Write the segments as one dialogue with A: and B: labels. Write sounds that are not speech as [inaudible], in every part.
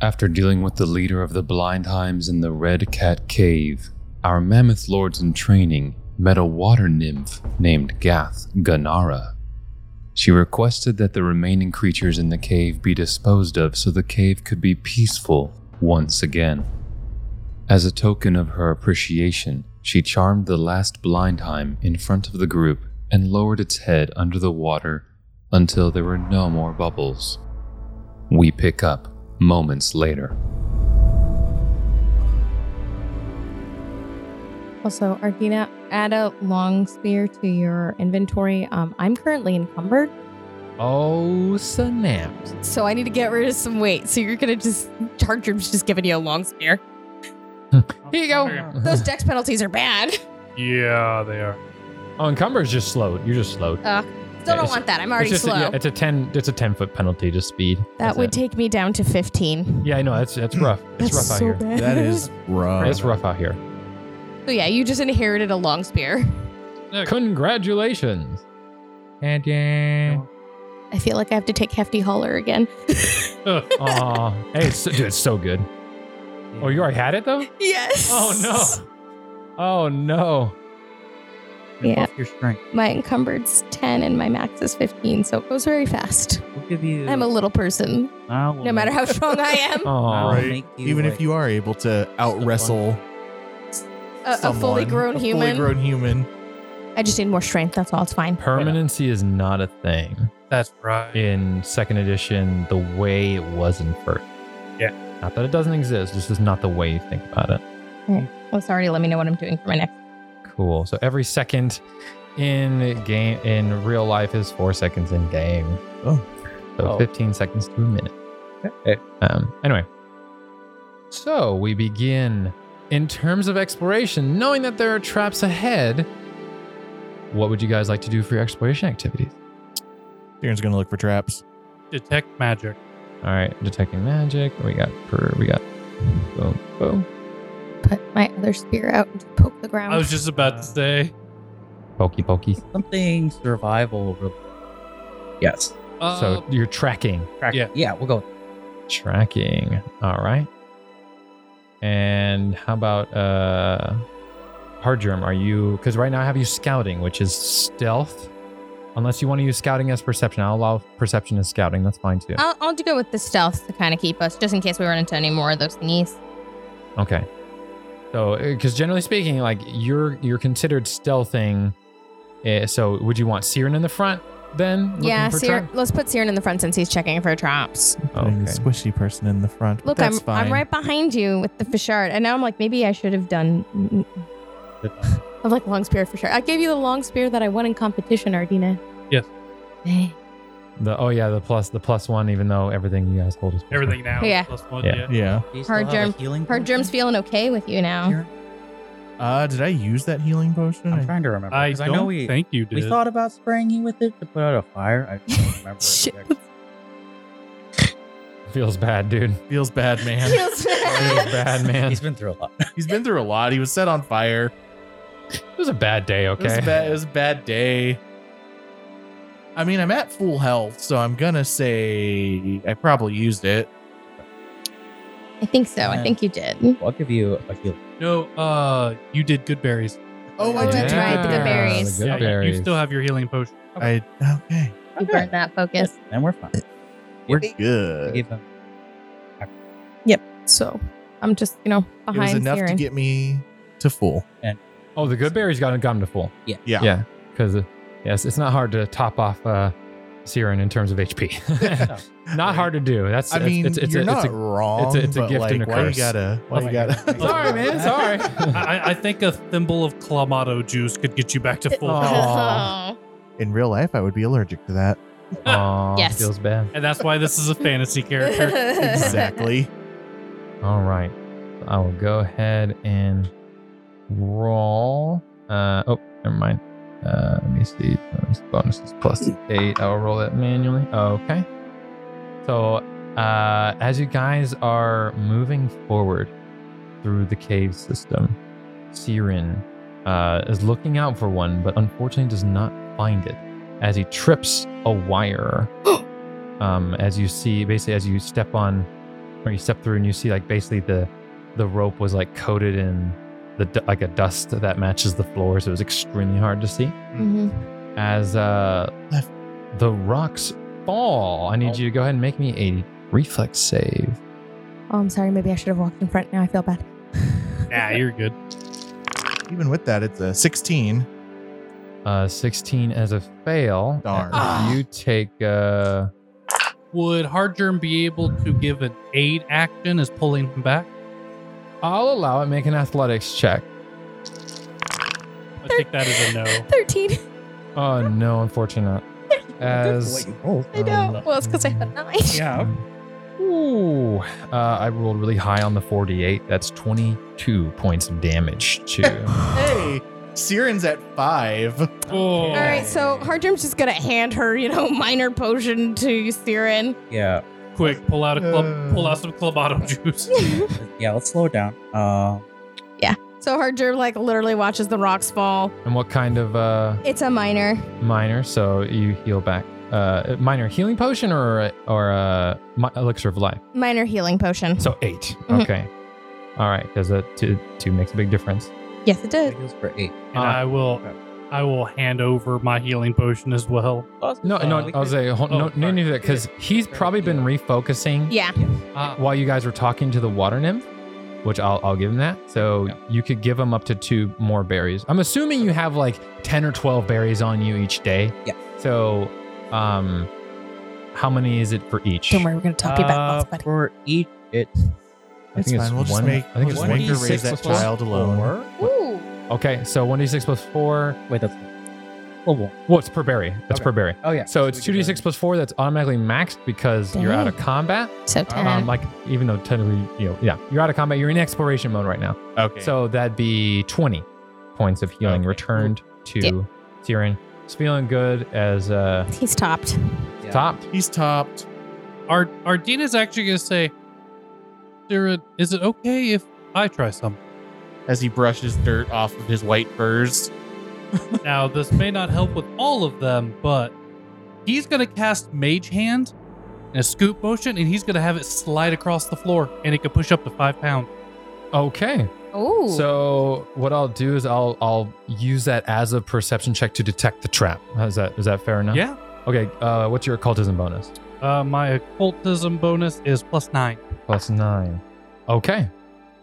A: After dealing with the leader of the Blindheims in the Red Cat Cave, our mammoth lords in training met a water nymph named Gath Ganara. She requested that the remaining creatures in the cave be disposed of so the cave could be peaceful once again. As a token of her appreciation, she charmed the last Blindheim in front of the group and lowered its head under the water until there were no more bubbles. We pick up moments later.
B: Also, Artina, add a long spear to your inventory. Um, I'm currently encumbered.
C: Oh, snaps.
D: So I need to get rid of some weight. So you're gonna just Tartrum's just giving you a long
C: [laughs]
D: spear. Here you go. [laughs] Those dex penalties are
C: [laughs]
D: bad.
E: Yeah, they are.
C: Oh, encumber's just slowed. You're just slowed.
D: Still don't
C: It's-
D: want that. I'm
C: It's
D: Uh, already
C: just a-
D: slow.
C: yeah, it's a ten. It's a ten foot penalty to speed.
D: that
C: That's
D: would Mm.
C: it.
D: take me down to 15.
C: Yeah, I know. That's that's rough. It's rough out here.
B: bad.
F: That is rough.
C: It's rough out here.
D: So yeah, you just inherited a long spear.
C: Congratulations. And yeah.
B: I feel like I have to take Hefty Holler again.
C: [laughs] Aw. Hey, it's, dude, it's so good. Oh, you already had it though.
D: Yes.
C: Oh no. Oh no.
B: Yeah.
F: Buff your strength.
B: My encumbered's 10 and my max is 15, so it goes very fast.
F: Look at you.
B: I'm a little person,
F: I will
D: No matter how strong
F: [laughs]
D: I am,
C: Oh.
E: Right.
G: Even if you are able to out wrestle
D: a, a fully grown human.
G: fully grown human,
B: I just need more strength. That's all. It's fine.
C: Permanency is not a thing
E: That's right.
C: in second edition the way it was in first.
E: Yeah.
C: Not that it doesn't exist, just is not the way you think about it.
B: Oh, sorry. Let me know what I'm doing for my next.
C: Cool. So every second in game in real life is four seconds in game.
G: Oh.
C: So
E: Oh.
C: 15 seconds to a minute. Um, anyway, so we begin in terms of exploration, knowing that there are traps ahead. What would you guys like to do for your exploration activities?
G: Darren's gonna look for traps.
E: Detect magic.
C: All right, detecting magic. We got per. We got boom, boom.
B: Put my other spear out and just poke the ground.
E: I was
B: [laughs]
E: just about to say.
C: Pokey, pokey.
F: something survival. rel- Yes.
E: Uh,
C: so you're tracking,
E: Yeah.
F: Yeah, we'll go.
C: tracking. All right. And how about uh, Hardgerm? Are you because right now I have you scouting, which is stealth. Unless you want to use scouting as perception, I'll allow perception as scouting. That's fine too.
B: I'll, I'll go with the stealth to kind of keep us, just in case we run into any more of those thingies.
C: Okay. So, because generally speaking, like you're you're considered stealthing. eh, so, would you want Siren in the front then? looking
B: yeah,
C: for
B: Siren,
C: track?
B: let's put Siren in the front since he's checking for traps.
G: Putting the
C: Okay.
G: squishy person in the front. but
B: Look, I'm
G: that's fine.
B: I'm right behind you with the fishard, and now I'm like, maybe I should have done.
C: Good.
B: I'm like long spear for sure. I gave you the long spear that I won in competition, Ardina.
E: Yes.
B: Hey.
C: The oh yeah, the plus the plus one, even though everything you guys hold is plus one.
E: everything now. is
B: Yeah.
E: Plus one.
C: Yeah.
E: Yeah.
G: Yeah.
F: Do
B: Her
F: you still have a
B: germ-
F: healing
B: Her germ's
F: potion,
B: feeling okay with you [laughs] now.
F: Kieran?
G: Uh, did I use that healing potion?
F: I'm trying to remember.
E: I
F: 'cause
E: don't
F: know we,
E: think you did.
F: we thought about spraying you with it to put out a fire. I
B: [laughs]
F: just don't remember.
B: Shit.
F: exactly.
C: [laughs] feels bad, dude.
G: Feels bad, man.
B: [laughs] Feels
C: Feels
B: bad.
C: bad, man.
F: He's
C: It
F: been through a lot.
G: [laughs] He's been through a lot. He was set on fire.
C: was a bad day.
G: It, was
C: Okay.
G: a bad, it was a bad day. I mean, I'm at full health, so I'm gonna say I probably used it.
B: I think so. I
F: Yeah.
B: think you did.
F: I'll give you a healing.
E: No, uh, you did good berries.
G: Oh, I
B: Oh,
G: did
B: that's
G: do
B: right,
G: good
B: the
G: berries.
B: berries.
C: The good
E: Yeah, you-
C: berries.
E: You still have your healing potion.
G: I okay.
B: You
F: Okay.
B: burned that focus.
F: Then we're fine.
G: We're
F: I
G: good.
F: gave him
B: So I'm just, you know,
G: It was
B: behind
G: enough to
B: [laughs] Siren.
G: get me to full.
C: oh, the good berries got gotten to full.
F: Yeah.
G: Yeah.
C: Yeah. Because yes, it's not hard to top off uh, Siren in terms of HP. [laughs] not hard to do. That's.
G: I
C: it's-
G: mean,
C: it's, it's,
G: you're
C: it's,
G: not
C: it's a,
G: wrong.
C: it's a- it's a
G: but,
C: gift
G: like,
C: and a
G: why
C: curse.
G: you gotta? Why
F: Oh my
G: you gotta?
C: [laughs]
F: God.
G: [laughs]
C: Sorry, man. Sorry.
E: I, I think a thimble of clamato juice could get you back to
B: [laughs]
E: full
C: Aw.
E: health.
B: Oh.
G: In real life, I would be allergic to that.
C: Aw,
B: Yes.
C: Feels bad.
E: And that's why this is a fantasy character.
B: [laughs]
G: Exactly.
C: All right. I will go ahead and roll. Uh, oh, never mind. Uh, let me see. Bonuses plus eight. I'll roll it manually. Okay. So, uh, as you guys are moving forward through the cave system, Siren uh, is looking out for one, but unfortunately does not find it as he trips a wire. um, as you see, basically, as you step on or you step through and you see like basically the the rope was like coated in the du- like a dust that matches the floor, so it was extremely hard to see.
H: hmm
B: Mm-hmm.
C: As uh,
G: Left. Oh.
C: the rocks fall, I need you to go ahead and make me a reflex save.
H: Oh, I'm sorry. Maybe I should have walked in front. Now I feel bad.
E: Nah, you're good.
G: Even with that, it's a 16.
C: Uh, 16 as a fail.
G: Darn.
C: Uh, You take uh,
E: Would Hard Germ be able to give an aid action as pulling him back?
C: I'll allow it. Make an athletics check.
E: I think
B: [laughs]
E: that is a no.
B: 13.
C: Oh no, unfortunately not. As
B: I
F: Um,
B: know. Well, it's because I had nine.
I: Yeah.
C: ooh, uh, I rolled really high on the forty-eight. That's twenty-two points of damage
G: [laughs]
C: to.
G: Hey, Siren's at five.
B: [laughs]
E: Oh.
B: All right, so Hard Germ's just gonna hand her, you know, [laughs] minor potion to Siren.
I: Yeah.
E: Quick, pull out a club,
G: Uh.
E: pull out some clamato juice.
I: Yeah. Let's slow it down. Uh,
F: Um,
B: So Hard Germ, like, literally watches the rocks fall.
C: and what kind of uh,
H: It's a minor.
C: minor? So you heal back. Uh, minor healing potion or a- or a mi- elixir of life.
H: Minor healing potion.
C: So 8
H: Mhm.
C: Okay. All right, because that two, two makes a big difference.
H: Yes, it
I: it
H: did.
I: heals for eight.
E: And I will, I will hand over my healing potion as well.
F: uh,
C: No, no,
I: we
C: I was
I: could-
C: a, no,
E: oh,
C: no,
E: sorry.
C: need of that because he's probably been refocusing
B: Yeah.
C: while you guys were talking to the water nymph, which I'll, I'll give him that. So
I: Yeah.
C: you could give him up to two more berries. I'm assuming you have like 10 or 12 berries on you each day.
I: Yeah.
C: So, um, how many is it for each?
B: Don't worry, we're gonna talk to you
I: Uh,
B: about it, buddy.
I: for each, it's
C: I think it's
G: We'll just
C: one-
G: make,
C: I think it's
G: we'll make her
C: 1d6
G: raise that
C: plus one.
G: child alone.
B: Ooh.
C: Okay, so 1d6 plus 4.
I: wait. That's level.
C: Well, it's per berry. That's
I: Okay.
C: per berry.
I: Oh yeah.
C: So
I: we
C: it's
I: could
C: two d six
I: do
C: plus four. That's automatically maxed because you're out of combat.
B: So
H: ten.
C: Um, like even though technically, you know, yeah, you're out of combat. You're in exploration mode right now.
G: Okay.
C: So that'd be twenty points of healing
G: Okay.
C: returned to Tyrion. It's feeling good as uh
B: He's topped.
I: it. Yeah.
C: topped.
G: he's topped.
E: Our our dean is actually going to say, Siren, is it okay if I try something?
G: as he brushes dirt off of his white furs.
E: now, this may not help with all of them, but he's going to cast Mage Hand in a scoop motion, and he's going to have it slide across the floor, and it can push up to five pounds.
C: Okay.
B: Ooh.
C: So what I'll do is I'll I'll use that as a perception check to detect the trap. How's that? Is that fair enough?
E: Yeah.
C: Okay. Uh, what's your occultism bonus?
E: Uh, my occultism bonus is plus nine.
C: Plus nine. Okay.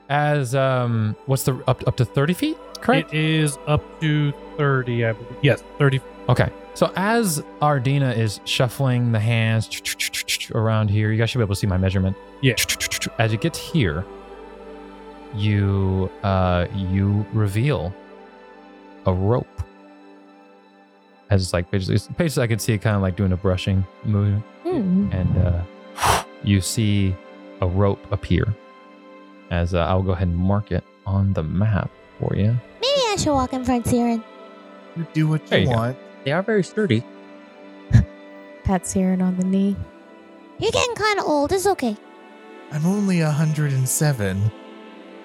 C: As um, what's the up up to thirty feet? Correct.
E: It is up to 30, I believe. Yes, 30.
C: Okay. So as Ardina is shuffling the hands around here, you guys should be able to see my measurement.
E: Yeah.
C: As it gets here, you uh you reveal a rope. As it's like basically, it's basically I could see it kind of like doing a brushing movement,
H: Hmm.
C: and uh, you see a rope appear. As uh, I'll go ahead and mark it on the map for you.
J: Maybe I should walk in front, Siren.
G: You do what
C: There
G: you,
C: you go.
G: want.
I: They are very sturdy.
H: Pat Siren on the knee.
J: You're getting kind of old. It's okay.
G: I'm only 107.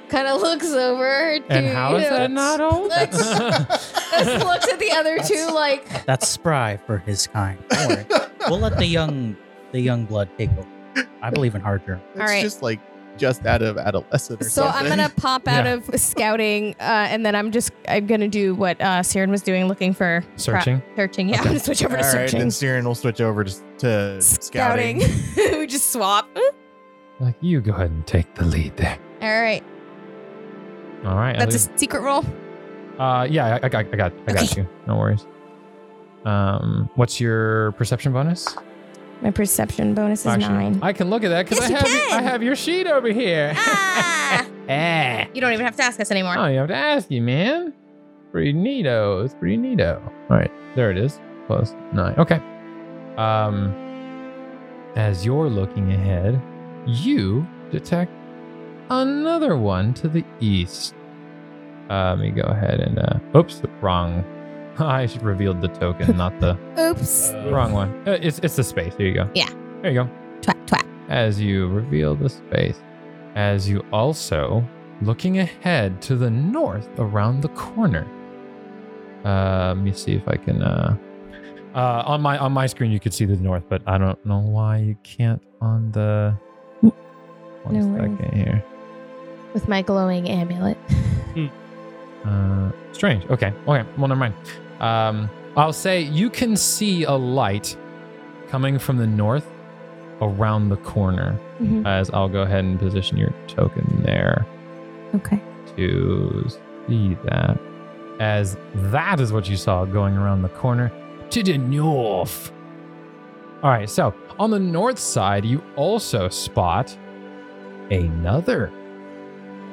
B: kind of looks over to
C: And how is
B: you know,
C: that not old?
G: [laughs]
B: just looks at the other two like
I: That's spry for his kind. Don't
F: [laughs]
I: worry. we'll let the young, the young blood take over. I believe in hard germ.
G: It's
B: right.
G: just like just out of adolescent. Or
B: so i'm
G: something.
B: gonna pop out
C: Yeah.
B: of [laughs] scouting uh, and then i'm just i'm gonna do what uh siren was doing looking for
C: Searching.
B: searching yeah i'm gonna switch over to
G: All right,
B: searching
G: then Siren will switch over to, to
B: scouting, [laughs]
G: scouting.
B: we just swap
C: Like you go ahead and take the lead there.
B: all right
C: All right.
B: that's
C: Ellie.
B: a secret roll
C: uh, yeah, I, I, got- I got, I got you. No worries. Um, what's your perception bonus?
H: My perception bonus is
C: Actually,
H: nine.
C: I can look at that because
B: Yes,
C: I
B: you
C: have,
B: can.
C: I have your sheet over here.
B: ah
C: [laughs] eh.
B: you don't even have to ask us
C: I
B: anymore
C: don't even have to ask Oh, you, man. Pretty neato. It's pretty neato. All right, there it is. Plus nine. Okay. Um, as you're looking ahead, you detect another one to the east. Uh, let me go ahead and uh, oops, wrong. [laughs] I should revealed the token, not the
B: oops
C: wrong one. Uh, It's it's the space. There you go.
B: Yeah.
C: There you go
B: twat twat
C: as you reveal the space, as you also looking ahead to the north around the corner. Uh, let me see if I can. Uh, uh, on my on my screen, you could see the north, but I don't know why you can't on the One
H: No
C: second
H: worries.
C: here.
H: with my glowing amulet. [laughs]
C: Uh, strange. Okay. Okay. Well, never mind. Um, I'll say you can see a light coming from the north around the corner.
H: Mhm.
C: As I'll go ahead and position your token there
H: Okay.
C: to see that. As that is what you saw going around the corner to the north. All right. So on the north side, you also spot another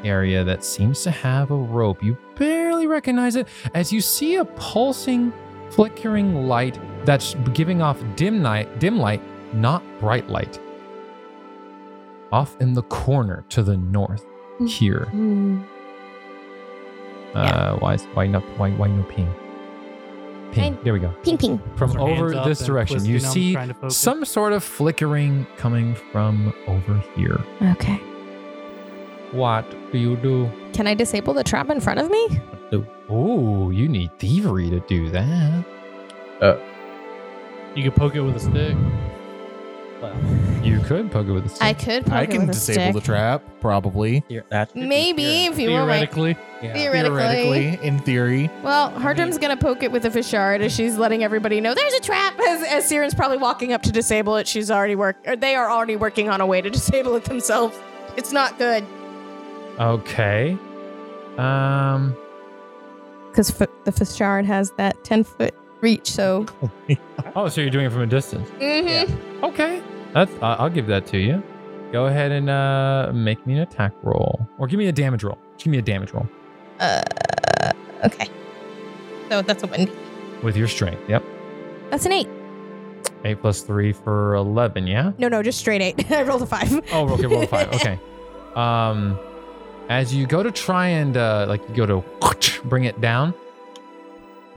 C: area that seems to have a rope. You barely recognize it as you see a pulsing, flickering light that's giving off dim light, dim light, not bright light. Off in the corner to the north,
H: Mm.
C: here.
H: Hmm.
C: Uh, why, is- why not? Why, why no ping? Ping.
H: I-
C: there we go.
J: Ping ping.
C: From
E: With her
C: over
E: hands up
C: this
E: and
C: direction, you
E: twisting 'em,
C: see
E: trying to focus.
C: some sort of flickering coming from over here.
H: Okay.
C: What do you do?
B: Can I disable the trap in front of me?
C: Oh, you need thievery to do that.
E: You can poke it with a stick.
C: You could poke it with a stick.
B: I could.
G: I
B: poke it
G: can
B: with a
G: disable
B: stick.
G: the trap, probably.
I: Here, that should be
B: Maybe
I: here.
B: if you were my
E: Theoretically,
I: Yeah.
B: theoretically.
G: in theory.
B: Well, Hardrim's gonna poke it with a fishard as she's letting everybody know there's a trap. [laughs] As, as Siren's probably walking up to disable it, she's already work or they are already working on a way to disable it themselves. It's not good
C: Okay. Um.
B: because the fishard has that ten foot reach. So,
C: Oh, so you're doing it from a distance.
B: Mm-hmm.
C: Okay. That's. I I'll give that to you. Go ahead and uh, make me an attack roll, or give me a damage roll. Just give me a damage roll
B: okay, so that's a win.
C: with your strength. Yep.
B: That's an eight.
C: Eight plus three for eleven. Yeah.
B: No, no, just straight eight. [laughs] I rolled a five.
C: Oh, [laughs] okay, roll a five. Okay. Um, as you go to try and uh, like you go to [laughs] bring it down,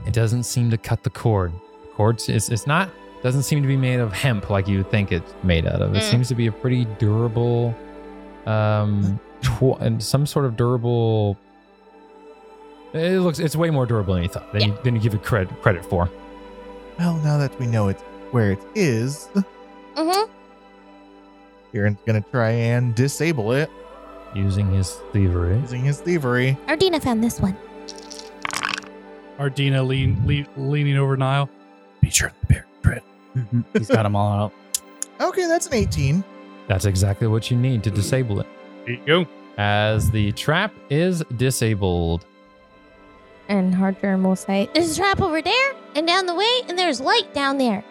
C: it doesn't seem to cut the cord. Cords, it's it's not doesn't seem to be made of hemp like you would think it's made out of. It
B: Mm.
C: seems to be a pretty durable, um, tw- and some sort of durable. It looks it's way more durable than you thought than, you, than you give it credit credit for.
G: Well, now that we know it's where it is,
B: Mm-hmm.
G: Kieran's gonna try and disable it
C: Using his thievery.
G: using his thievery.
J: Ardina found this one.
E: Ardina lean, lean, leaning over Nile. Be sure the bear tread.
I: He's got them all
B: [laughs]
I: out.
G: Okay, that's an 18.
C: That's exactly what you need to disable it.
E: There you go.
C: as the trap is disabled.
H: And Hardrim will say,
J: There's a trap over there and down the way, and there's light down there.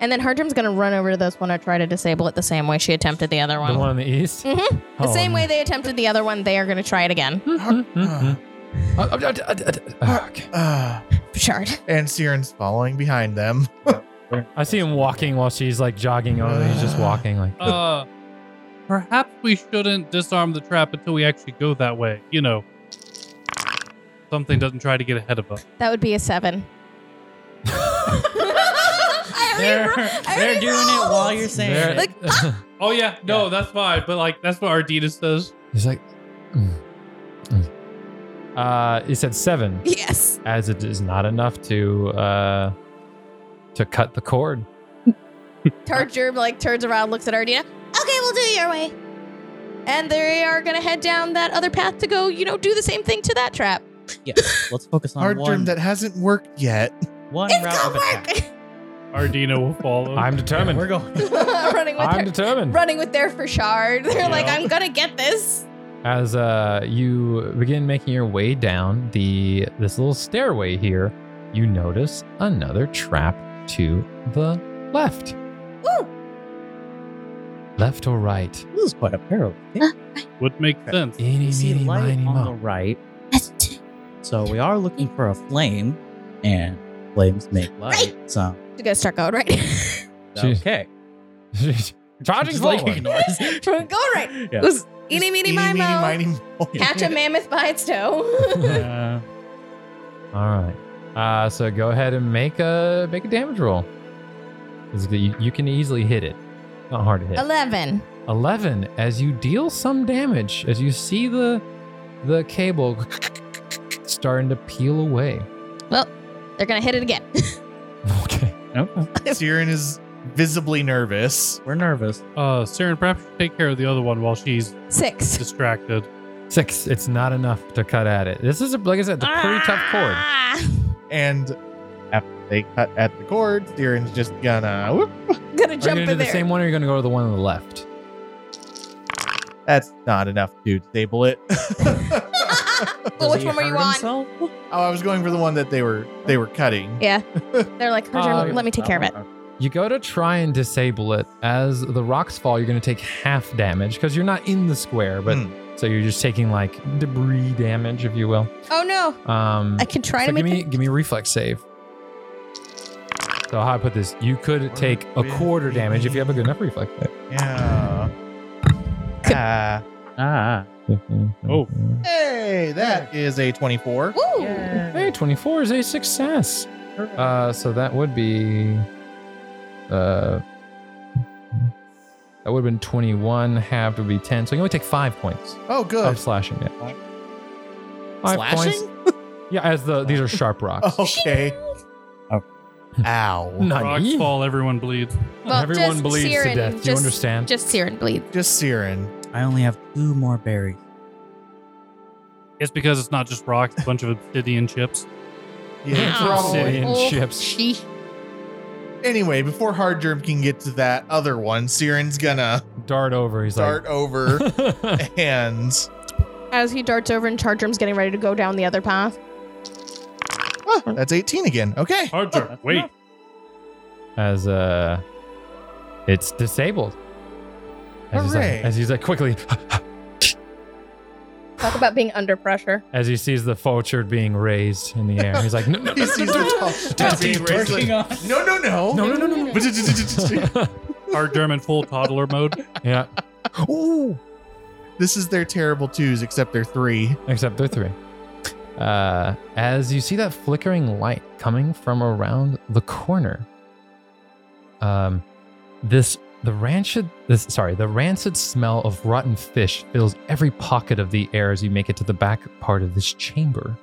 B: And then Hardrim's gonna run over to this one and try to disable it the same way she attempted the other one.
C: The one on the east?
B: Mhm. The
C: Oh,
B: same way
C: no.
B: they attempted the other one, they are gonna try it again.
C: Mm, mm,
G: Mm-hmm. [sighs]
C: mm. Uh, uh, uh, uh, uh, okay.
G: Uh,
B: Fishard.
G: and Siren's following behind them.
C: I see him walking while she's like jogging over. He's just walking like.
E: Uh, [laughs] perhaps we shouldn't disarm the trap until we actually go that way. You know, something doesn't try to get ahead of us.
B: That would be
I: [laughs]
B: a seven. I already
I: They're,
B: ro- I
I: they're
B: already
I: doing it while
B: rolled.
I: you're saying
C: there-
I: it.
B: Like,
E: Oh yeah, no, that's fine. But like, that's what Ardina says.
C: [laughs] he's like. mm, mm. Uh, he said seven,
B: Yes.
C: as it is not enough to uh, to cut the cord.
I: Uh.
B: Targer like turns around, looks at Ardina,
J: Okay, we'll do it your way.
B: and they are gonna head down that other path to go, you know, do the same thing to that trap. [laughs]
I: Yeah, let's focus on
G: Hard
I: one,
G: term that hasn't worked yet.
I: one
B: It's
I: route of
B: gonna
I: attack.
B: work.
E: Ardina will follow.
C: I'm
I: Yeah,
C: determined.
I: we're
G: [laughs]
I: going.
B: running with
C: I'm
B: her,
C: determined.
B: running with their Fishard. [laughs] They're like,
E: Yeah.
B: I'm gonna get this.
C: as uh, you begin making your way down the this little stairway here you notice another trap to the left
B: Woo.
C: left or right
I: This is quite a parallel.
E: Would make sense.
C: Eeny,
I: You see
C: meeny,
I: light
C: miny,
I: on
C: mo.
I: the right,
J: That's two.
I: so we are looking for a flame, and flames make light. So
B: You guys start going right.
I: [laughs]
C: Jeez.
I: okay,
C: charging
I: Just like
C: forward
I: ignore us.
B: [laughs] Go right.
I: Yeah.
B: It was eeny, meeny, miny, mo.
G: mo.
B: Catch a mammoth by its toe.
I: Uh,
C: all right uh, so go ahead and make a make a damage roll 'Cause you, you can easily hit it not hard to
B: [laughs]
C: hit
B: Eleven.
C: 11 as you deal some damage as you see the the cable starting to peel away
B: They're gonna hit it again.
C: okay
I: nope.
G: [laughs] Siren is visibly nervous.
I: We're
B: [laughs]
I: nervous.
E: Uh, Saren, perhaps you take care of the other one while she's
B: Six.
E: distracted.
C: Six. It's not enough to cut at it. This is, a, like I said, it's a pretty
B: Ah,
C: tough chord.
G: And after they cut at the cord, Steeran's just gonna whoop.
B: Gonna
C: Are
B: jump
C: you going to
B: in
C: do the
B: there.
C: same one or are you going to go to the one on the left?
G: That's not enough to disable it. [laughs]
B: Well,
I: Does
B: which
I: he
B: one were you
I: hurt
B: on?
I: himself?
G: Oh, I was going for the one that they were they were cutting.
B: Yeah. They're like, "Herger,
C: Uh,
B: let me take care of it.
C: You go to try and disable it. As the rocks fall, you're going to take half damage because you're not in the square, but so you're just taking like debris damage, if you will.
B: Oh no.
C: Um,
B: I can try
C: so
B: to
C: give
B: make
C: me
B: it.
C: give me a reflex save. So how I put this, you could take a quarter damage if you have a good enough reflex. save.
G: Yeah.
B: Could-
G: Ah.
I: Ah,
E: Oh.
G: Hey, that is a 24.
B: Woo!
I: uh.
C: Hey, 24 is a success. Uh, so that would be. Uh, that would have been 21, halved would be 10. So you only take five points
G: Oh,
C: of
G: good.
C: slashing damage. Five
G: Slashing?
C: points. Yeah, as the these are
B: [laughs]
C: sharp rocks.
G: [laughs] Okay.
I: Oh.
G: Ow.
E: Rocks
C: Nani?
E: fall, everyone bleeds.
B: Well,
C: Everyone
B: just
C: bleeds
B: Siren,
C: to death. Do you
B: just-
C: understand?
B: Just Siren bleed.
G: Just Siren.
I: I only have two more berries.
E: It's because it's not just rocks, it's a bunch of obsidian chips.
G: Yeah,
B: Ow.
G: probably.
C: Obsidian
B: Oh,
C: chips.
B: She.
G: Anyway, before Hard Germ can get to that other one, Siren's gonna
C: Dart over. He's
G: dart [laughs] over
C: [laughs] like.
G: and
B: As he darts over and Charger's getting ready to go down the other path.
G: Ah, that's 18 again. Okay.
E: Archer,
I: That's
E: wait.
I: enough.
C: as uh it's disabled. As he's,
G: Hooray.
C: like, as he's like quickly
B: Talk about being under pressure.
C: as he sees the vulture being raised in the air. He's like, no, no,
G: [laughs] He
C: no,
G: sees the top- top being raised, like, No, no, no.
C: no, no, no,
H: [laughs]
C: no. no.
I: [laughs]
E: Hard German full toddler mode.
C: [laughs]
E: Uh,
C: yeah. Ooh.
G: This is their terrible twos, except they're three.
C: Except they're three. Uh, as you see that flickering light coming from around the corner, um, this the rancid this sorry the rancid smell of rotten fish fills every pocket of the air as you make it to the back part of this chamber.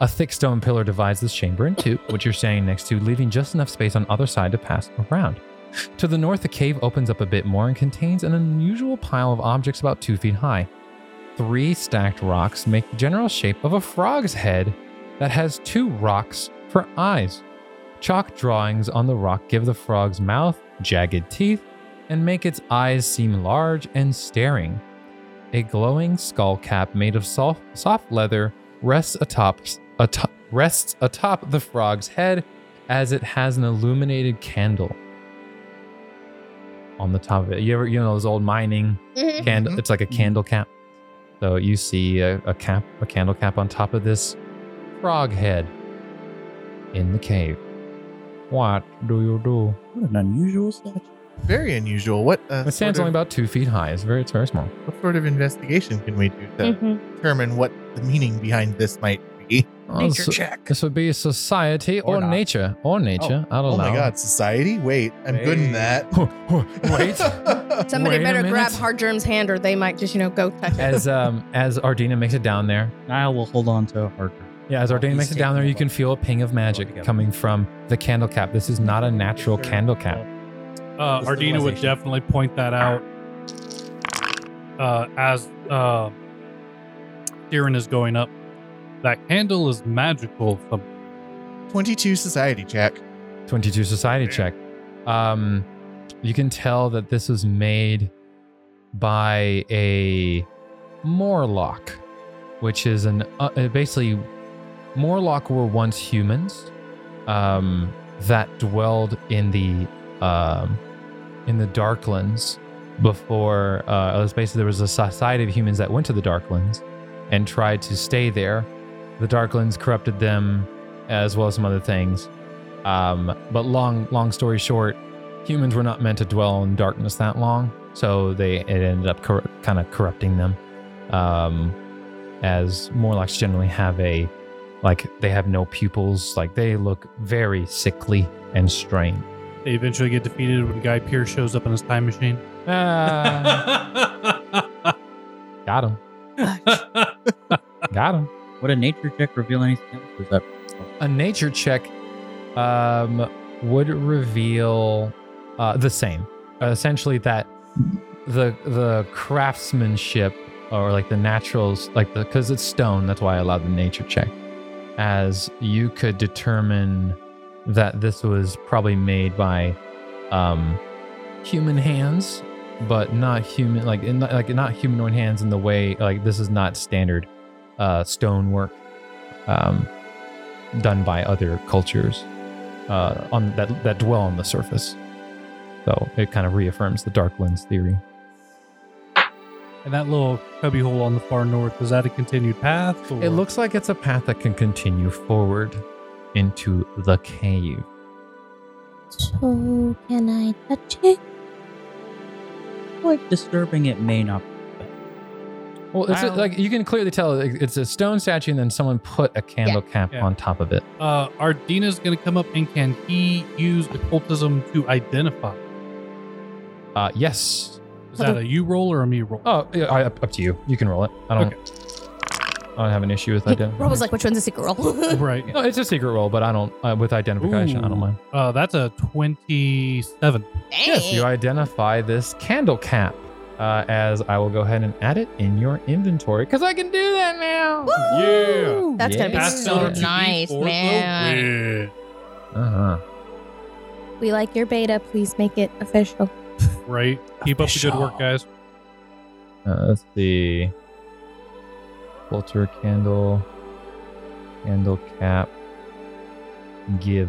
C: A thick stone pillar divides this chamber in two, which you're standing next to, leaving just enough space on either side to pass around. To the north, the cave opens up a bit more and contains an unusual pile of objects about two feet high. Three stacked rocks make the general shape of a frog's head that has two rocks for eyes. Chalk drawings on the rock give the frog's mouth jagged teeth and make its eyes seem large and staring. A glowing skull cap made of soft, soft leather rests atop, atop rests atop the frog's head as it has an illuminated candle on the top of it. You ever you know those old mining
J: Mhm.
C: candle.
G: Mhm.
C: It's like a candle cap. So you see a, a cap, a candle cap on top of this frog head in the cave. What do you do?
I: What an unusual statue.
G: Very unusual. What, uh,
C: It stands
G: sort,
C: only
G: of,
C: about two feet high. It's very, it's very small.
G: what sort of investigation can we do to
H: Mhm.
G: determine what the meaning behind this might be?
C: Uh, so-
G: check.
C: This would be society or,
I: Or not.
C: nature or nature. I don't
G: Oh
C: know.
G: my god, society? Wait, I'm good in that.
C: Wait. [laughs]
G: [laughs]
B: Somebody
C: Wait a
B: better grab
C: minute.
B: Hard Germ's hand or they might just, you know, go touch it.
C: As um as Ardina makes it down there,
I: Niall will hold on to Harker.
C: yeah, as Ardina
I: He's
C: makes it down there,
I: taking
C: you can
I: over.
C: feel a ping of magic
I: Altogether.
C: coming from the candle cap. This is not a natural candle cap.
E: Uh, Ardina would definitely point that out uh, as uh, Siren is going up. That candle is magical. Some
G: 22 society check.
C: 22 society check. Um, you can tell that this was made by a Morlock, which is an uh, uh, basically Morlock were once humans um, that dwelled in the um, in the Darklands before. Uh, it was basically there was a society of humans that went to the Darklands and tried to stay there. The Darklands corrupted them, as well as some other things. Um, but long, long story short, humans were not meant to dwell in darkness that long, so they it ended up cor- kind of corrupting them. Um, as Morlocks generally have a like they have no pupils, like they look very sickly and strained.
E: They eventually get defeated when Guy Pierce shows up in his
I: [laughs]
E: time machine.
C: Ah, got him, got him.
I: Would a nature check reveal anything else? Or is that
C: a nature check um, would reveal uh, the same. Uh, essentially, that the the craftsmanship or like the naturals, like the because it's stone. That's why I allowed the nature check, as you could determine that this was probably made by um, human hands, but not human like in, like not humanoid hands in the way like this is not standard uh, stone work um, done by other cultures uh, on that that dwell on the surface. So it kind of reaffirms the dark lens theory.
E: And that little cubbyhole on the far north, is that a continued path? or-
C: It looks like it's a path that can continue forward into the cave.
J: [laughs] So can I touch it?
I: Quite disturbing it may not.
C: Well, it's a,
I: Wow.
C: like you can clearly tell it- it's a stone statue, and then someone put a candle cap
E: Yeah.
C: on top of it.
E: uh, Ardina's going to come up and can he use occultism to identify?
C: Uh, yes.
E: Is that a you roll or a me roll?
C: Oh, yeah, I, up up to you. You can roll it. I don't. I don't have an
B: [laughs]
C: issue with identification.
B: Rob was like, which one's a secret roll?
E: right.
C: No, it's a secret roll, but I don't uh, with identification. I don't
E: Ooh.
C: mind.
E: Uh, that's a 27.
C: Yes, you identify this candle cap uh, as I will go ahead and add it in your inventory because I can do that now.
E: Yeah.
B: [laughs] That's gonna be
E: That's
B: so
E: not a 2D
B: nice,
E: for the
B: man.
E: win.
C: Uh-huh.
H: We like your beta. Please make it official.
E: Right. Keep up the good work, guys.
C: Uh, let's see. Culture candle, candle cap, give.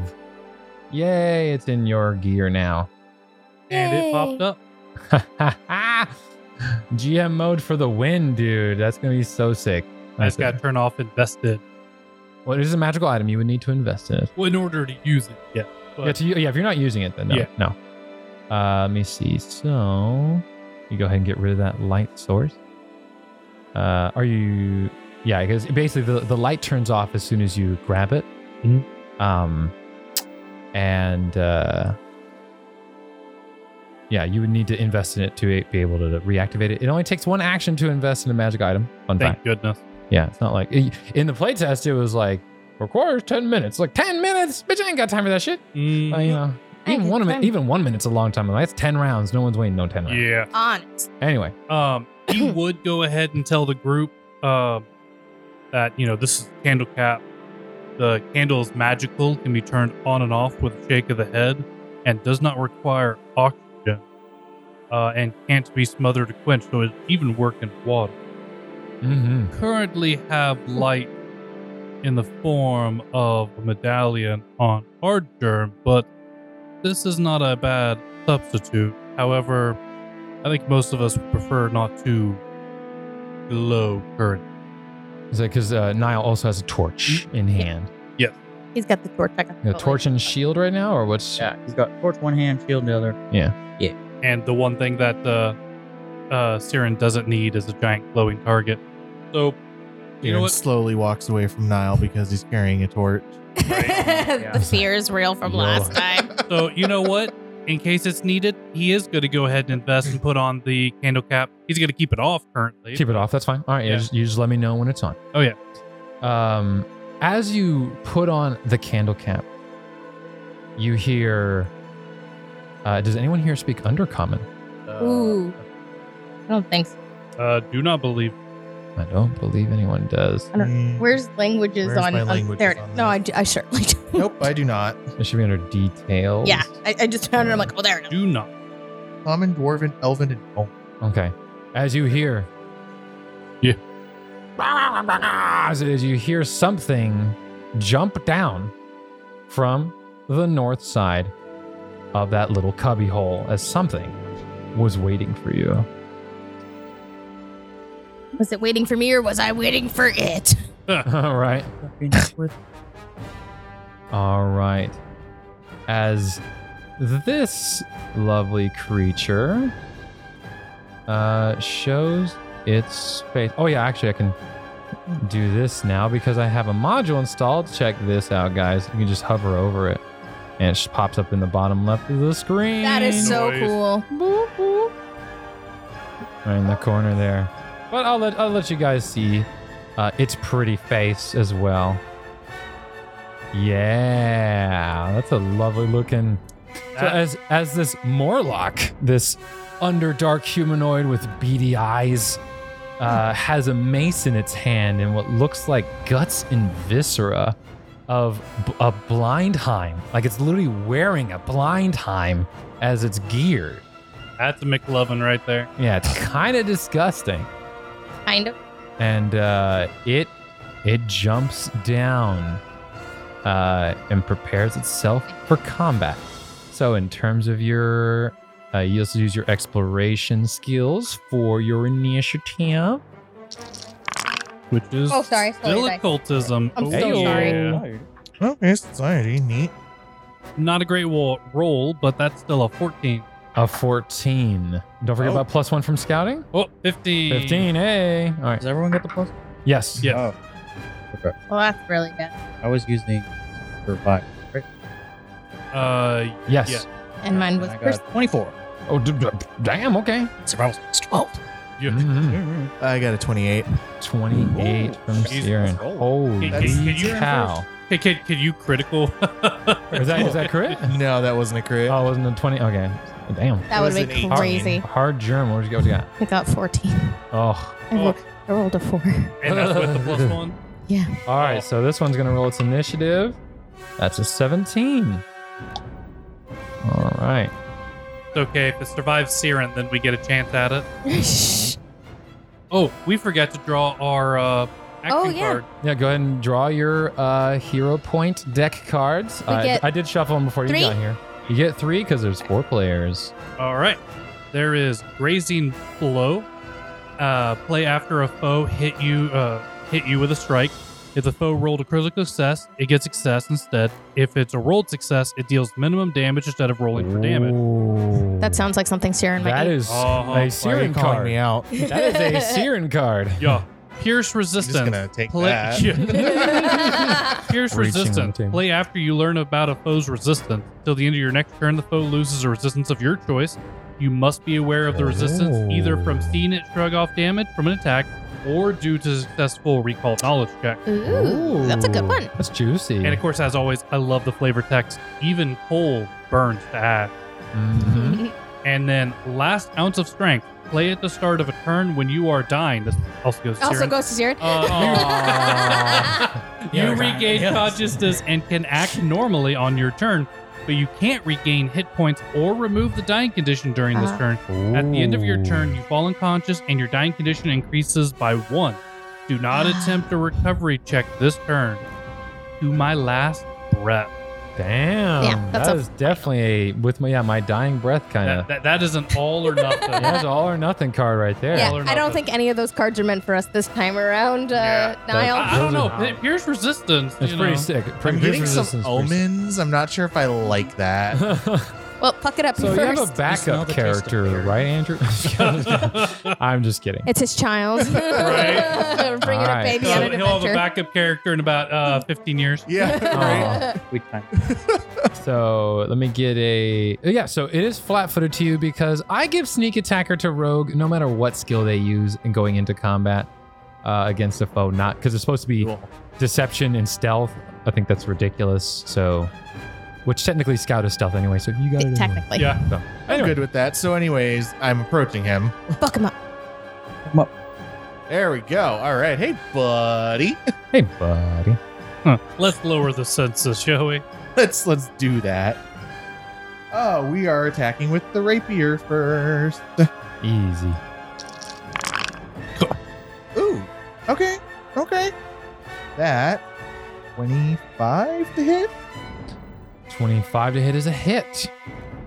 C: Yay! It's in your gear now. [laughs]
E: And it
J: Yay.
E: popped up.
C: GM mode for the win, dude. That's gonna be so sick.
E: I just got to turn off invested.
C: Well, it is a magical item. You would need to invest in it.
E: Well, in order to use it. Yeah. But
C: yeah, to you, yeah, if you're not using it, then no.
E: Yeah.
C: No. Uh, let me see. So you go ahead and get rid of that light source. Uh, are you? Yeah, because basically the, the light turns off as soon as you grab it.
E: Mhm.
C: Um, and uh, yeah, you would need to invest in it to be able to reactivate it. It only takes one action to invest in a magic item. Fun fact.
E: thank goodness.
C: Yeah, it's not like in the playtest it was like requires ten minutes. Like ten minutes, bitch! I ain't got time for that shit.
E: Mm,
C: Well, you know,
J: I
C: Oh, even
J: got
C: one minute,
J: time.
C: even one minute's a long time. Like, That's ten rounds. No one's waiting no ten rounds.
E: yeah.
B: Honest.
C: Anyway,
E: Um, he would go ahead and tell the group um, that you know this is candle cap. The candle is magical, can be turned on and off with a shake of the head, and does not require oxygen, uh, and can't be smothered or quenched, so it even work in water.
C: mm-hmm.
E: Currently, have light in the form of a medallion on hard germ, but this is not a bad substitute. However, I think most of us would prefer not to glow current.
C: it's like because uh, Niall also has a torch in hand.
H: He's got the torch. I got
J: Oh,
C: A torch and shield right now, or what's?
I: Yeah, he's got torch one hand, shield the other.
E: And the one thing that uh, uh, Siren doesn't need is a giant glowing target. So, you know
G: Aaron
E: what?
G: slowly walks away from Nile because he's carrying a torch.
C: [laughs]
B: [laughs] the fear is real from
C: Yo.
B: last
J: [laughs]
B: time.
E: So you know what? In case it's needed, he is going to go ahead and invest and put on the candle cap. He's going to keep it off currently.
C: Keep it off. That's fine. All right. Yeah.
E: Yeah.
C: Just, you just let me know when it's on.
E: Oh, yeah.
C: Um, as you put on the candle cap, you hear. Uh, does anyone here speak Undercommon?
H: Ooh. I don't think so.
E: Uh, do not believe.
C: I don't believe anyone does.
H: I don't-
G: Mm.
H: Where's languages
G: Where's
H: on,
G: my
H: on-
G: languages
H: there? it-
G: on
H: no, I,
G: this?
H: d-
B: [laughs]
H: I certainly do.
G: nope, I do not.
C: It should be under details.
H: Yeah, I, I just found it. I'm like, oh, there it is.
E: Do not.
G: Common, dwarven, elven, and oh,
C: Okay. As you hear.
E: Yeah.
C: As, as you hear something jump down from the north side of that little cubbyhole as something was waiting for you.
H: Was it waiting for me or was I waiting for it?
C: [laughs] All right. [laughs]
I: Fucking with-
C: All right. As this lovely creature uh, shows its face. Oh, yeah, actually, I can do this now because I have a module installed. Check this out, guys. You can just hover over it and it just pops up in the bottom left of the screen.
H: That is so
E: Noise.
H: cool.
C: right in the corner there. But I'll let, I'll let you guys see uh, its pretty face as well. Yeah, that's a lovely looking So as as this Morlock, this underdark humanoid with beady eyes, uh, has a mace in its hand and what looks like guts and viscera of b- a blindheim. Like it's literally wearing a blindheim as its gear.
E: That's a McLovin right there.
C: Yeah, it's kind of disgusting.
B: Kind of.
C: and uh, it it jumps down uh, and prepares itself for combat. So, in terms of your, uh, you also use your exploration skills for your initiative.
E: Which is
J: Oh, sorry,
E: still
J: sorry.
E: occultism.
B: I'm
E: Oh,
B: so sorry.
E: yeah.
G: Okay, society, neat.
E: Not a great wo- roll, but that's still a 14.
C: A fourteen. Don't forget
G: Oh.
C: about plus one from scouting.
E: Oh, 15.
C: Fifteen. Hey. All right.
F: Does everyone get the plus?
C: Yes.
E: Yeah.
F: Oh,
J: Well, that's really good.
F: I was using survive.
E: Uh,
C: Yes.
E: Yeah.
B: And mine was
F: I got
B: pers-
F: 24.
C: Oh, d- d- damn. Okay.
F: Survival was 12.
C: Mhm.
G: I got a 28.
C: Twenty-eight
F: Ooh,
C: from
E: Oh, Jesus,
C: Siren.
E: roll.
C: Holy
E: That's- did you-
C: cow!
E: hey, kid, could you
B: [laughs]
E: critical?
C: Is that is [laughs] that correct?
G: No, that wasn't a crit.
C: Oh, it wasn't a 20. Okay. Damn.
B: that would
G: was
B: be
G: an 18.
B: crazy.
C: Hard germ. What did you go? What you got?
B: I got 14.
C: Oh.
B: I, rolled, I rolled a four.
E: [laughs]
B: [laughs]
E: and that's with the plus one?
B: Yeah.
C: All right. So this one's going to roll its initiative. That's a 17. All right.
E: It's okay. If it survives Siren, then we get a chance at it. Oh, we forgot to draw our uh, action
B: Oh, yeah.
E: card.
C: Yeah, go ahead and draw your uh, hero point deck cards. Uh,
B: get
C: I did shuffle them before
B: three?
C: you got here. You get three because there's four players.
E: All right. There is grazing blow. Uh, play after a foe hit you uh, hit you with a strike. If the foe rolled a critical success, it gets success instead. If it's a rolled success, it deals minimum damage instead of rolling for damage.
C: Ooh.
B: That sounds like something Siren might
C: That
B: eat.
C: is
E: Oh, why are
C: a
E: you
G: Why are you
C: Siren
G: calling me
C: card.
G: out?
C: That is a
B: [laughs]
C: Siren card.
E: Yeah. Pierce
G: I'm just
E: resistance.
G: gonna take
E: Play-
C: [laughs]
G: that.
E: Pierce
C: Reaching on
E: resistance.
C: the table.
E: Play after you learn about a foe's resistance. Till the end of your next turn, the foe loses a resistance of your choice. You must be aware of the resistance either from
C: Oh.
E: seeing it shrug off damage from an attack or due to successful recall knowledge check.
B: Ooh, that's a good
C: Ooh,
B: one.
C: That's juicy.
E: And of course, as always, I love the flavor text. Even coal burns to ash.
C: Mhm.
E: And then last ounce of strength. Play at the start of a turn when you are dying. This also goes Uh, to
K: Also
E: Siren.
K: goes to Siren.
E: Uh,
C: Aw. [laughs]
E: [laughs] you
C: Yeah, right.
E: regain
C: Yes.
F: [laughs]
E: consciousness and can act normally on your turn, but you can't regain hit points or remove the dying condition during this
B: Ah.
E: turn. At the end of your turn, you fall unconscious and your dying condition increases by one. Do [gasps] not
B: Ah.
E: attempt a recovery check this turn. To my last breath.
C: Damn.
B: Yeah, that's
C: that
B: a-
C: is definitely a with my yeah, my dying breath kind
E: That,
C: of.
E: that, that is an all or nothing. [laughs]
C: Yeah, That's all or nothing card right there.
E: all
B: Yeah,
E: or
B: I don't
E: nothing.
B: think any of those cards are meant for us this time around, uh,
E: Yeah. Ah.
B: Niall.
E: I, I don't know.
C: Those are-
E: Pierce resistance.
C: It's
E: you
C: pretty
E: know.
C: sick. Pretty
G: [laughs] I'm getting
C: good
G: some
C: resistance for- [laughs]
G: omens. I'm not sure if I like that.
B: Well, fuck it up
C: so you have
B: first.
C: a
F: smell
C: backup
F: the taste of
C: character,
F: beer.
C: right, Andrew? [laughs] I'm just kidding.
B: it's his child. [laughs]
E: Right.
B: Bringing a
C: Alright.
B: baby
E: So
B: on an
E: he'll have a
B: adventure.
E: backup character in about uh, 15 years.
G: Yeah. [laughs]
C: Aw.
B: [laughs]
F: We time.
C: so let me get a yeah. So it is flat-footed to you because I give sneak attacker to rogue no matter what skill they use in going into combat uh, against a foe. Not because it's supposed to be deception and stealth. I think that's ridiculous. So, which technically scout is stealth anyway. So you got it. anyway.
B: Technically.
E: Yeah.
G: I'm good with that. So, anyways, I'm approaching him.
B: Fuck him up.
G: There we go. All right. Hey, buddy. [laughs]
C: Hey, buddy.
E: Huh. Let's lower the census, shall we?
G: Let's let's do that. Oh, we are attacking with the rapier first.
C: Easy.
G: Ooh. Okay. Okay. That 25 to hit,
C: 25 to hit is a hit.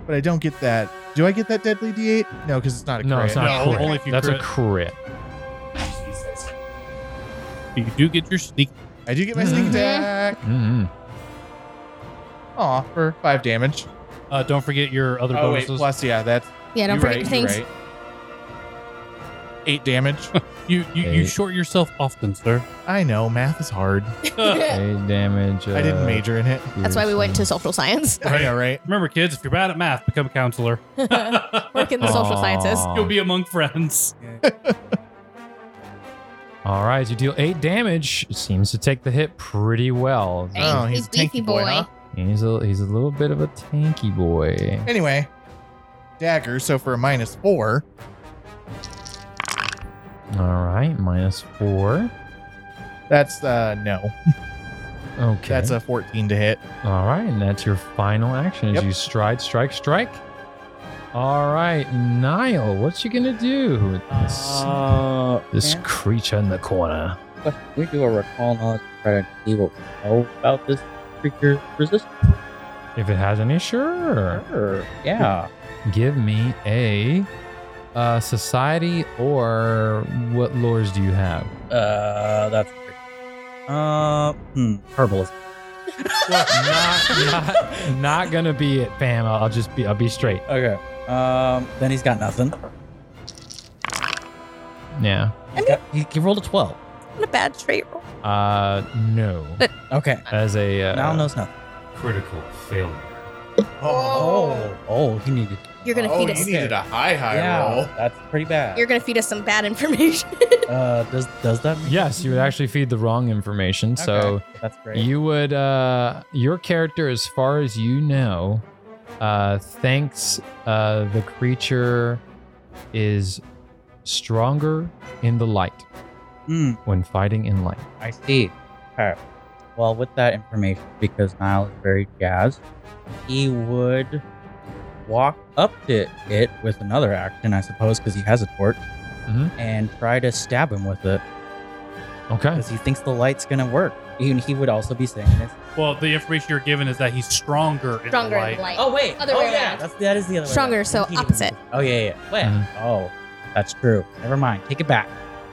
G: but I don't get that. Do I get that deadly D8? No, because it's not a
C: No,
G: crit.
C: it's not
E: No,
C: a crit.
E: only if you
C: That's
E: crit.
C: a crit.
E: But You do get your sneak.
G: I do get my sneak
C: Mhm.
G: attack.
C: Mm-hmm.
G: Aw, for five damage.
E: Uh, don't forget your other
G: Oh wait,
E: bonuses.
G: plus yeah, that's
B: Yeah, don't
G: you're
B: forget
G: right,
B: the
G: you're
B: things.
G: right. Eight damage.
E: you you, you
C: Eight.
E: short yourself often, sir.
G: I know math is hard.
C: Eight damage.
G: I didn't
C: uh,
G: major in it.
B: Eh. That's why we went to
C: piercing.
B: social science. [laughs]
G: I know, right?
E: Remember, kids, if you're bad at math, become a counselor. [laughs]
B: Work in the social sciences.
C: Aw.
E: You'll be among friends.
C: All right, you deal eight damage. Seems to take the hit pretty well.
J: Hey,
G: Oh, he's a
J: he's beefy
G: tanky boy,
J: boy.
G: huh?
C: He's a he's a little bit of a tanky boy.
G: Anyway, dagger. So for a minus four,
C: All right, minus four.
G: that's uh no.
C: Okay,
G: That's a 14 to hit.
C: all right, and that's your final action as
G: Yep.
C: you stride, strike, strike. All right, Niall, what you gonna do? with This,
F: Uh,
C: this
F: yeah.
C: creature in the corner.
F: But we do a recall knowledge to try to see what we know about this creature's resistance.
C: If it has any, sure.
F: Sure. Yeah.
C: Give me a uh, society or what lures do you have?
F: Uh, that's great. Uh, hmm. Herbalism.
C: not, not, not gonna be it, fam. I'll just be I'll be straight.
F: [laughs] Okay. Um, then he's got nothing.
C: Yeah.
F: He's got, he, he rolled a 12.
B: Not a bad trait roll.
C: Uh, no.
F: Okay.
C: As a uh,
F: Now knows nothing.
L: Critical failure.
F: Oh, oh, he needed.
B: You're gonna feed us.
G: needed a high high
F: yeah, that's pretty bad.
B: You're gonna feed us some bad information. [laughs]
F: uh, does does that? mean-
C: Yes, you would actually feed the wrong information. So
F: Okay, that's great.
C: you would, uh, your character, as far as you know, uh, thinks uh, the creature is stronger in the light
F: Hmm,
C: when fighting in light.
F: I see. Okay. Well, with that information, because Niall is very jazzed, he would walk up to it with another action, I suppose, because he has a torch,
C: Mhm.
F: and try to stab him with it
C: Okay.
F: because he thinks the light's gonna work. Even he would also be saying this.
E: [laughs] Well, the information you're given is that he's stronger, in the
B: Stronger
E: light.
B: in light.
F: Oh wait,
B: Other
F: oh,
B: way
F: yeah.
B: around.
F: That's, that is the other way.
B: Stronger,
F: around.
B: so
F: He didn't
B: opposite.
F: even- Oh yeah, yeah. yeah. Wait.
C: Mhm.
F: Oh, that's true. Never mind. Take it back.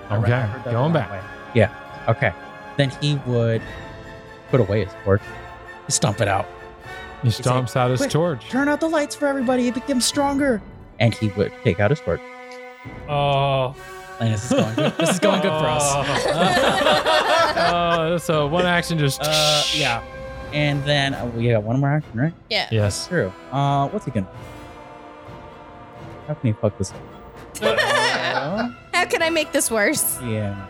F: I read-
C: Okay,
F: I heard that
C: going
F: the
C: back.
F: wrong way. Yeah. Okay. Then he would put away his torch, stomp it out,
C: He
F: like,
C: stomps out his
F: "Quick,
C: torch.
F: turn out the lights for everybody. It becomes stronger. And he would take out his torch.
E: Oh,
F: And this is going good. This is going good
E: [laughs]
F: for us.
C: Uh, so one action just.
F: [laughs] Uh, yeah. And then uh, we got one more action, right?
C: Yes.
F: True. Uh, what's he gonna? How can he fuck this
B: [laughs]
F: up?
B: How can I make this worse? [laughs]
F: Yeah.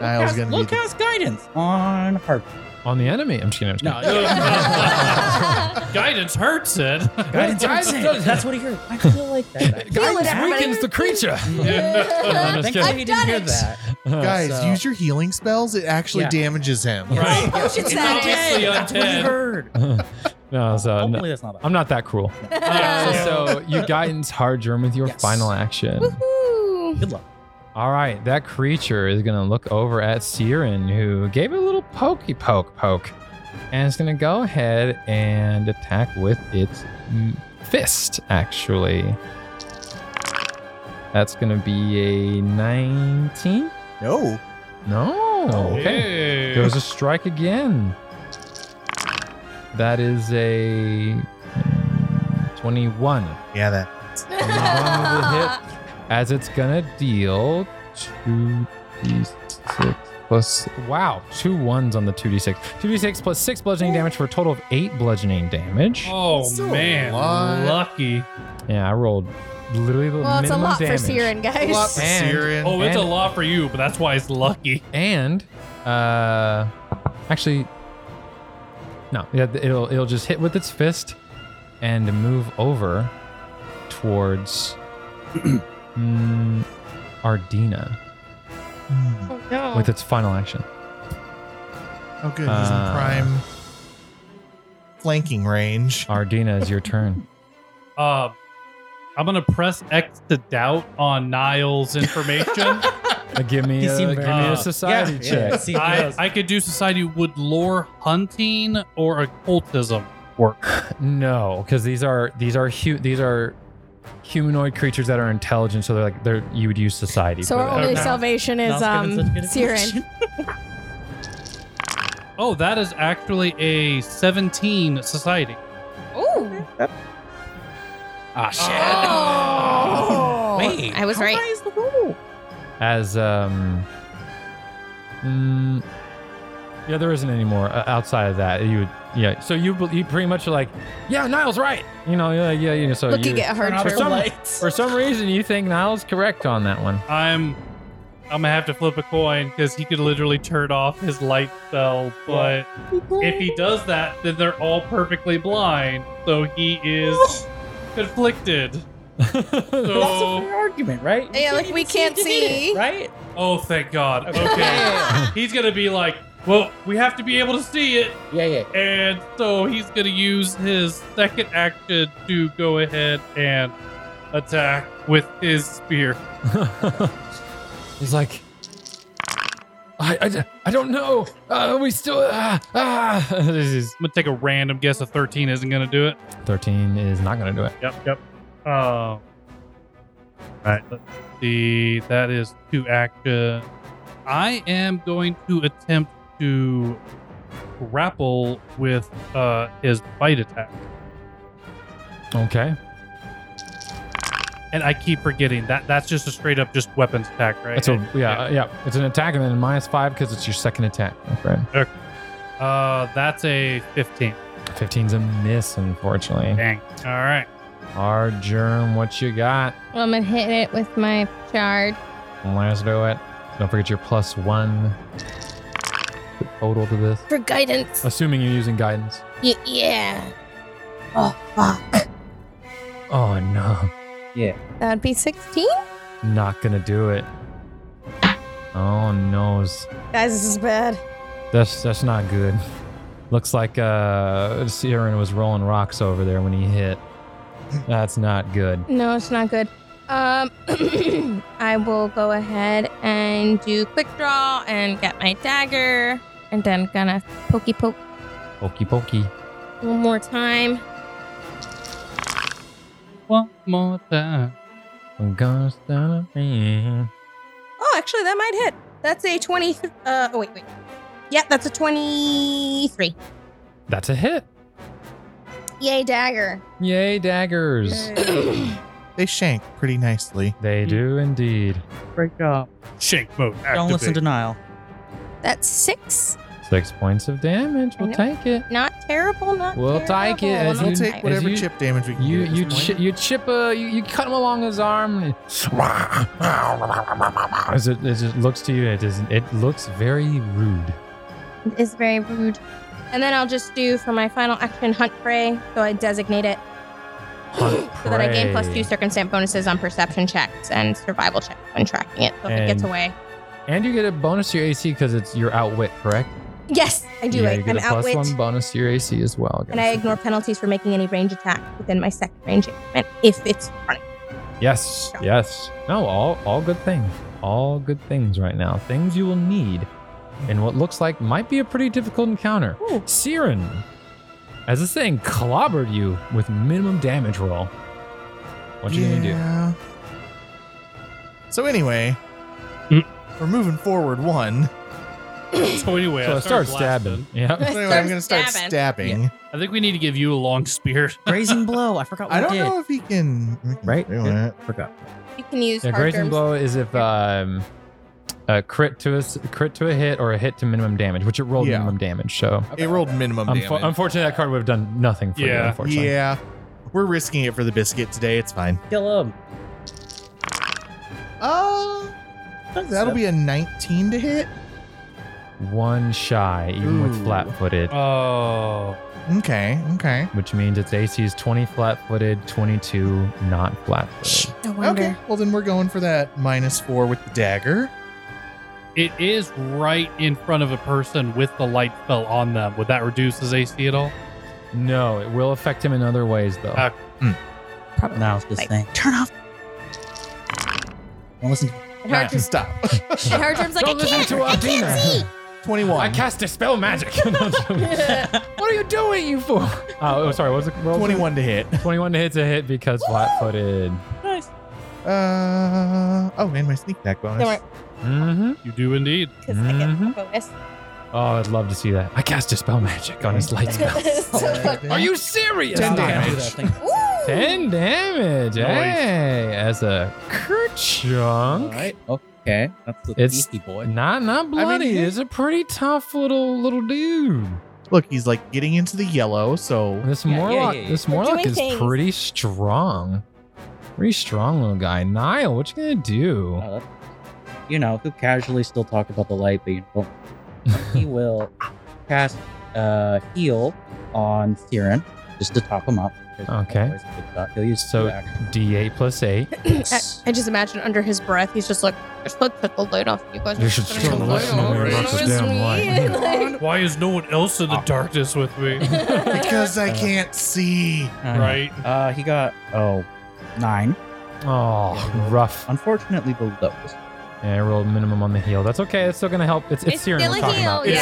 G: Niall's
F: Cast-
G: gonna
F: we'll
G: be the-
F: cast guidance on Harp.
C: On the enemy. I'm just kidding. I'm just
F: No,
C: kidding.
E: Uh, [laughs]
B: Oh,
E: guidance hurts it.
F: guidance.
C: Guidance.
F: guidance. That's what he heard. I feel like that.
B: Feel it,
C: Guidance
B: everybody.
C: weakens the creature. I'm just
F: Thankfully,
C: kidding.
F: he didn't hear
B: it.
F: that.
G: Guys,
F: So-
G: use your healing spells. It actually
F: Yeah.
G: damages him.
E: Right.
B: Oh, shit's
E: It's
B: that
E: [laughs] obviously
B: [laughs]
E: uh,
B: it.
F: That's what he
E: undead.
F: heard.
C: no, so no,
F: Hopefully, that's not.
C: I'm not that cruel.
B: Uh.
E: Yeah.
C: So you guidance Hardgerm with your
F: Yes.
C: final action.
B: Woohoo.
F: Good luck.
C: All right, that creature is gonna look over at Siren, who gave it a little pokey poke poke, and it's gonna go ahead and attack with its m- fist. Actually, that's gonna be a 19.
G: No.
C: No. Okay. Goes a strike again. That is a mm, 21.
G: Yeah, that.
C: 21 will hit as it's gonna deal 2d6 plus. Wow, two ones on the 2d6. 2d6 plus 6 bludgeoning damage for a total of 8 bludgeoning damage.
E: Oh
G: Still a
E: man,
G: lot.
E: lucky.
C: Yeah, I rolled literally the
B: Well,
C: minimum
B: it's a lot
C: damage.
B: for Siren, guys.
G: Lot for
C: And-
G: Siren.
E: Oh, it's a
C: And-
E: lot for you, but that's why it's lucky.
C: and uh actually no yeah, it'll it'll just hit with its fist and move over towards [clears throat] mm, Ardina
G: Hmm.
M: Oh, no.
C: with its final action.
G: Oh, good. He's
C: Uh,
G: in prime flanking range.
C: Ardina is your turn.
E: Uh, I'm gonna press X to doubt on Niall's information.
C: Uh, give me
F: He
C: a,
F: seemed
C: give
F: very-
C: me a
E: Uh,
C: society
F: yeah,
C: check.
F: Yeah, see if he uh,
E: I,
F: knows.
E: I could do society would lore hunting or occultism work.
C: No, because these are these are hu- these are humanoid creatures that are intelligent, so they're like they're you would use society.
B: So
C: for
B: our
C: that.
B: only
E: Okay.
B: salvation is
F: Niall's given such
B: um
F: good
B: Siren.
F: information.
E: Oh, that is actually a 17 society.
B: Ooh.
F: Ah shit.
B: Oh.
F: Wait,
B: I was
F: how
B: right.
F: high is the roll?
C: as um mm, yeah there isn't any more uh, outside of that you would yeah so you bel- you pretty much are like yeah niall's right you know yeah yeah you know so
B: Looking
C: you,
B: at her
C: for
B: turn.
C: some for some reason you think niall's correct on that one
E: I'm I'm gonna have to flip a coin because he could literally turn off his light spell. But if he does that, then they're all perfectly blind, so he is conflicted.
F: That's a
E: so,
F: fair argument, right?
B: Yeah, like, we can't see.
F: right?
E: oh, thank God. Okay, he's gonna be like, well, we have to be able to see it,
F: Yeah, yeah.
E: and so he's gonna use his second action to go ahead and attack with his spear.
A: He's like, I, I, I don't know. Uh, we still. Uh, [laughs] ah. this is
E: I'm gonna take a random guess. A 13 isn't gonna do it.
A: 13 is not going to do it.
E: Yep, yep. Um, all right, let's see. That is two action. I am going to attempt to grapple with uh, his bite attack.
A: Okay.
E: And I keep forgetting that that's just a straight up just weapons attack, right?
A: That's a, yeah, yeah, yeah. It's an attack and then minus five because it's your second attack. Okay.
E: Uh, that's a 15.
A: 15's a miss, unfortunately.
E: Dang. All right.
A: Hard germ, what you got?
H: Well, I'm gonna hit it with my shard.
A: Let's do it. Don't forget your plus one total to this.
E: [laughs]
J: For guidance.
A: Assuming you're using guidance.
J: Y- yeah.
A: Oh no,
H: That'd be 16.
A: not gonna do it. Oh no,
B: Guys, this is bad.
A: that's that's not good. Looks like uh, Siren was rolling rocks over there when he hit. That's not good.
H: No, it's not good. Um, [clears throat]
J: [coughs]
H: I will go ahead and do quick draw and get my dagger, and then gonna pokey poke
A: Pokey pokey.
H: one more time.
E: One more time.
A: I'm gonna stop me.
B: Oh, actually, that might hit. That's a 20. Uh, oh, wait, wait. Yeah, that's a 23.
A: That's a hit.
B: Yay,
H: [coughs]
B: dagger.
A: Yay, daggers.
G: They shank pretty nicely.
A: They do indeed.
F: Great job.
E: Shank mode. Activate.
F: Don't listen to Niall.
H: That's six.
A: Six points of damage. We'll
H: I know.
A: take it.
H: Not terrible. Not
A: We'll take it
H: terrible.
A: as
G: We'll
A: you-
G: take whatever
A: you-
G: chip damage we can
A: You
G: get at
A: you
G: this
A: chi-
G: point.
A: you chip uh you, you cut him along his arm. and- As it as it looks to you, it is it looks very rude.
H: It's very rude. And then I'll just do for my final action hunt prey. So I designate it
A: Hunt
H: [gasps] so that I gain
A: prey.
H: plus two circumstance bonuses on perception checks and survival checks when tracking it. So if it gets
A: And-
H: away.
A: and you get a bonus to your AC because it's your outwit, correct?
H: Yes, I do
A: yeah,
H: it.
A: you get
H: I'm
A: a plus
H: outwit.
A: one bonus to your AC as well.
H: And I ignore penalties for making any range attack within my second range increment if it's running.
A: Yes, yes. No, all all good things. All good things right now. Things you will need in what looks like might be a pretty difficult encounter. Siren, as this thing clobbered you with minimum damage roll. What you gonna do?
G: Yeah. So anyway,
E: Mm.
G: we're moving
A: [laughs]
G: forward one.
E: So anyway,
A: so
E: I
A: I start stabbing.
E: blasting.
A: [laughs] Yeah.
G: So anyway, I'm gonna start
H: stabbing.
G: stabbing.
E: I think we need to give you a long spear.
F: Grazing blow. I forgot what
G: I don't
F: did.
G: know if he can. we can
F: Right?
G: do
F: Yeah.
G: it.
F: Forgot.
H: You can use
A: Yeah,
H: hard
A: grazing
H: germs.
A: blow is if um, a crit to a s- crit to a hit or a hit to minimum damage, which it rolled
G: Yeah.
A: minimum damage. So
G: It rolled minimum
A: unfo-
G: damage.
A: unfortunately, that card would have done nothing for you.
E: Yeah.
A: Unfortunately,
G: yeah, we're risking it for the biscuit today. It's fine.
F: Kill him.
G: Uh, that'll be a 19 to hit.
A: one shy even with
G: Ooh.
A: flat footed,
E: Oh.
G: Okay, okay,
A: which means its AC is twenty flat footed, twenty two not flat footed.
H: No wonder.
G: okay. Well, then we're going for that minus four with the dagger.
E: It is right in front of a person with the light spell on them. Would that reduce his AC at all?
A: No, it will affect him in other ways though.
E: Ah.
H: Probably.
F: Niall's just
H: Like-
F: saying, turn off. Don't listen to
H: And hard, germs,
G: Stop.
H: and [laughs] hard germs like I
A: Don't listen
H: can't.
A: to
H: I
A: Aldina.
H: can't see.
G: 21.
A: I cast dispel magic. [laughs] No, I'm joking. [laughs] what are you doing, you fool? Oh, oh, sorry. What was it? what was it?
G: 21 to hit.
A: Twenty-one to hit's a hit because flat footed.
G: [laughs] Uh, oh, and my sneak attack bonus.
H: Don't worry,
A: Mm-hmm.
E: You do indeed.
H: 'cause I get
A: Mhm.
G: [laughs]
H: bonus.
A: Oh, I'd love to see that. I cast Dispel Magic on his light spell.
H: So-
A: Are you serious?
G: Ten
A: Stop.
G: damage.
F: Oh,
H: Ooh.
A: Ten damage. eh?
E: Nice.
A: Hey, as a kerchunk.
F: Alright. Okay. That's the
A: It's-
F: beefy boy.
A: Not not bloody.
G: he-
A: it's a pretty tough little little dude.
G: Look, he's like getting into the
A: [laughs]
G: yellow, so
A: This
F: Yeah, yeah,
A: Morlock,
F: yeah, yeah.
A: this
H: We're
A: Morlock
H: doing
A: is
H: things.
A: pretty strong. Pretty strong little guy. Niall, what you gonna do?
F: Oh, you know, who casually still talk about the light, but you know,
A: [laughs]
F: he will cast uh, heal on Siren just to top him up.
A: Okay.
F: He'll use
A: So D8 plus 8.
B: I, I just imagine under his breath, he's just like, I should put the light off. You guys
A: You should
B: put
A: still
B: the
A: let somebody
B: off.
A: watch this
B: Notice
A: damn
B: me."
A: light.
B: Like-
E: Why is no one else in
A: Ah.
E: the darkness with
A: [laughs]
E: me?
G: because I can't see.
E: Right?
F: Uh, he got oh nine.
A: Oh, rough.
F: Unfortunately, the lowest.
A: Yeah, I rolled minimum on the heal. That's okay. That's still going to help. It's, it's,
H: It's
A: Siren
H: still
A: we're
H: a
A: talking
H: heal,
A: about.
H: yeah.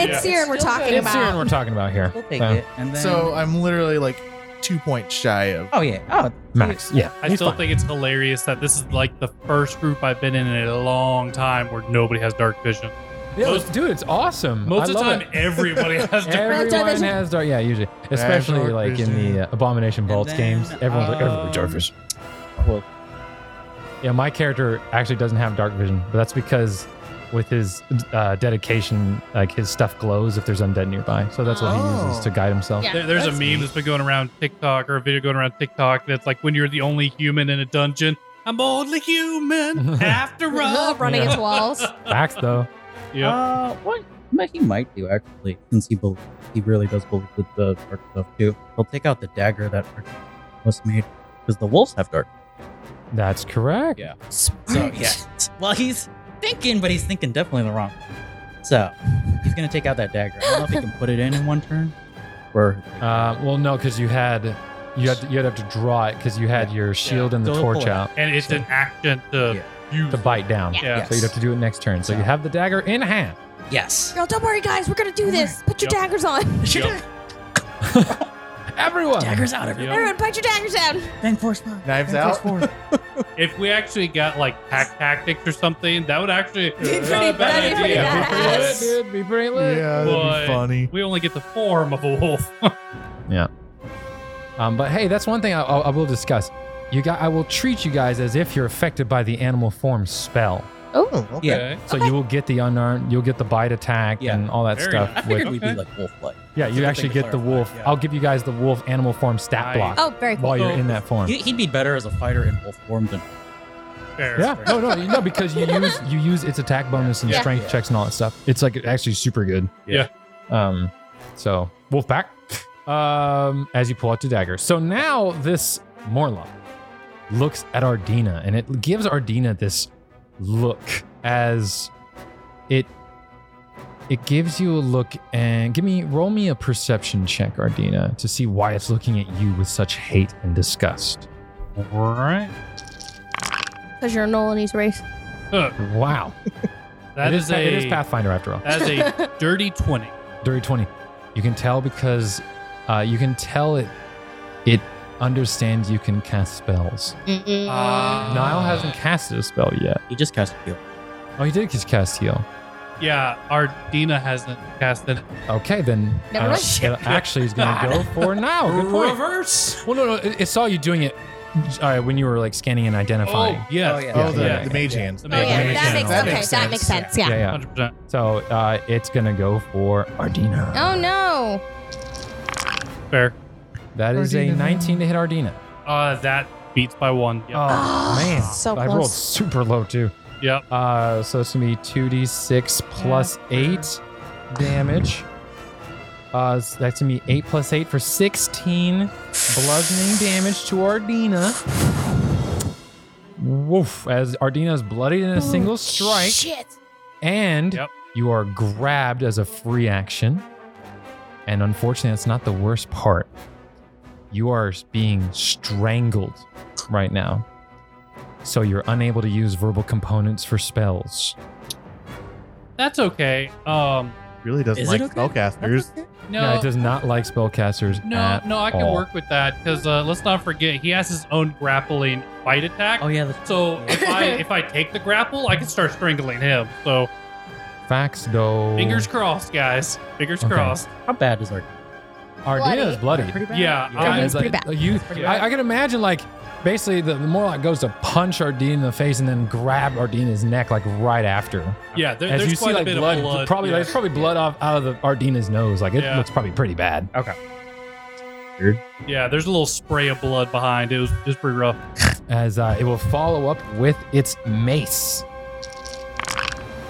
A: It's Siren we're
G: It's
A: talking about.
B: It's Siren we're talking
A: It's Siren
B: about.
A: we're talking about here. Uh,
F: We'll take
A: So,
F: it, and then
G: So uh, I'm literally like two points shy of.
F: oh yeah, oh
A: Max, yeah.
E: I
A: he's
E: still
A: fine.
E: think it's hilarious that this is like the first group I've been in in a long time where nobody has dark vision.
A: Yeah,
E: most-
A: dude, it's awesome.
E: Most
A: I
E: of the
A: love [laughs]
E: time, everybody has
A: it.
E: dark
A: Everyone
H: vision.
A: has dark. Yeah, usually, especially
G: dark
A: like in
G: vision.
A: the uh, Abomination
F: And
A: Vaults
F: then,
A: games. Everyone's like, everybody dark
F: um,
A: vision.
F: Well,
A: Yeah, my character actually doesn't have dark vision, but that's because with his uh, dedication, like his stuff glows if there's undead nearby. So that's what he uses
G: Oh.
A: to guide himself.
H: Yeah.
E: There, there's a meme that's been going around TikTok or a video going around TikTok that's like when you're the only human in a dungeon. I'm
A: [laughs]
E: only human after all.
H: running
A: Yeah.
H: into walls.
A: Max though,
E: Yep.
F: uh, what? But he might do actually, since he bel he really does believe with the dark stuff too. He'll take out the dagger that was made because the wolves have dark.
A: that's correct.
F: Yeah. So yeah. Well, he's thinking, but he's thinking definitely the wrong. one. So he's gonna take out that dagger. I don't know if he can put it in in one turn. Or
A: Uh, well, no, because you had you had you'd have to draw it because you had your shield and the
F: Don't
A: torch
F: pull it.
A: out
E: And it's an action to use.
A: to bite down.
E: Yeah.
A: So you'd have to do it next turn. So you have the dagger in hand.
F: yes.
H: Girl, don't worry, guys. We're gonna do this. Put your
E: Yep.
H: daggers on.
A: [laughs]
E: Yep.
A: Everyone.
F: Daggers out, everyone.
E: Yep.
H: Everyone, put your daggers down.
F: Then force five.
G: Knives
F: Then force
G: out?
F: forward.
E: If we actually got like pack tactics or something, that would actually
H: Be
E: not
H: pretty-
E: a bad
H: that'd be pretty
E: idea. [laughs]
H: badass. Yes.
A: dude. Be pretty lit.
G: [laughs] Yeah,
E: But
G: that'd be funny.
E: We only get the form of a wolf.
A: Um, but hey, that's one thing I, I, I will discuss. You got, I will treat you guys as if you're affected by the animal form spell.
G: Oh, okay.
F: Yeah.
A: So you will get the unarmed, you'll get the bite attack,
F: Yeah.
A: and all that
E: Very
A: stuff.
F: I figured
A: with-
F: we'd be like wolf like.
A: yeah,
F: It's
A: you
F: a good
A: actually
F: thing to
A: get the
F: clarify,
A: wolf.
F: yeah.
A: I'll give you guys the wolf animal form stat
E: Nice.
A: block
H: Oh, very cool.
A: while you're
E: So-
A: in that form.
F: He'd be better as a fighter in wolf form than
E: Fair.
A: Yeah, no, no, you- no, because you use you use its attack bonus and
H: Yeah.
A: strength checks and all that stuff. It's like actually super good.
E: Yeah.
A: Um, so wolf back. Um, as you pull out the dagger. So now this Morlock looks at Ardina and it gives Ardina this look as it it gives you a look and give me roll me a perception check, Ardina, to see why it's looking at you with such hate and disgust.
E: Right.
H: Because you're Nolan, he's race.
A: Wow.
E: That
A: it
E: is,
A: is, it is
E: a
A: Pathfinder after all.
E: that
A: [laughs]
E: is a dirty twenty.
A: Dirty 20. You can tell because uh, you can tell it it understands you can cast spells.
E: Uh,
A: Niall hasn't casted a spell yet.
F: he just cast heal.
A: Oh, he did just cast heal.
E: Yeah, Ardina hasn't cast an
A: Okay, then uh,
H: Never mind.
A: it actually is going to go [laughs] for Niall. Oh, Good point.
E: reverse.
A: Well, no, no, it, it saw you doing it uh, when you were like scanning and identifying.
E: Oh, yes.
F: Oh, yeah.
G: Oh, the,
A: yeah,
G: the mage hands.
H: Oh yeah, that makes
G: That
H: okay.
G: makes
H: That makes
G: sense.
H: sense. Yeah.
A: yeah, yeah.
E: Hundred percent.
A: So uh, it's going to go for Ardina.
H: Oh no.
E: Fair.
A: That is a 19 to hit Ardina.
E: Uh, that beats by one. Yep.
A: Oh, man.
B: So
A: I rolled
B: close.
A: super low, too.
E: yep.
A: Uh, so it's gonna be two d six plus eight damage. Uh, so that's gonna be eight plus eight for sixteen bludgeoning damage to Ardina. Woof! As Ardina is bloodied in a single strike,
H: Shit.
A: and
E: Yep.
A: you are grabbed as a free action. And unfortunately, that's not the worst part. You are being strangled right now. So you're unable to use verbal components for spells.
E: That's okay. Um,
G: Really doesn't
F: Is
G: like
F: it okay? [gasps]
G: spellcasters.
A: No,
E: no,
A: it does not like spellcasters.
E: no,
A: at
E: no. I can
A: all.
E: work with that because uh, let's not forget he has his own grappling bite attack.
F: Oh yeah, that's
E: So
A: [laughs]
E: if I if I take the grapple, I can start strangling him. So
A: Facts though.
E: fingers crossed, guys. Fingers
A: Okay.
E: crossed.
F: how bad is our
A: Ardina is bloody.
F: pretty bad?
E: Yeah,
A: Uh,
E: I,
A: it's like-
H: pretty
A: You,
E: pretty bad.
A: I, I can imagine like basically the, the Morlock goes to punch Ardina in the face and then grab Ardina's neck like right after.
E: yeah. There,
A: As
E: there's
A: you
E: quite
A: see
E: a
A: like
E: bit
A: blood,
E: of blood.
A: probably
E: yeah.
A: there's probably blood off out of the Ardina's nose. Like it
E: Yeah.
A: looks probably pretty bad.
E: yeah. There's a little spray of blood behind. It was it was pretty rough.
A: As uh, it will follow up with its mace.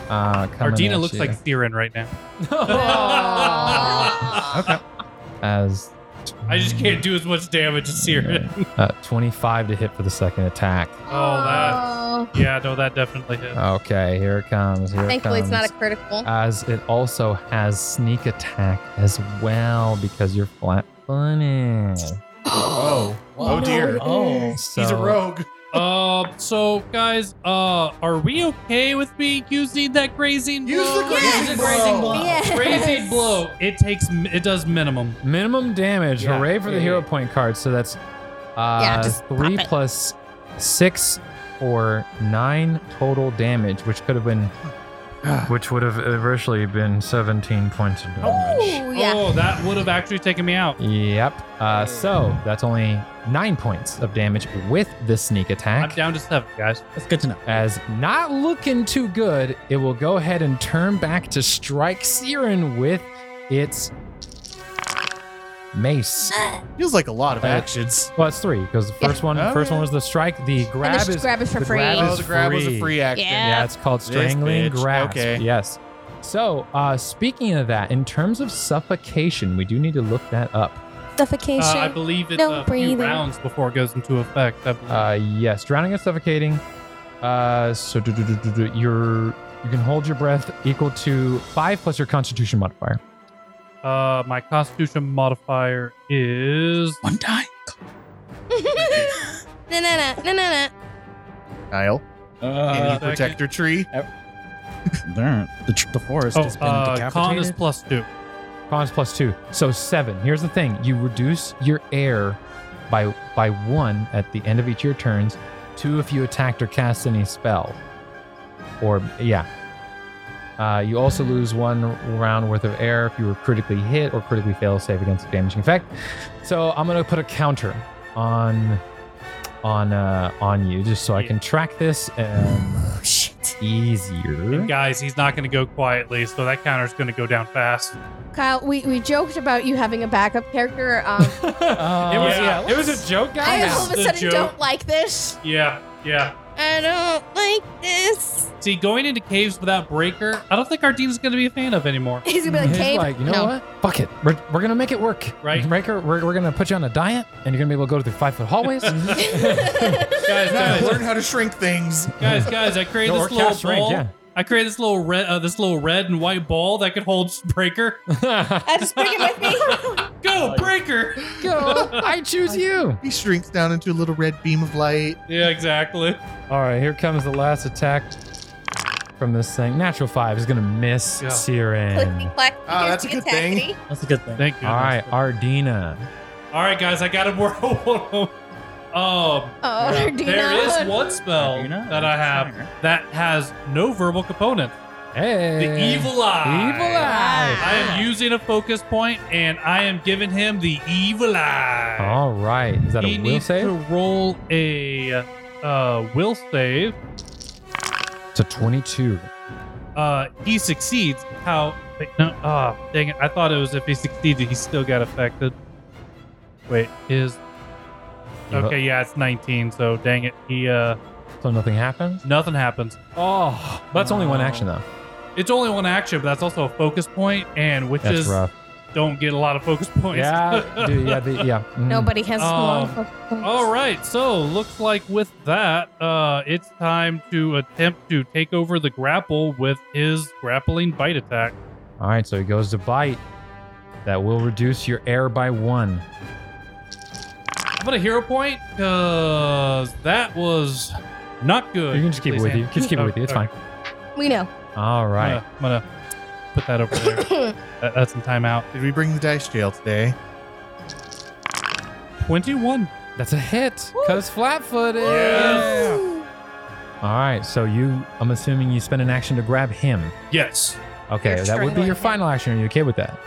A: Uh, coming
E: Ardina
A: at
E: looks
A: you
E: like Theron right
G: [laughs]
E: now.
A: as
E: I just can't do as much damage as Theron.
A: uh, 25 to hit for the second attack.
E: [laughs] Oh, that. Yeah, no, that definitely
G: [laughs]
E: hits.
A: Okay, here it comes. Here
H: Thankfully,
A: it
H: it's
A: comes.
H: not a critical.
A: As it also has sneak attack as well because you're flat footed.
G: Oh.
E: Oh, dear.
A: Oh,
E: He's a
A: so-
E: rogue. uh, so guys, uh, are we okay with me using that grazing
G: Use
E: blow?
G: the grazing
E: Use the
G: blow.
H: Yes.
E: Grazing blow. It takes. It does minimum.
A: Minimum damage.
E: Yeah,
A: Hooray for the
E: yeah,
A: hero
E: yeah.
A: point card. So that's uh,
H: Yeah, just pop
A: three
H: it.
A: plus six or nine total damage, which could have been, which would have eventually been 17 points of damage.
H: Ooh, yeah.
E: Oh, that would have actually taken me
G: Oh!
E: out.
A: Yep. Uh, so that's only nine points of damage with the sneak
E: I'm
A: attack.
E: down to seven, guys.
F: That's good to know.
A: As not looking too good, it will go ahead and turn back to strike Siren with its mace.
G: Feels like a lot of
A: Uh,
G: actions.
A: Well, it's three because the first one,
G: Oh,
A: first
G: Uh, yeah.
A: one was the strike. The grab
H: sh-
A: is
H: grab is for
A: the
H: free.
A: Grab
G: Oh,
A: is
G: the grab was a free action.
H: Yeah.
A: Yeah, it's called
G: This
A: strangling
G: bitch.
A: grasp.
G: Okay.
A: Yes. So, uh, speaking of that, in terms of suffocation, we do need to look that up.
E: Uh,
M: Suffocation.
E: I believe it's
M: No
E: a few
M: breathing.
E: rounds before it goes into effect. I believe.
A: Uh, yes, drowning and suffocating. Uh, so do, do, do, do, do, your you can hold your breath equal to five plus your Constitution modifier.
E: Uh, my Constitution modifier is
F: One time.
H: Na na na na na na.
G: Niall,
F: Uh,
G: any protector tree?
F: there, the, tr- the forest
E: oh,
F: has been
E: uh,
F: decapitated.
E: con is plus two.
A: Con is plus two, so seven. Here's the thing: you reduce your air by by one at the end of each of your turns. Two if you attacked or cast any spell, or yeah. Uh, you also lose one round worth of air if you were critically hit or critically fail save against a damaging effect. So I'm gonna put a counter on on uh, on you just so I can track this um, easier.
E: And guys, he's not going to go quietly, so that counter's going to go
A: [laughs]
E: down fast.
B: Kyle, we, we joked about you having a backup character.
H: [laughs]
B: Um,
A: Uh,
E: yeah,
A: it was a joke,
B: I
E: That's
B: all of a
E: the
B: sudden
E: joke.
B: don't like this.
E: Yeah, yeah.
H: I don't like this.
E: See, going into caves without breaker, I don't think our dean's going to be a fan
A: [laughs]
E: of anymore.
H: He's gonna be like,
A: He's
H: cave.
A: like, you know
H: no.
C: [laughs]
A: what? Fuck it. We're, we're gonna make it work.
E: Right.
A: Breaker, we're, we're gonna put you on a diet and you're gonna be able to go through five foot
E: [laughs]
A: hallways.
E: Mm-hmm. guys,
G: Niall,
E: guys,
G: learn how to shrink things.
E: guys, guys! I created
A: No,
E: this
A: or
E: little
A: cast rank,
E: ball.
A: yeah.
E: I created this little red, uh, this little red and white ball that could hold breaker.
H: I just bring [laughs] it with me.
E: [laughs] Go breaker!
A: Go. [laughs] I choose you.
G: He shrinks down into a little red beam of light.
E: Yeah, exactly.
A: All right, here comes the last attack from this thing. Natural five is gonna miss
E: Yeah.
A: Siren.
B: [laughs]
H: Clicky clack.
G: Ah, that's a
H: here's
G: good
H: the
G: thing.
H: attackity.
F: That's a good thing.
E: Thank you.
A: All right, Ardina.
E: all right, guys. I got him. [laughs] Where um,
B: Oh, yeah.
E: there is one spell that I have that has no verbal component.
A: Hey.
E: The evil eye.
A: Evil eye.
E: I am using a focus point, and I am giving him the evil eye.
A: All right. Oh, Is that
E: he
A: a will
E: needs
A: save?
E: to roll a uh, will save.
A: It's a 22.
E: Uh, he succeeds. How? Wait, no. Ah, dang it! I thought it was if he succeeded, he still got affected. Wait, is
A: Yep.
E: okay. Yeah, it's 19. So dang it, he uh,
A: So nothing happens?
E: nothing happens.
A: Oh, that's only one action though.
E: It's only one action, but that's also a focus point, and
A: That's
E: witches
A: rough.
E: don't get a lot of focus [laughs] points.
A: Yeah, dude, yeah, the, yeah. mhm.
H: Nobody has
E: Um,
H: one.
E: All right, so looks like with that, uh, it's time to attempt to take over the grapple with his grappling bite attack.
A: All right, so he goes to bite. That will reduce your air by one.
E: I'm gonna hero point because that was not good.
A: You can just keep it
E: Please
A: with you.
E: hand-
A: Just keep it
E: Oh,
A: with you. It's
E: okay.
A: fine.
H: We know.
A: All
E: I'm
A: right.
E: gonna- I'm gonna put that over there. That- that's in timeout.
G: Did we bring the dice jail today?
E: 21.
A: That's a hit. Cause flat footed.
E: Yes.
A: All right, so you, I'm assuming you spend an action to grab him.
E: Yes.
A: Okay,
H: You're
A: that would be
H: strangling
A: your
H: him.
A: final action. Are you okay with that?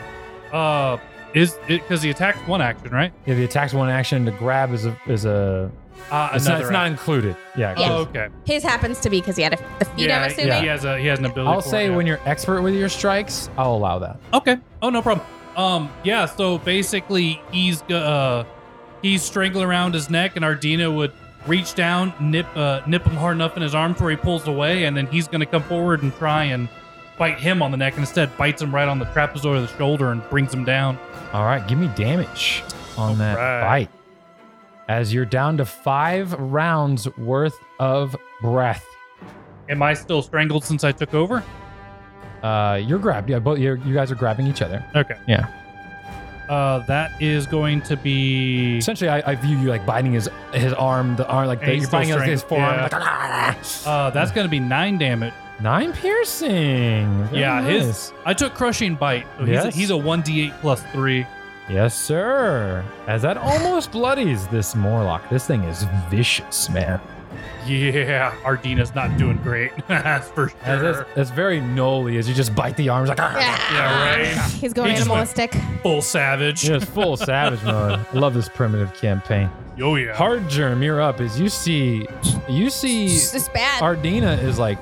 E: Uh, is it because he attacked one action, right?
A: If you attacked one action, to grab is a is a.
E: Uh,
A: It's not, it's not
E: action.
A: included. Yeah.
E: Oh,
A: 'cause-
E: okay.
H: His happens to be because he had a defeat, I'm
E: Yeah,
H: assuming.
E: he has a he has an ability.
A: I'll
E: for it,
A: say
E: yeah.
A: when you're expert with your strikes, I'll allow that.
E: Okay. Oh, no problem. Um, yeah. So basically, he's go- uh, he's strangling around his neck, and Ardina would reach down, nip uh, nip him hard enough in his arm to where he pulls away, and then he's going to come forward and try and bite him on the neck. And instead, bites him right on the trapezoid of the shoulder and brings him down.
C: All right, give me damage on that
E: right.
C: bite. As you're down to five rounds worth of breath.
E: Am I still strangled since I took over?
C: Uh, you're grabbed. Yeah, both you're, you guys are grabbing each other.
E: Okay.
C: Yeah.
E: Uh, that is going to be.
C: Essentially, I, I view you like biting his his arm, the arm like
E: And
C: the,
E: he's
C: you're
E: still
C: biting his, his
E: strangled.
C: forearm.
E: Yeah.
C: Like, "Ah,
E: Uh, that's going to be nine damage.
C: Nine piercing. Very
E: yeah,
C: nice.
E: his. I took crushing bite. So
C: Yes.
E: he's, a, he's a 1d8 plus three.
C: Yes, sir. As that almost bloodies this Morlock. This thing is vicious, man.
E: Yeah, Ardina's not doing great. [laughs] that's for sure.
C: As that's, that's very gnolly as you just bite the arms like "Ah." [laughs]
E: yeah, right.
H: Ah,
B: He's going
E: He just went
B: animalistic.
E: Full savage.
C: Just full savage mode. I love this primitive campaign.
E: Oh yeah.
C: Hard germ, you're up as you see you see
B: It's bad.
C: Ardina is like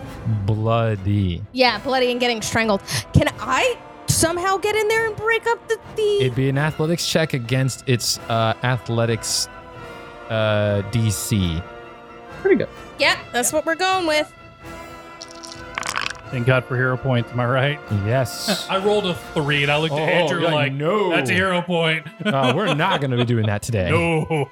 C: bloody.
B: yeah, bloody and getting strangled. Can I somehow get in there and break up the, the
C: It'd be an athletics check against its uh, athletics uh, DC.
F: Pretty good.
B: Yeah, that's what we're going with.
E: Thank God for hero points. Am I right? [laughs]
C: Yes.
E: I rolled a three, and I looked
C: Oh,
E: at Andrew
C: you're like,
E: like,
C: "No."
E: that's a hero point."
C: [laughs] Uh, we're not going to be doing that today.
E: No.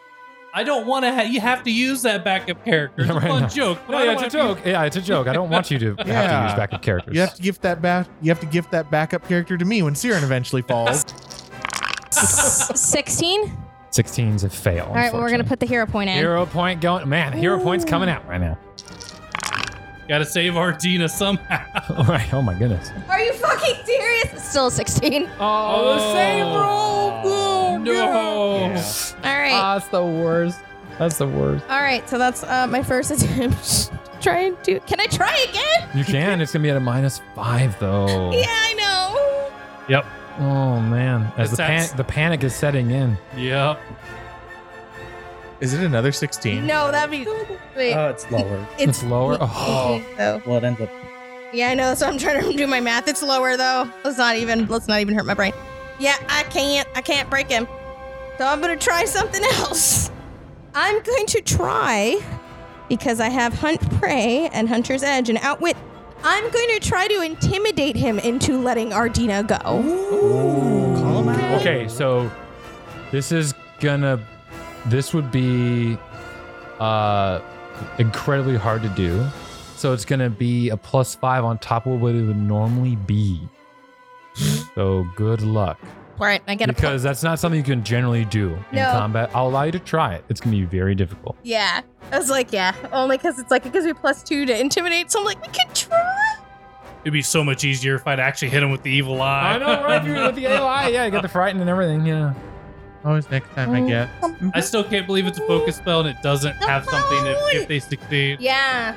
E: I don't want to. Ha- you have to use that backup character. It's a
C: [laughs] Right,
E: fun
C: no.
E: joke. but
C: No,
E: I
C: yeah,
E: don't
C: it's a
E: wanna
C: joke. Yeah, it's a joke. I don't want you to have to
G: Yeah.
C: use backup characters.
G: You have to gift that back. You have to gift that backup character to me when Siren eventually falls.
B: 16?
C: 16's a fail.
B: All right, well, we're going to put the hero point in.
C: Hero point going. Man, hero point's coming out right now. [laughs]
E: be- Gotta save Ardina somehow.
C: All right. Oh my goodness.
B: Are you fucking serious? It's Still a 16.
C: Oh, the same roll. no.
B: All right.
C: that's the worst. That's the worst.
B: All right, so that's uh, my first attempt. [laughs] try and do. Can I try again?
C: You can. It's gonna be at a minus five though.
B: [laughs] Yeah, I know.
E: Yep.
C: Oh man. As
E: It's
C: the
E: that's-
C: panic, the panic is setting in.
E: Yep.
G: Is it another 16?
B: No, that'd be. Wait.
F: Oh, it's lower.
C: It's, lower.
B: Oh.
C: Uh, Oh.
F: Well,
E: [laughs]
F: it ends up.
B: Yeah, I know. That's what I'm trying to do my math. It's lower though. Let's not even. Let's not even hurt my brain. Yeah, I can't. I can't break him. So I'm gonna try something [laughs] else. I'm going to try because I have hunt prey and hunter's edge and outwit. I'm going to try to intimidate him into letting Ardina go.
F: Call him out.
C: Okay, so this is gonna this would be uh incredibly hard to do. So it's gonna be a plus five on top of what it would
B: [gasps]
C: normally be. So good luck.
B: All right, I get a plus.
C: because that's not something you can generally do in
B: No.
C: combat. I'll allow you to try it. It's gonna be very difficult.
B: Yeah, I was like, yeah, only because it's like it gives me plus two to intimidate. So I'm like, we can try.
E: It'd be so much easier if I'd actually hit him with the evil eye.
C: I know, right?
A: [laughs]
E: [laughs]
C: You're with the AI, yeah, you got the frighten and everything, yeah.
G: Always next time
B: Mm.
G: I get.
E: I still can't believe it's a focus spell and it doesn't have something if, if they succeed.
B: Yeah.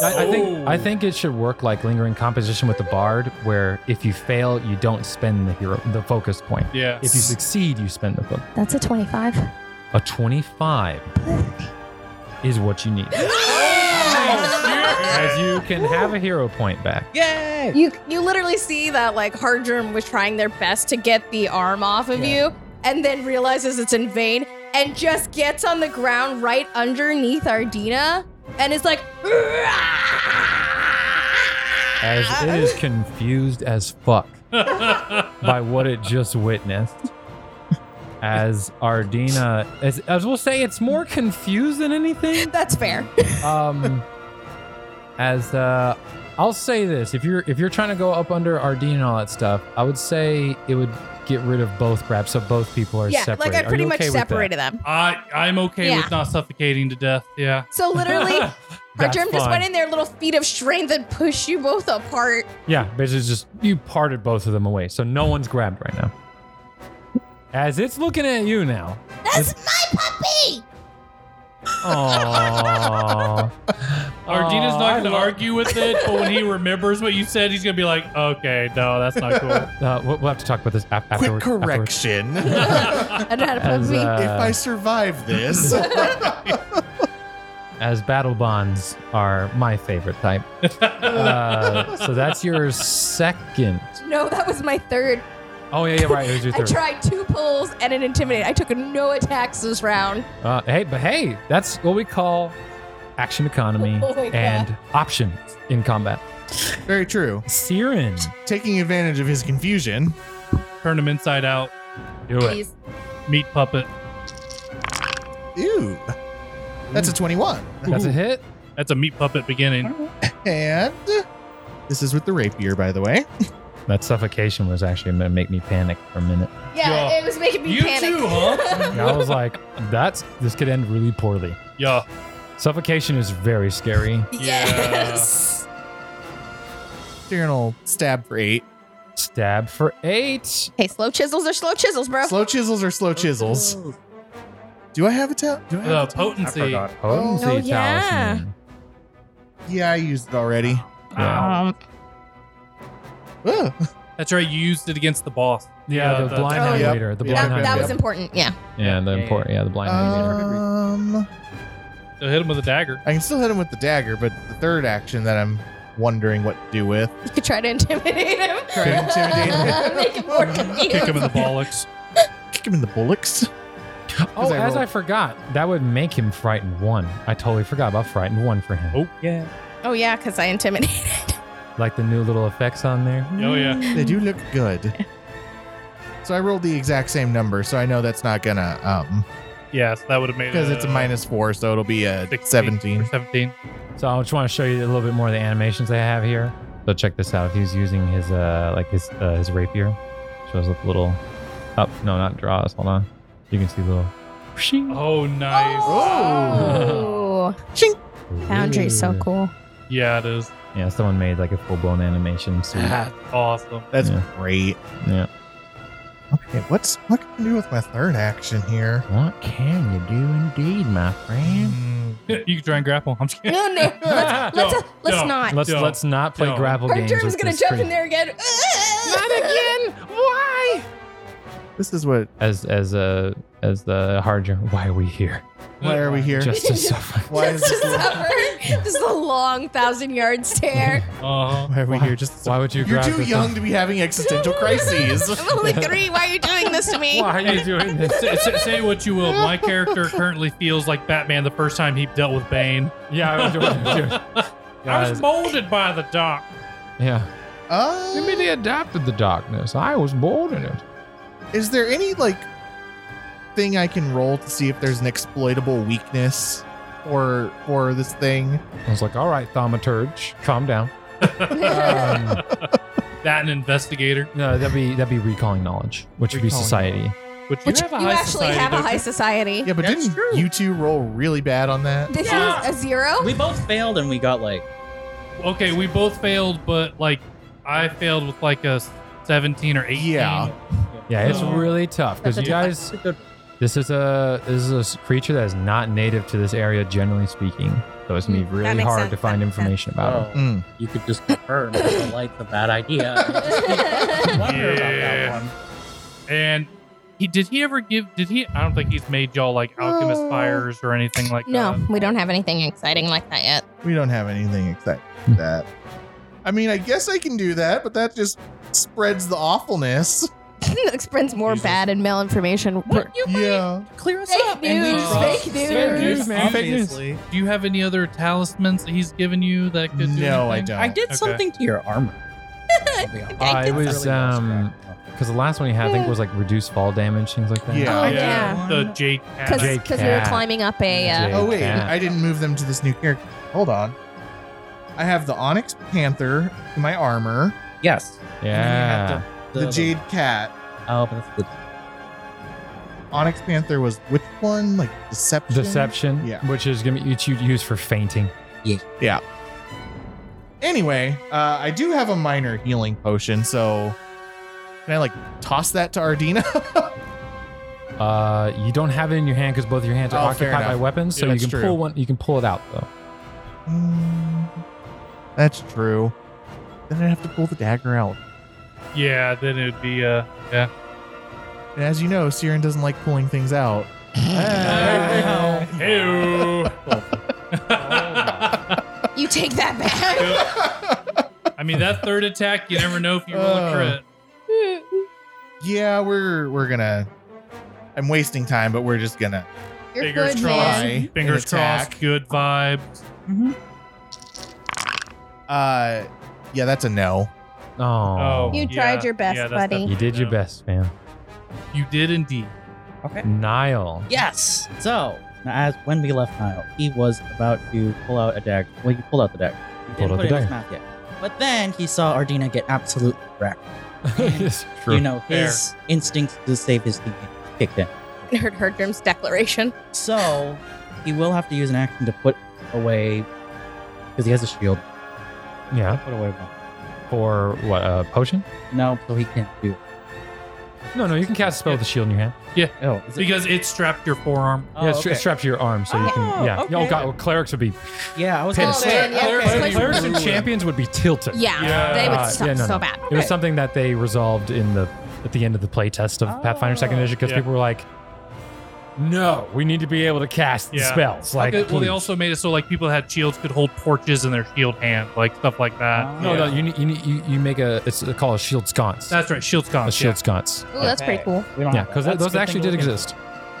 C: I, I
E: Ooh.
C: think
A: Oh.
C: I think it should work like lingering composition with the bard, where if you fail, you don't spend the hero the focus point.
E: Yeah.
C: If you succeed, you spend the book.
B: That's a 25.
C: A 25 is what you need.
B: Oh,
C: As
A: [laughs]
C: you can have a hero point back.
F: Yay!
B: You you literally see that like Hard Germ was trying their best to get the arm off of you and then realizes it's in vain and just gets on the ground right underneath Ardina and is like
C: As
B: "Ah!"
C: it is confused as fuck by what it just witnessed. As Ardina, as, as we'll say, it's more confused than anything.
B: That's
C: [laughs]
B: fair.
C: um as uh i'll say this if you're if you're trying to go up under rdn and all that stuff i would say it would get rid of both grabs so both people are
B: yeah,
C: separate
B: like I
C: Are
B: pretty
C: you
B: much
C: okay with that?
B: separated them.
E: [laughs] I I'm okay
B: Yeah.
E: with not suffocating to death. Yeah.
B: So
C: [laughs]
B: literally Hard
C: That's
B: Germ just went
C: fine.
B: in their little feet of strength and pushed you both apart.
C: yeah basically it's just you parted both of them away so no one's grabbed right now as it's looking at you now
N: That's my puppy!
C: Aww.
E: Ardina's
C: Aw, I
E: not going to
C: love-
E: argue with it, but when he remembers what you said, he's going to be like, okay, no, that's
B: [laughs]
E: not cool.
C: uh, we'll, we'll have to talk about this af-
G: Quick
C: afterwards- afterwards.
G: correction. [laughs]
B: I don't know
C: [laughs]
B: how to
C: As,
B: puppy.
G: if I
C: uh,
G: survive this.
C: as battle bonds are my favorite type. Uh, so that's your second.
B: no, that was my third.
A: Oh yeah, yeah, right. It was your
B: [laughs] I
A: third.
B: tried two pulls and an intimidate. I took no attacks this round.
A: Uh, hey, but hey, that's what we call action economy
B: Oh my God.
A: and options in combat.
G: Very true.
A: Siren.
G: Taking advantage of his confusion.
E: Turn him inside out.
A: Do it.
B: Please.
E: Meat puppet.
G: Ew. That's a 21.
A: That's a hit.
E: That's a meat puppet beginning.
G: And this is with the rapier, by the way.
A: That suffocation was actually going to make me panic for a minute.
B: Yeah,
E: Yeah.
B: it was making me
E: You
B: panic. [laughs]
E: too, huh?
A: And I was like, that's this could end really poorly.
E: Yeah.
A: Suffocation is very scary.
B: yes.
G: Tyrion will stab for eight.
A: Stab for eight.
B: Hey, slow chisels are slow chisels, bro.
G: Slow chisels are slow chisels. Do I have a tell? Do I have
E: Uh,
G: a tell?
E: potency.
F: forgot.
A: Potency
B: Oh,
A: talisman.
B: yeah.
G: Yeah, I used it already.
A: Yeah.
B: Um,
G: Ugh.
E: That's right. You used it against the boss.
A: Yeah, the blind hand
G: yep.
A: leader. The
G: Yeah,
A: blind
B: that,
A: hand
B: that was
A: leader.
B: important. Yeah.
A: Yeah, the
F: Yeah,
A: important. Yeah, the blind hand leader.
G: Um,
E: So hit him with a dagger.
G: I can still hit him with the dagger, but the third action that I'm wondering what to do with.
B: You could try to intimidate him.
G: [laughs] Try to intimidate
B: [laughs]
G: him.
B: Make him more confused.
E: Kick him in the bollocks.
G: Kick him in the bullocks. [laughs]
A: Oh,
G: I
A: as
G: rolled-
A: I forgot, that would make him frightened one. I totally forgot about frightened one for him.
E: Oh.
B: Oh yeah, because I intimidated.
G: [laughs]
A: Like the new little effects on there.
E: Oh yeah.
G: They do look good. So I rolled the exact same number, so I know that's not gonna um
E: Yeah. So that would have made
G: because it's a minus four, so it'll be a
E: 16 or
G: seventeen.
E: 17.
A: So I just want to show you a little bit more of the animations they have here. So check this out. He's using his uh like his uh, his rapier. Shows up little up no not draws. Hold on. You can see little
E: Oh,
A: [laughs]
E: nice.
B: Oh. Foundry's so
A: Ooh.
G: [laughs]
B: cool.
E: Yeah,
A: [laughs]
E: it is.
A: Yeah, someone made like a full blown animation suit.
G: Ah,
E: Awesome.
G: that's
A: Yeah.
G: great.
A: yeah.
G: Okay, what's what can I do with my third action here?
A: What can you do indeed, my friend?
G: Mm,
E: you can try and grapple. I'm just kidding.
B: No, no. Let's, let's,
E: No,
B: let's
E: no.
B: not.
A: Let's
E: Don't.
A: let's not play
E: Don't.
A: grapple
B: Her
A: games.
B: germ's
A: with
B: gonna
A: this
B: jump
A: creep.
B: in there again. [laughs]
A: Not again. Why?
G: this is what
A: As as uh, as the hard germ. Why are we here?
G: why are we here?
A: Just to suffer.
G: why is
B: Just to
G: this
B: suffer. This is a long thousand yard stare.
E: Uh-huh.
G: [laughs] why are we
A: Why-
G: here? Just to
A: Why would you?
G: You're
A: grab
G: too
A: this
G: young
A: one?
G: to be having
F: [laughs]
G: existential crises.
B: [laughs] I'm only three. Why are you doing this to me?
A: Why are you doing this?
E: say, say- say what you will. My character currently feels like Batman the first time he dealt with Bane.
A: Yeah, I was doing it.
E: [laughs] I
A: Guys,
E: was molded by the doc.
A: yeah.
G: Uh,
A: adapted the darkness. I was born in it.
G: is there any like thing I can roll to see if there's an exploitable weakness for for this thing?
A: I was like, all right, thaumaturge, calm down. Um,
E: That and investigator.
A: no, that'd be that'd be recalling knowledge, which would be
G: Recalling
A: society.
E: Which you
B: Which
E: have a
B: you
E: high
B: actually
E: society,
B: have a
E: don't
B: high
E: you?
B: society.
G: Yeah, but
F: That's
G: didn't
F: true.
G: you two roll really bad on that?
B: This
E: Yeah.
B: is a zero.
F: We both failed and we got like
E: Okay, we both failed, but like I failed with like a 17 or 18.
G: Yeah.
A: Yeah, it's
E: Oh.
A: really tough because you guys, this is a this is a s- creature that is not native to this area, generally speaking. So it's gonna be
B: Mm, that
A: really
B: makes
A: hard
B: sense,
A: to
B: that
A: find
B: makes
A: information about it.
F: Oh,
G: Mm.
F: you could just confirm that the light's a bad [laughs] idea.
G: Hmm.
F: [laughs] Wonder
E: Yeah.
F: about that one.
E: And he did he ever give did he I don't think he's made y'all like alchemist fires or anything like
B: Uh, No,
E: that.
B: we don't have anything exciting like that yet. [laughs]
G: We don't have anything except that. I mean, I guess I can do that, but that just spreads the awfulness.
B: it spreads more
E: Jesus.
B: bad and malinformation.
F: What you
G: Yeah.
F: clear us
B: Fake
F: up? and we
B: news,
F: just-
B: fake news.
A: Fake news, man. Fake news.
F: Obviously.
E: Do you have any other talismans that he's given you that could do
G: No, I
E: anything?
G: don't.
F: I did
E: Okay.
F: something to your armor. I'll be honest.
A: Uh, it was um because the last one you had I think was like reduce fall damage, things like that.
G: Yeah.
B: Oh,
E: Yeah.
B: yeah.
E: The Jake cat.
A: Jake
B: Because we were
A: cat.
B: climbing up a. Uh,
A: Jake
G: Oh wait,
A: cat.
G: I didn't move them to this new character. Hold on. I have the Onyx Panther in my armor,
F: Yes.
A: Yeah.
G: the, Jade Cat.
F: Oh, but that's the
G: Onyx Panther was which one? Like Deception.
A: Deception,
G: Yeah.
A: which is gonna be you use for fainting.
G: Anyway, uh, I do have a minor healing potion, so can I like toss that to Ardina? [laughs]
A: Uh, you don't have it in your hand because both your hands are
G: Oh, fair
A: occupied by
G: enough.
A: weapons, so
G: Yeah,
A: you
G: that's
A: can
G: true.
A: pull one. You can pull it out though.
G: Mm, that's true. Then I'd have to pull the dagger out.
E: Yeah, then it would be uh
G: And as you know, Siren doesn't like pulling things out.
E: Ew.
B: uh, you take that
G: [laughs]
B: back.
E: I mean that third attack, you never know if you roll a
G: Oh.
E: crit.
G: yeah, we're we're gonna. I'm wasting time, but we're just gonna.
B: You're
G: Fingers
B: good,
G: crossed.
B: man.
G: An
E: Fingers
G: attack.
E: crossed. Good vibes.
G: Uh, yeah, that's a no.
C: Oh,
B: You tried your best,
E: that's
B: buddy.
E: definitely
C: you did your
E: no.
C: best, man.
E: You did indeed.
C: Niall.
F: Yes. So now, as when we left Nile, he was about to pull out a dagger. Well, he pulled out the dagger. He
C: Pulled
F: didn't
C: out
F: put
C: the
F: it in his
C: dagger.
F: mouth yet. But then he saw Ardina get absolutely wrecked.
C: It's [laughs] true.
F: You know,
E: Fair.
F: his instincts to save his team kicked in.
O: Heard Herdgrim's declaration.
F: So he will have to use an action to put away because he has a shield.
C: yeah.
F: Put away one.
C: For what? A potion?
F: No, so he can't do. It.
C: No, no. You can cast a spell with the shield in your hand.
F: Oh, is it-
E: Because it strapped your forearm.
F: Oh,
C: yeah, it's,
F: okay.
C: it's strapped to your arm, so you
F: Oh,
C: can. Yeah.
F: okay.
C: Oh God, well, clerics would be
F: yeah, I was gonna
C: pissed.
F: say.
B: Oh, man, yeah,
C: clerics,
B: okay.
C: clerics and champions would be tilted.
B: Yeah,
E: Yeah.
B: they would
C: Uh,
B: suck
C: yeah, no,
B: so
C: no.
B: bad.
C: It was something that they resolved in the at the end of the playtest of Pathfinder Second
F: Oh.
C: Edition because
E: Yeah.
C: people were like, "No, we need to be able to cast the
E: Yeah.
C: spells." Like,
E: Okay, well, they
C: please.
E: also made it so like people had shields could hold torches in their shield hand, like stuff like that.
A: Oh,
C: no, no, you need, you need you, you make a it's called a shield sconce.
E: That's right, shield
C: a
E: sconce.
C: shield
E: Yeah.
C: sconce.
B: Ooh, that's pretty cool.
F: We don't
C: Yeah,
F: have
C: because
F: that. That's a
C: those
F: good
C: actually
F: thing
C: did
F: to look
C: exist.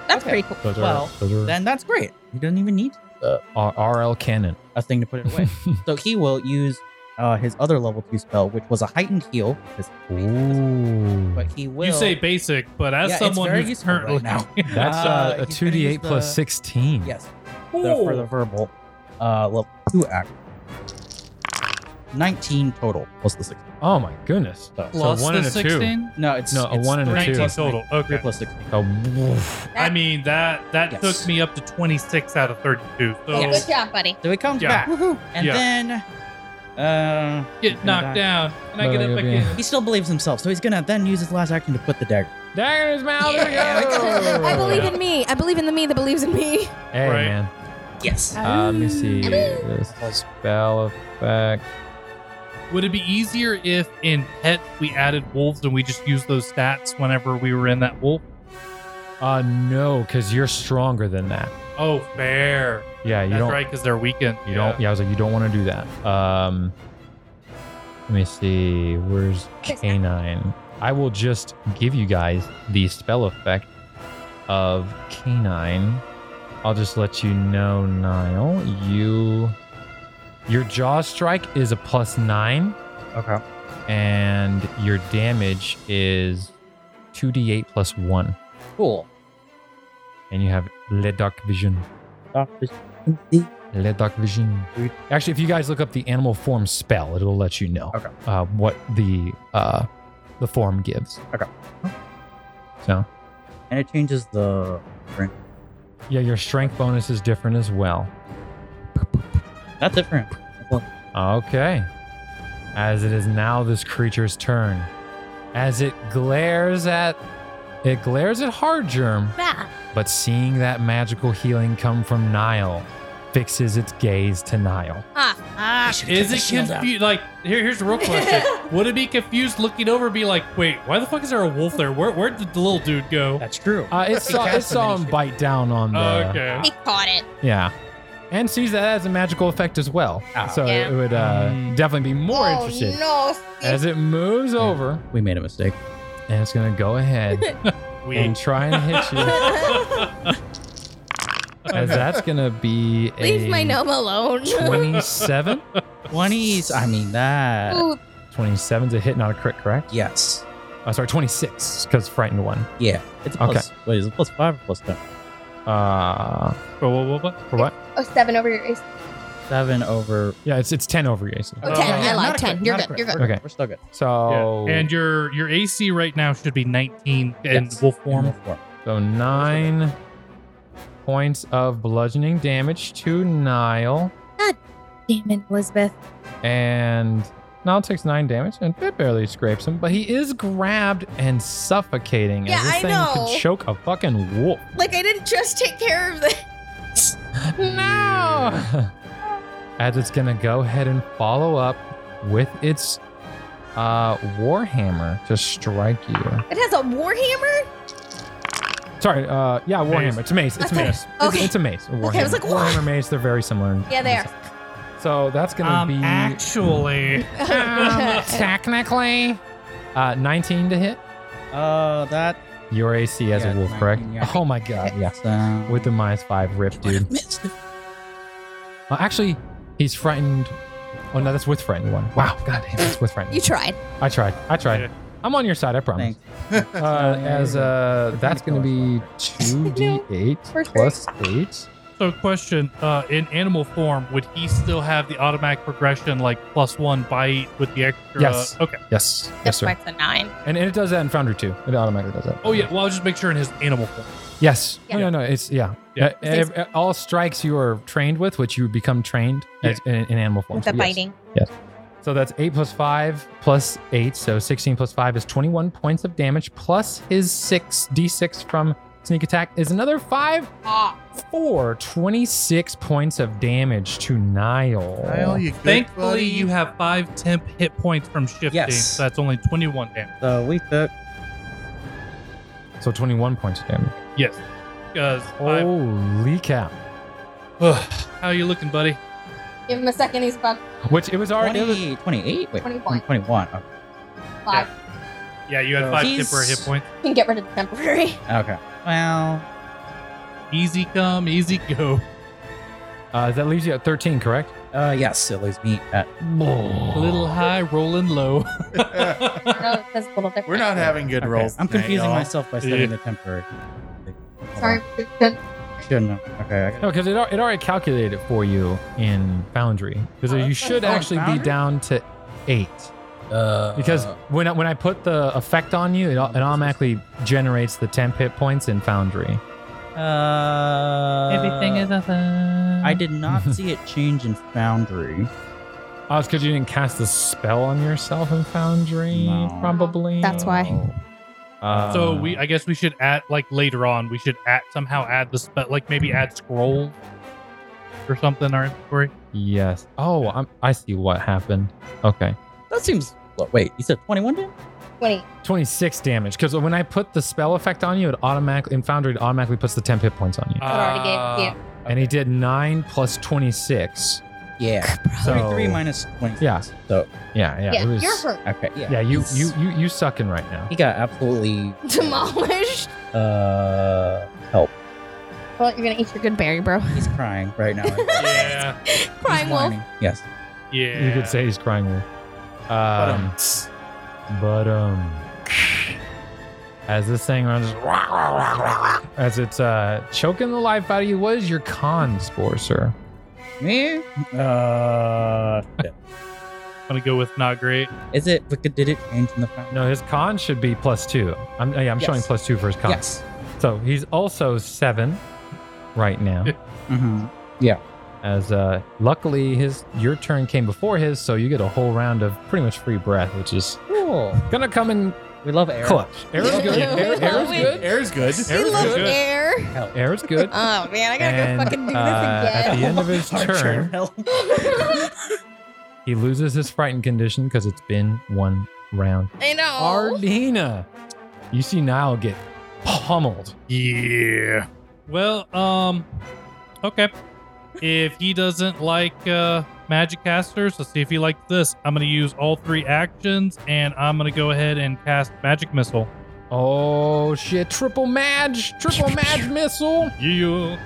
B: That's
F: Okay.
B: pretty cool.
C: Those are
F: Well,
C: those
F: into.
C: are
F: Then that's great. He doesn't even need
C: Uh, R- RL canon.
F: a thing to put it away. so he will use uh, his other level two spell, which was a heightened heal. 'cause-
C: Ooh,
F: But he will.
E: You say basic, but as
F: Yeah, it's
E: someone
F: very
E: who's
F: useful right
E: currently [laughs]
C: [laughs]
F: now.
C: that's uh,
F: Uh,
C: a
F: he's
C: two
F: gonna
C: d
F: use
C: eight plus
F: the-
C: sixteen.
F: yes the, for the verbal uh, level two act. Nineteen total plus the six.
C: Oh my goodness.
E: Plus
C: so one
E: the
C: and a two.
E: 16?
F: No, it's
C: No, a
F: it's
C: one and a two.
F: three plus
E: total.
F: nine-
E: Okay.
F: Three plus sixteen.
C: A woof.
E: I mean that that
F: Yes.
E: took me up to 26 out of 32. So
B: Yeah, good job, buddy.
F: So he comes
E: Yeah.
F: back, and
E: Yeah.
F: then uh, he's
E: get
F: gonna
E: knocked
F: die.
E: down and I
C: But
E: get
C: you'll
E: up
C: be-
E: again.
F: He still believes himself, so he's gonna then use his last action to put the dagger.
C: Dagger in his mouth. There
B: [laughs]
C: we go.
O: I believe in me. I believe in the me that believes in me.
C: Hey
E: Right.
C: man.
F: Yes.
C: Uh, let me see
B: Ah.
C: this spell effect.
E: Would it be easier if in pet we added wolves and we just used those stats whenever we were in that wolf?
C: Uh, no, because you're stronger than that.
E: Oh, fair.
C: Yeah, you
E: That's
C: don't.
E: right, because they're weakened.
C: You don't. Yeah, I was like, you don't want to do that. Um, let me see. Where's canine? I will just give you guys the spell effect of canine. I'll just let you know, Niall. You, your jaw strike is a plus nine,
F: Okay.
C: and your damage is two d8 plus one,
F: Cool.
C: and you have le dark vision. Le Dark Vision.
F: Sweet.
C: Actually, if you guys look up the animal form spell, it'll let you know
F: Okay.
C: uh, what the uh, the form gives.
F: Okay.
C: So
F: And it changes the.
C: yeah, your strength bonus is different as well.
F: That's it for him.
C: Okay. As it is now this creature's turn, as it glares at it glares at Hard Germ,
J: Bah.
C: but seeing that magical healing come from Nile, fixes its gaze to Nile.
J: Ah.
E: Is it confused? Like, here, here's a real question. Would it be confused looking over and be like, wait, why the fuck is there a wolf there? Where, where'd the little dude go?
F: That's uh, true.
C: Uh, it saw it
F: casts a
C: saw
F: mini
C: him
F: shield.
C: bite down on the.
E: Oh, okay.
B: He caught it.
C: Yeah. And sees that as a magical effect as well.
E: Ah.
C: so
B: Yeah.
C: it would uh,
F: Mm.
C: definitely be more
B: oh,
C: interested.
B: no.
C: As it moves over,
F: We made a mistake.
C: and it's going to go ahead
B: [laughs]
C: and
E: Weird.
C: try and hit you. As that's going to be a
B: Leave my [laughs] gnome
C: [laughs]
B: alone.
C: 27.
F: Twenties. I mean that.
B: Ooh,
C: 27's a hit, not a crit, correct?
F: Yes.
C: Oh, sorry, 26, because frightened one.
F: Yeah. It's a
C: Okay.
F: plus. Wait, is it plus five or plus ten?
C: Uh,
E: Whoa, whoa, whoa, whoa.
C: for what?
B: oh, seven over your ace.
F: Seven over.
C: Yeah, it's it's 10 over your AC.
B: Oh,
E: Oh,
B: 10.
E: yeah,
B: I lied.
F: Not a
B: 10.
F: crit,
B: You're
F: not a
B: good.
F: crit.
B: You're good.
F: We're
C: Okay.
F: We're still good. Oh.
C: So,
E: Yeah. And your your AC right now should be 19 in
F: Yes.
E: wolf form.
F: Normal form.
C: so nine points of bludgeoning damage to Nile.
J: Damn, Elizabeth.
C: and Nile takes nine damage and it barely scrapes him, but he is grabbed and suffocating.
O: Yeah,
C: as this
O: I
C: thing
O: know.
C: could choke a fucking wolf.
O: Like I didn't just take care of that.
C: [laughs]
O: [laughs]
C: No! as it's gonna go ahead and follow up with its uh, warhammer to strike you.
O: It has a warhammer.
C: Sorry, uh, yeah, warhammer.
E: Mace.
C: It's a mace. It's a
O: Okay.
C: mace.
O: Okay.
C: It's, it's a mace. A warhammer.
O: I was like, what?
C: warhammer mace. They're very similar. in-
O: Yeah, they are.
C: So that's gonna
E: Um,
C: be
E: [laughs] actually,
C: Um, technically, uh, 19 to hit.
F: Uh, that
C: Your AC as
F: Yeah,
C: a wolf,
F: my-
C: correct?
F: yeah.
C: Oh my god, yes.
F: sound.
C: With the minus five rip, dude. Uh, actually, he's frightened. Oh no, that's with frightened one. Wow, god damn, that's with frightened.
B: You tried. [laughs]
C: I tried. I tried. I'm on your side, I promise. Uh, as uh, that's going to be 2d8
B: we're
C: plus 8.
E: So, question: uh, In animal form, would he still have the automatic progression, like plus one bite with the extra?
C: Yes.
E: Okay.
C: Yes. yes,
J: That's
C: sir.
J: why it's a nine.
C: And, and it does that in Foundry too. It automatically does that.
E: Oh yeah. Well, I'll just make sure in his animal form.
C: Yes. No, no, no. It's, yeah.
E: Yeah.
C: Uh, ev- uh, all strikes you are trained with, which you become trained as, in, in animal form.
J: With the
C: So, yes.
J: biting.
C: Yes. So that's 8 plus 5 plus 8. So 16 plus 5 is 21 points of damage, plus his 6 d6 from sneak attack is another 5.
J: Ah.
C: 4. 26 points of damage to Niall.
G: Kyle, you good,
E: Thankfully,
G: buddy?
E: you have five temp hit points from shifting,
F: Yes.
E: so that's only twenty-one damage.
F: So we took.
C: So 21 points of damage.
E: Yes. Because
C: Oh. Holy cow.
E: how you looking, buddy?
J: Give him a second. He's about
C: Which it was already. it was-
F: 20, 28? Wait,
J: 21.
F: 21. Okay.
J: five.
E: Yeah, you had
F: So
E: five
F: he's-
E: temporary hit points.
J: Can get rid of the temporary.
F: okay. Well,
E: Easy come, easy go.
C: uh, that leaves you at 13, correct?
F: uh, yes, it leaves me at.
C: [laughs]
E: Little high, rolling low.
J: No, it says a little different.
G: We're not having good
F: Okay,
G: rolls.
F: I'm
G: tonight,
F: confusing
G: y'all.
F: myself by setting the temporary. Hold
J: [laughs] Sorry.
F: on.
J: Good.
F: Shouldn't have. Okay. I
C: No, because it, al- it already calculated it for you in Foundry. Because you should
F: Oh, in
C: actually be
F: Foundry?
C: down to 8.
F: gotta- uh,
C: Because when I, when I put the effect on you, it, au- it automatically generates the temp hit points in Foundry.
F: Uh,
C: a thing.
F: I did not see it change in Foundry.
C: Oh, it's because you didn't cast the spell on yourself in Foundry,
F: No.
C: probably.
B: That's why.
F: Oh.
C: Uh,
E: so we, I guess we should add like later on. We should add somehow add the spell, like maybe add scroll or something. Our inventory.
C: Yes. Oh, I'm, I see what happened. Okay.
F: That seems. Well, wait, you said 21 damage?
J: Twenty.
C: 26 damage. Because when I put the spell effect on you, it automatically, in Foundry, it automatically puts the temp hit points on you.
J: already gave it to you.
C: And he did 9 plus 26.
F: Yeah.
C: So,
F: 23 minus 26.
C: Yeah.
F: So,
C: Yeah, yeah.
J: Yeah,
C: it was,
J: you're hurt.
F: okay. Yeah.
C: Yeah, you, you,
F: he's-
C: you, you suck in right now.
F: He got absolutely
J: Demolished.
F: uh help.
J: Well, you're gonna eat your good berry, bro.
F: He's crying right now.
E: Yeah,
J: Prime
F: He's
J: wolf.
F: whining. Yes.
E: Uh, yeah.
C: You could say he's crying wolf.
G: But,
C: Um,
G: um,
C: but, um, as this thing runs, as it's uh, choking the life out of you, what is your con score, sir?
F: Me? Uh
E: I'm gonna go with not great.
F: is it but did it change in the fountain?
C: No, his con should be plus two. I'm, yeah, I'm
F: Yes.
C: showing plus two for his con.
F: Yes.
C: So he's also seven right now.
F: Mm-hmm.
C: as uh, luckily his your turn came before his, so you get a whole round of pretty much free breath, which is
F: Cool.
C: gonna come in
F: We love air.
C: clutch. Air
F: [laughs]
C: is good.
J: Yeah.
C: Air, air is
J: Wait.
C: good.
G: Air's good.
B: I
E: Air's
B: love
E: good.
B: air.
C: Air is good.
B: Oh man, [laughs] I gotta
C: And,
B: go fucking do
C: uh,
B: this
C: at
B: again.
C: the end of [laughs] his turn, he loses his frightened condition because it's been one round.
B: I know.
C: Ardina, you see Niall get pummeled.
E: Yeah. Well, um, okay. If he doesn't like uh, magic casters, let's see if he likes this. I'm gonna use all three actions, and I'm gonna go ahead and cast magic missile.
C: Oh shit! Triple Madge, [laughs] triple Madge missile.
E: Yeah.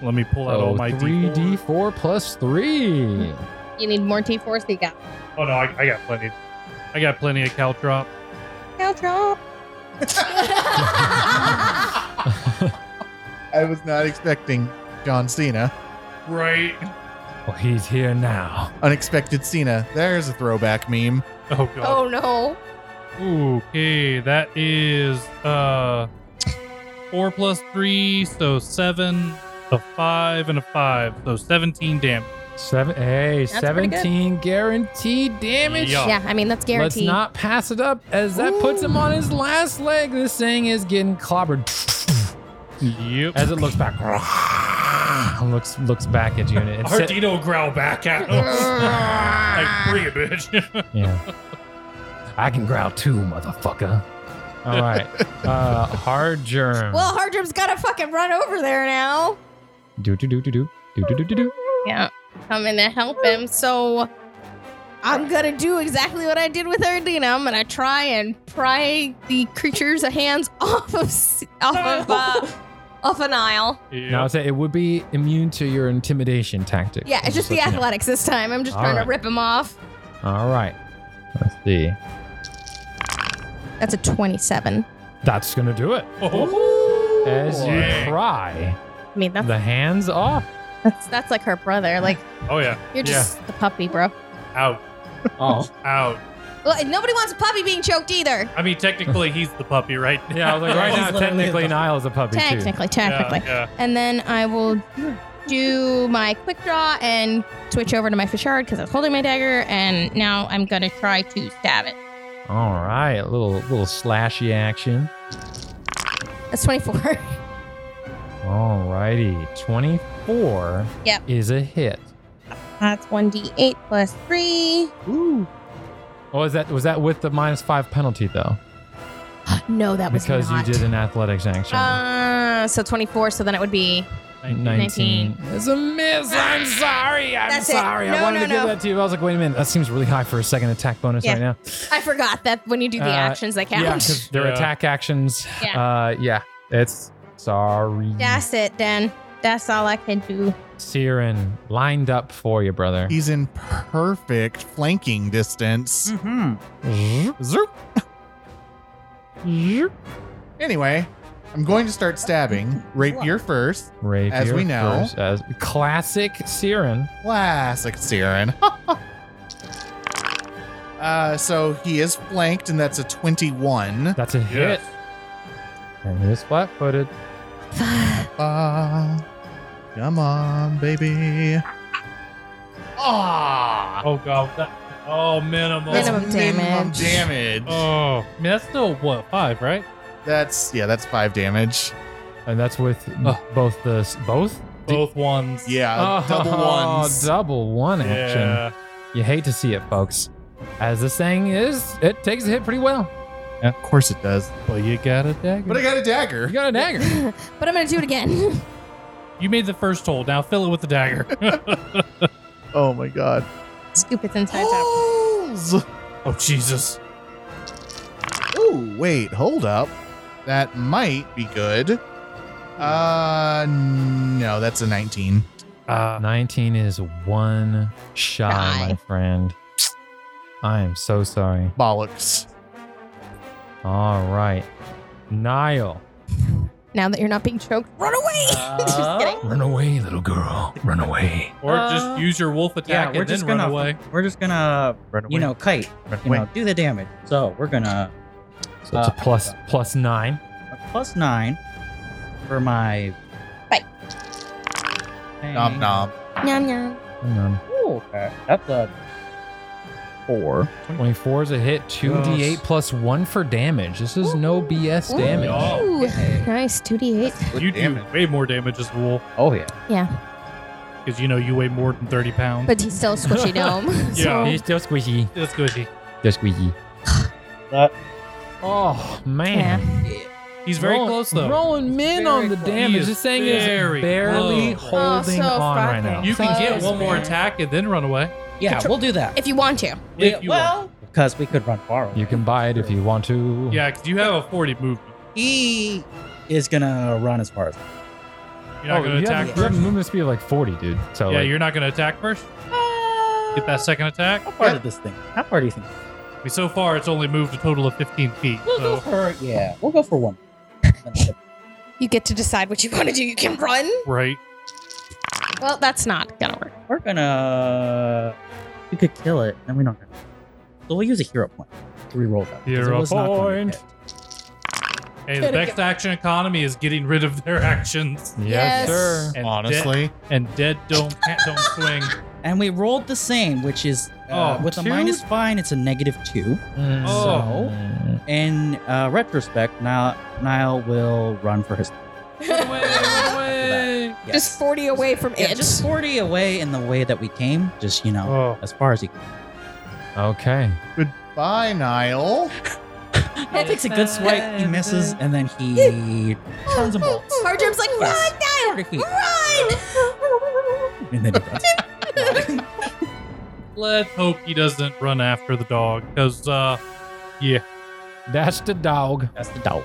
E: Let me pull out all
C: Oh,
E: my
C: three
E: D4.
C: D four plus E. three.
J: You need more T4s than you got.
E: Oh no, I, I got plenty. I got plenty of caltrop.
B: Outro.
G: I was not expecting John Cena.
E: Right.
C: Well, he's here now.
G: Unexpected Cena. There's a throwback meme.
E: [laughs] Oh god.
B: Oh no.
E: Okay, that is uh four plus three, so seven, a five, and a five, so seventeen damage.
C: Seven, hey,
B: That's pretty good.
C: 17 guaranteed damage.
E: Yeah.
J: Yeah, I mean that's
C: Let's
J: guaranteed.
C: not pass it up as that puts him on his last leg. This thing is getting clobbered [sighs]
E: Yep.
C: as it looks back. [laughs] looks looks back at you and it- it's sit-
E: Ardino growl back at us. [laughs] like, free bitch.
C: yeah. I can growl too, motherfucker.
A: [laughs]
C: All right. Uh hard germ.
B: Well, Hardrim's gotta fucking run over there now.
C: do do do do do do do do do do.
J: Yeah, coming to help him. So
B: I'm gonna do exactly what I did with Erdina. I'm gonna try and pry the creature's hands off of s- off
J: [laughs]
B: of uh, off an aisle.
A: Now it's it would be immune to your intimidation tactic.
B: Yeah, it's just the
A: let you know.
B: athletics this time. I'm just
A: All
B: trying
A: right.
B: to rip him off.
A: All right. Let's see.
B: That's a 27.
A: That's gonna do it.
E: Oh.
A: As you
E: Dang.
A: pry
B: I mean, that's
A: the hands off.
B: that's, that's like her brother. Like
E: Oh yeah.
B: you're just the puppy, bro.
E: out.
F: Oh.
E: Out.
B: Well, and nobody wants a puppy being choked either.
E: I mean, technically, he's the puppy, right?
A: Yeah, I was like, right now, technically, Niall's a puppy
B: Technically, technically.
E: [laughs] Yeah,
B: And then I will do my quick draw and switch over to my fishard because I was holding my dagger, and now I'm gonna try to stab it.
A: too. All right, a little little slashy action.
B: That's 24.
A: All righty, twenty-four
B: Yep.
A: is a hit.
B: [laughs] That's 1d8 plus 3. Ooh.
A: Oh, is that was that with the minus five penalty though?
B: No, that was
A: because
B: not.
A: you did an athletics action.
B: Uh, so 24, so then it would be.
A: 19. It's a miss. I'm sorry. I'm
B: That's it.
A: sorry. I
B: No,
A: wanted
B: no,
A: to give
B: no.
A: that to you. but I was like, wait a minute. That seems really high for a second attack bonus
B: Yeah.
A: right now.
B: I forgot that when you do the
A: Uh,
B: actions, they count.
A: Yeah, because their
E: Yeah.
A: attack actions.
B: Yeah.
A: Uh, yeah. It's sorry.
B: That's it, then. That's all I can do.
A: Siren lined up for you, brother.
G: He's in perfect flanking distance.
F: Mm-hmm.
G: Zoop. Zoop. Anyway, I'm going to start stabbing. Rapier first.
A: Rapier
G: As we know.
A: first, as classic Siren.
G: Classic Siren. [laughs] uh, so he is flanked, and that's a 21.
A: That's a hit.
E: Yes.
A: And he's flat footed.
G: Uh, come on, baby. Ah!
E: Oh god. That, oh, minimal.
B: Minimum.
G: minimum
B: damage.
G: damage.
E: Oh, I mean, that's still what five, right?
G: That's, yeah, that's five damage.
A: And that's with
E: Ugh.
A: both the s- both
E: Both ones.
G: Yeah, double
A: Oh,
G: [laughs] ones.
A: Double one action.
E: Yeah.
A: You hate to see it, folks. As this thing is, it takes a hit pretty well.
G: Yeah, of course it does.
E: But you got a dagger.
G: But I got a
A: You
G: dagger.
A: got a dagger.
B: [laughs] But I'm going to do it again. [laughs]
E: you made the first hole. Now fill it with the dagger. [laughs]
G: Oh my god.
B: Scoop
A: [gasps]
B: its inside out.
G: Holes!
E: oh Jesus.
G: Ooh, wait, hold up. That might be good. Uh, no, that's a 19.
E: Uh,
A: 19 is one shy, my
B: Die.
A: friend. I am so sorry.
G: Bollocks.
A: All right. Niall.
B: Now that you're not being choked, run away! just kidding.
L: Run away, little girl. Run away.
E: or
F: Uh,
E: just use your wolf
F: [laughs] Yeah,
E: attack
F: we're
E: and
F: just
E: then
F: gonna
E: run away.
F: we're just gonna
G: Run
F: you know kite
G: Run
F: you know do the damage. So we're gonna
A: So it's
F: Uh,
A: a plus plus nine.
F: a plus nine for my
B: Bite.
G: Nom nom.
B: Yum, yum.
A: Hang on.
F: Ooh, okay. That's a four.
A: 24 is a hit. 2d8 plus one for damage. This is no BS
B: Ooh.
A: damage.
E: Oh.
B: Ooh, nice, 2d8.
E: You do way more damage as a wolf
F: Oh yeah.
E: because you know you weigh more than thirty pounds.
B: But he's still a
A: [laughs]
B: squishy gnome. [laughs]
E: Yeah.
B: so-
A: He's still squishy.
E: that's good.
A: Still squishy.
F: That-
A: oh, man.
E: He's very
A: Roll-
E: close though.
A: Rolling min on the
E: He
A: damage.
E: is
A: This thing is
E: very
A: barely
E: close.
A: holding
B: Oh, so
A: on right
B: fucking
A: now.
E: You can get
B: Close,
E: one more
B: man.
E: attack and then run away.
F: Yeah, we'll do that.
B: If you want to.
F: We-
E: if you
F: well, because we could run far. away.
A: You can buy it if you want to.
E: Yeah, because you have a forty movement.
F: He is gonna run as far as.
E: You're not
A: Oh,
E: gonna
A: you
E: attack
A: Have, you have
E: first.
A: a movement speed of like 40, dude. So
E: yeah,
A: like,
E: you're not gonna attack first.
B: Uh,
E: Get that second attack.
F: How far did this thing? How far do you think?
E: I mean, So far, it's only moved a total of fifteen feet. So
F: for yeah. We'll go for one.
B: You get to decide what you want to do. You can run.
E: right.
B: Well, that's not gonna work.
F: We're gonna. uh, We could kill it, and we don't. Have to. So we'll use a hero point to reroll that. 'cause it
E: Hero
F: was not going
A: point.
F: to hit.
E: Hey, the next action economy is getting rid of their [laughs] actions.
A: Yes,
B: Yes.
A: sir.
E: And
G: Honestly,
E: dead, and dead don't don't swing.
F: And we rolled the same, which is uh,
E: Oh,
F: with a
E: two?
F: minus five, it's a negative two.
E: Oh.
A: Mm.
F: In uh, retrospect, Nile Nile will run for his.
E: Run away, run away.
F: Yes.
B: [laughs] Just 40 away from
F: yeah,
B: it.
F: just forty away in the way that we came. Just you know,
E: Oh.
F: as far as he. can.
A: Okay.
G: bye, Niall.
F: He takes a good swipe, he misses, and then
B: [laughs]
F: he turns and bolts.
B: Hardrim's like,
F: Yes.
B: run,
A: [laughs]
B: Niall!
F: Forty feet.
B: Run!
F: And then he runs.
E: Let's hope he doesn't run after the dog, because, uh, yeah.
A: That's the dog.
I: That's the dog.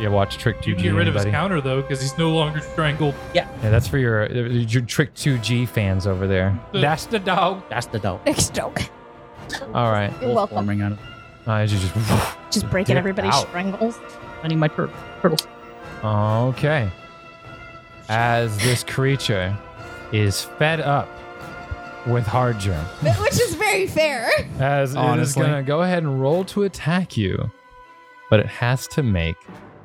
A: Yeah, watch trick two
E: You can
A: G.
E: get rid of his counter, though, because he's no longer strangled.
I: Yeah.
A: Yeah, that's for your uh, your trick two G fans over there.
E: The-
A: That's the dog.
I: That's the dog.
B: Next joke.
A: All right.
B: You're welcome.
F: Forming out of
A: Uh, you just
B: Just breaking
A: Get
B: everybody's
A: out.
B: strangles.
I: I need my tur- turtles.
A: Okay. As this creature is fed up with Hardger,
B: But- Which is very fair.
A: as
F: Honestly.
A: it is going to go ahead and roll to attack you, but it has to make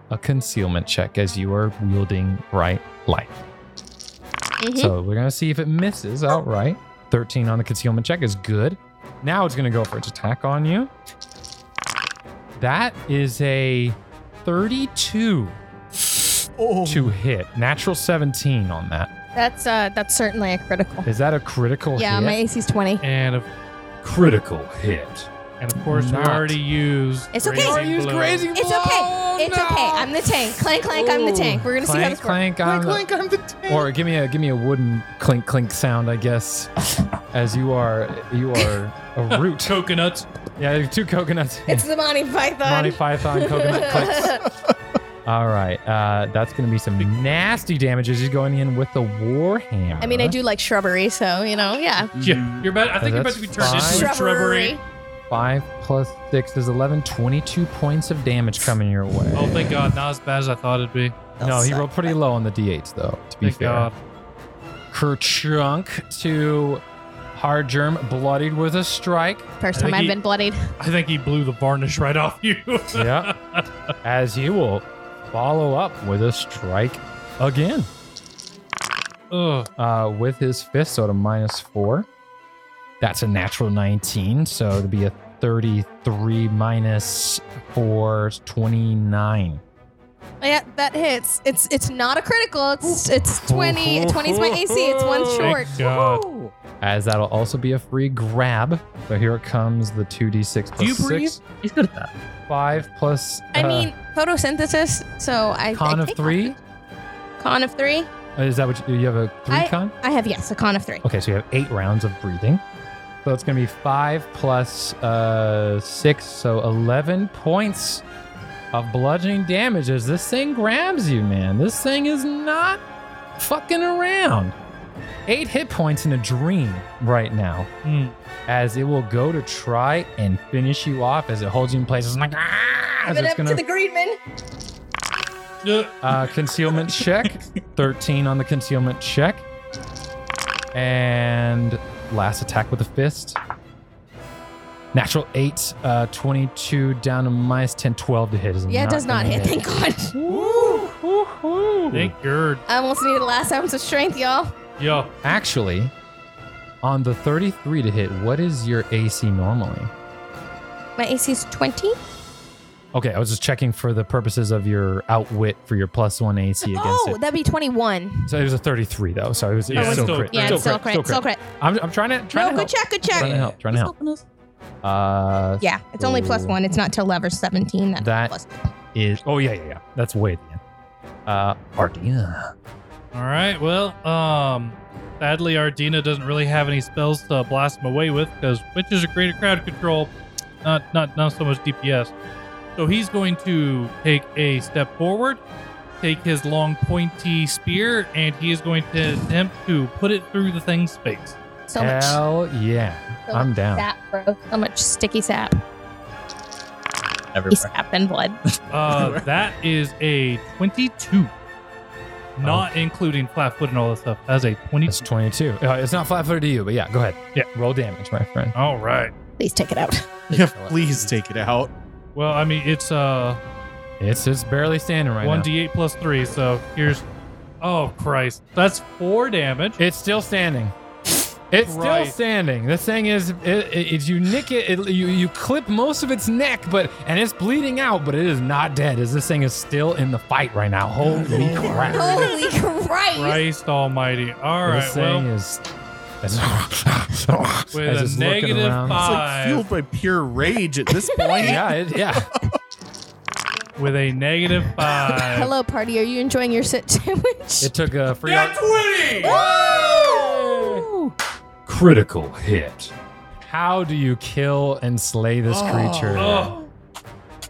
A: a concealment check as you are wielding bright light.
B: Mm-hmm.
A: So we're going to see if it misses outright. 13 on the concealment check is good. Now it's going to go for its attack on you. That is a 32
G: [laughs] Oh,
A: to hit. Natural 17 on that.
B: That's uh that's certainly a critical.
A: Is that a critical
B: Yeah,
A: hit?
B: my AC's 20.
E: And of,
A: critical hit.
E: and of course,
A: Not.
E: we already used.
B: It's okay.
E: Grazing
B: Already
A: used
E: Blow.
A: Grazing
B: It's okay. It's okay. I'm the tank. Clank clank, I'm the tank. We're gonna see how
A: Clank,
B: this works.
A: clank, on the-
G: Clink, I'm the tank.
A: or give me a give me a wooden clink clink sound, I guess. As you are you are
B: [laughs]
A: a root.
E: Coconuts.
A: yeah, two coconuts.
B: It's the Monty Python.
A: Monty Python coconut
B: [laughs]
A: clicks. All right, uh, that's gonna be some nasty damages. He's going in with the warhammer.
B: I mean, I do like shrubbery, so you know, yeah.
E: Yeah, you're about, I think you're about
A: That's
E: to be turned into a
A: fine.
E: shrubbery.
A: Five plus six is 11, 22 points of damage coming your way.
E: Oh, thank God. Not as bad as I thought it'd be.
A: No, he rolled pretty low on the d8s though. To be
E: Thank
A: fair.
E: God.
A: Kerchunk to hard germ, bloodied with a strike. [laughs]
B: First time
E: I think
B: I've
E: he-
B: been bloodied.
E: I think he blew the varnish right off you. [laughs]
A: Yeah. As he will follow up with a strike again
E: Ugh.
A: uh, with his fist, so at a minus four. That's a natural 19, so it'd be a 33 minus four, 29.
B: Oh, Yeah, that hits. It's it's not a critical. It's it's 20. 20 is my AC.
A: [laughs]
B: It's one short.
E: Thank God.
A: As that'll also be a free grab. So here it comes the 2d6 plus
E: Do you breathe?
A: 6.
F: He's good at that.
A: 5 plus.
B: I
A: uh,
B: mean, photosynthesis. So I
A: con
B: I
A: of
B: think-
A: 3?
B: Con of three.
A: Is that what you, you have a 3
B: I-
A: con?
B: I have yes, a con of three.
A: Okay, so you have eight rounds of breathing. So it's going to be five plus uh, six, so 11 points of bludgeoning damage as this thing grabs you, man. This thing is not fucking around. Eight hit points in a dream right now
E: Hmm.
A: as it will go to try and finish you off as it holds you in place. It's like, ah! As
B: Give it
A: it's
B: up to
A: going
B: the
A: to
B: Greenman.
E: Ugh.
A: uh,
B: [laughs]
A: concealment check, 13 on the concealment check. And last attack with a fist. Natural 8, uh, 22 down to minus 10, 12 to hit. Is
B: Yeah, it does not
A: gonna
B: hit. Thank God.
E: Thank God.
B: I almost needed the last ounce of strength, y'all.
E: Yeah.
A: Actually, on the 33 to hit, what is your AC normally?
B: My AC is 20.
A: Okay, I was just checking for the purposes of your outwit for your plus one AC against
B: Oh,
A: it.
B: that'd be 21.
A: So it was a 33 though, so it was, it
E: Yeah,
A: was
E: it's
A: still
E: still
A: crit.
B: Yeah,
E: Still
B: it's still crit. Still crit.
A: I'm, I'm trying to trying
B: no,
A: to
B: good
A: help.
B: check, good
A: Trying to
B: check.
A: help. Trying to help.
F: us.
A: Uh,
B: Yeah, it's only plus
A: So-
B: one. It's not till lever 17. That's
A: That-
B: plus
A: is oh yeah yeah yeah that's way at the end. Uh, Ardina.
E: All right. Well, um, sadly, Ardina doesn't really have any spells to blast him away with because witches are great at crowd control, not not not so much DPS. So he's going to take a step forward, take his long pointy spear, and he is going to attempt to put it through the thing's face.
B: so much.
A: Hell yeah,
B: So
A: I'm
B: much
A: down.
B: Sap, bro. So much sticky sap. Sticky [laughs]
F: Everywhere.
B: sap and blood.
E: Uh, that is a twenty-two, not including flat foot and all that stuff. That's a
A: It's
E: twenty-two.
A: 22. Uh, it's not flat footed to you, but yeah, go ahead.
E: Yeah.
A: roll damage, my friend.
E: All right.
B: Please take it out.
G: Yeah, please take it out.
E: Well, I mean, it's uh
A: It's just barely standing right
E: one
A: now.
E: d eight plus three. So here's, oh Christ, that's four damage.
A: It's still standing. It's
E: Right.
A: still standing. This thing is, it, it, it- you nick it, it, you you clip most of its neck, but and it's bleeding out, but it is not dead. As this thing is still in the fight right now. Holy crap!
B: Holy [laughs] Christ.
E: Christ Almighty! All right,
A: this thing
E: well, [laughs]
A: is. As, as
E: with a
A: it's looking
E: negative
A: around.
G: It's
E: five,
G: like fueled by pure rage at this
C: [laughs]
G: point.
A: Yeah, it,
E: [laughs]
A: yeah.
E: with a negative five.
B: Hello, party. Are you enjoying your sit [laughs] sandwich?
A: It took a free.
E: Nat 20!
B: Oh,
A: Critical hit. How do you kill and slay this creature?
E: Oh.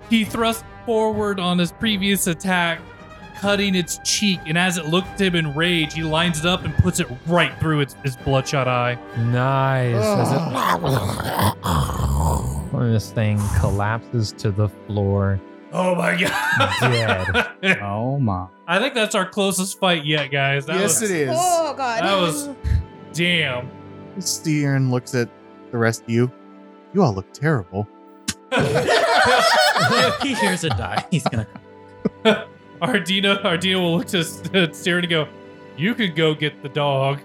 E: He thrust forward on his previous attack, cutting its cheek, and as it looked at him in rage, he lines it up and puts it right through its, its bloodshot eye.
A: Nice. As it- And this thing collapses to the floor.
E: Oh my god. [laughs]
A: Dead.
F: Oh my.
E: I think that's our closest fight yet, guys. That
G: Yes,
E: was,
G: it is.
B: Oh god.
E: That was damn. [laughs]
G: Steern looks at the rest of you. You all look terrible.
I: if he hears it die, he's gonna.
E: Ardina, Ardina will look to S- at Siren and go, "You could go get the dog."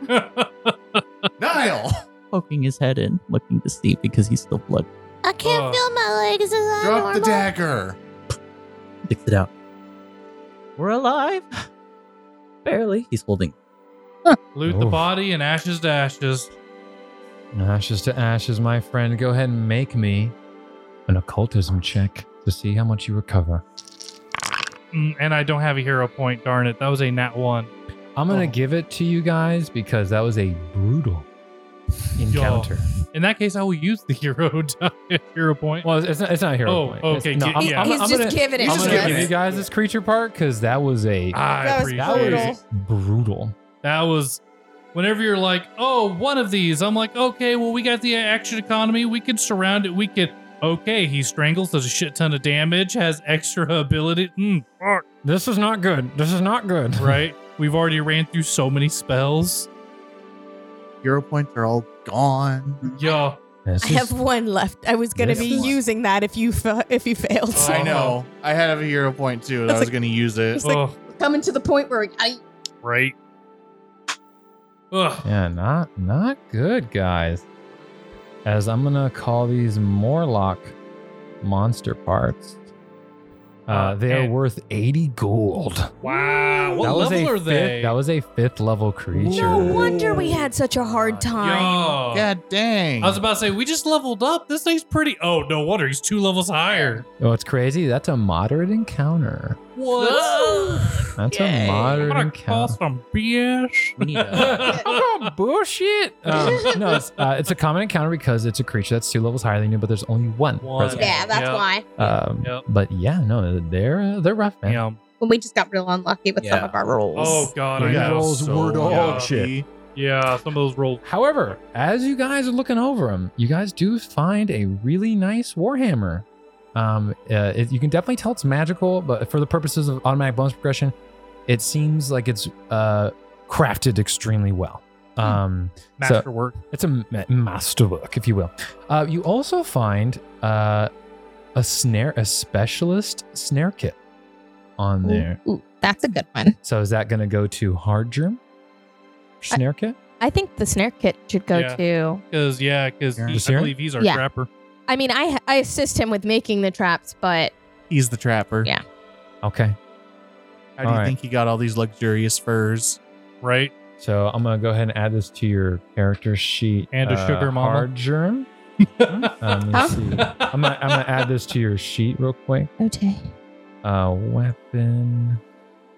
E: [laughs]
G: Niall!
M: Poking his head in, looking to see because he's still blood.
J: I can't
E: Oh.
J: feel my legs. Is that
G: Drop the
J: normal?
G: dagger.
I: Sticks it out. We're alive. Barely. He's holding.
E: Loot the
A: Oof.
E: body and ashes to ashes.
A: Ashes to ashes, my friend. Go ahead and make me an occultism check to see how much you recover.
E: Mm, and I don't have a hero point. Darn it! That was a nat one.
A: I'm gonna
E: Oh.
A: give it to you guys because that was a brutal encounter.
E: In that case, I will use the [laughs] hero die- hero point.
A: Well, it's not, it's not a hero
E: Oh,
A: point.
E: okay,
A: It's- no,
E: gi-
A: I'm,
E: yeah.
A: I'm-
B: He's
A: I'm
B: just
A: gonna,
B: giving it
A: I'm
B: to
A: gonna
B: us.
A: give you guys this creature part because that was a
E: I
B: That was
E: appreciate
A: that was
E: it.
B: brutal.
A: brutal.
E: That was whenever you're like, oh, one of these. I'm like, okay, well, we got the action economy. We could surround it. We could. Okay, he strangles, does a shit ton of damage, has extra ability. Mm, fuck,
A: This is not good. This is not good.
E: [laughs] right? We've already ran through so many spells.
G: Hero points are all gone.
E: Yo,
A: This
B: I
A: is-
B: have one left. I was gonna
A: This
B: be
A: is-
B: using that if you fa- if you failed.
E: Oh.
G: I know. I had a hero point too, and I
B: That's
G: was going to use it.
B: It's like-
E: oh,
B: Coming to the point where I
E: right. Ugh.
A: Yeah, not not good, guys. As I'm gonna call these Morlock monster parts. Uh, they are
E: And-
A: worth 80 gold.
E: Wow. What
A: that was
E: level
A: a
E: are
A: fifth,
E: they?
A: That was a fifth level creature.
B: No wonder we had such a hard time.
E: Yo.
G: God dang.
E: I was about to say, we just leveled up. This thing's pretty. Oh, no wonder. He's two levels higher.
A: Oh, it's crazy. That's a moderate encounter.
E: What?
A: That's
I: Yay.
A: a
E: I'm
A: moderate
E: going to call
A: encounter.
E: some BS.
I: We need a.
A: Oh, bullshit. Um, no, it's, uh, it's a common encounter because it's a creature that's two levels higher than you, but there's only one.
E: [laughs] One.
A: present.
J: Yeah, that's
E: Yep.
J: why.
A: Um,
E: Yep.
A: But yeah, no, they're uh, they're rough, man.
E: Yum.
J: Well, we just got real unlucky with some
I: Yeah.
J: of our rolls.
E: Oh, God. I
G: We
E: know.
G: got
A: rolls were dog shit.
E: Yeah, some of those rolled.
A: However, as you guys are looking over them, you guys do find a really nice warhammer. Um, uh, it, you can definitely tell it's magical, but for the purposes of automatic bonus progression, it seems like it's uh, crafted extremely well.
H: Hmm.
A: Um, So-
E: Masterwork.
A: it's a ma- masterwork, if you will. Uh, you also find uh, a snare, a specialist snare kit on
H: Ooh,
A: there.
H: Ooh, that's a good one.
A: So is that going to go to Hardgerm snare kit?
H: I think the snare kit should go
E: Yeah.
H: to.
E: Because, yeah, because I
A: Just here?
E: believe he's our
H: Yeah.
E: trapper.
H: I mean, I I assist him with making the traps, but
G: He's the trapper.
H: Yeah.
A: Okay.
G: How do you
A: All right.
G: think he got all these luxurious furs?
E: Right?
A: So I'm gonna go ahead and add this to your character sheet. uh,
E: And a sugar mama.
A: Hard germ. Um, let's see. I'm gonna, I'm gonna
E: [laughs]
A: add this to your sheet real quick.
H: okay,
A: Uh, weapon.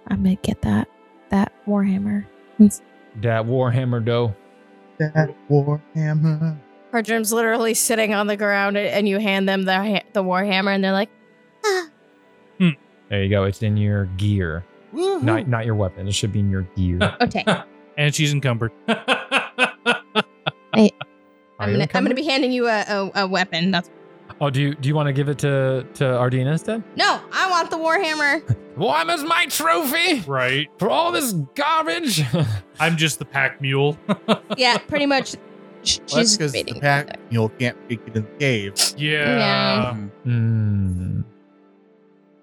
H: I'm gonna get that that warhammer.
A: That warhammer dough.
G: That warhammer.
B: Hardrim's literally sitting on the ground, and- and you hand them the ha- the warhammer, and they're like,
A: There you go. It's in your gear,
G: Woohoo.
A: not not your weapon. It should be in your gear. Are
E: [laughs]
H: Okay,
E: and she's encumbered.
A: you
B: I'm gonna, I'm
A: encumbered?
B: gonna be handing you a, a, a weapon. That's
A: [laughs] Oh, do you do you want to give it to to Ardina instead?
B: no, I want the
G: [laughs]
B: warhammer.
A: Warhammer's my trophy
E: right?
A: for all this garbage. [laughs]
E: I'm just the pack mule.
B: yeah, pretty much.
G: Well,
H: Sh-
G: that's
H: she's
G: because the
H: waiting.
G: pack mule can't make it in the cave.
E: [laughs] Yeah.
A: Um, Hmm.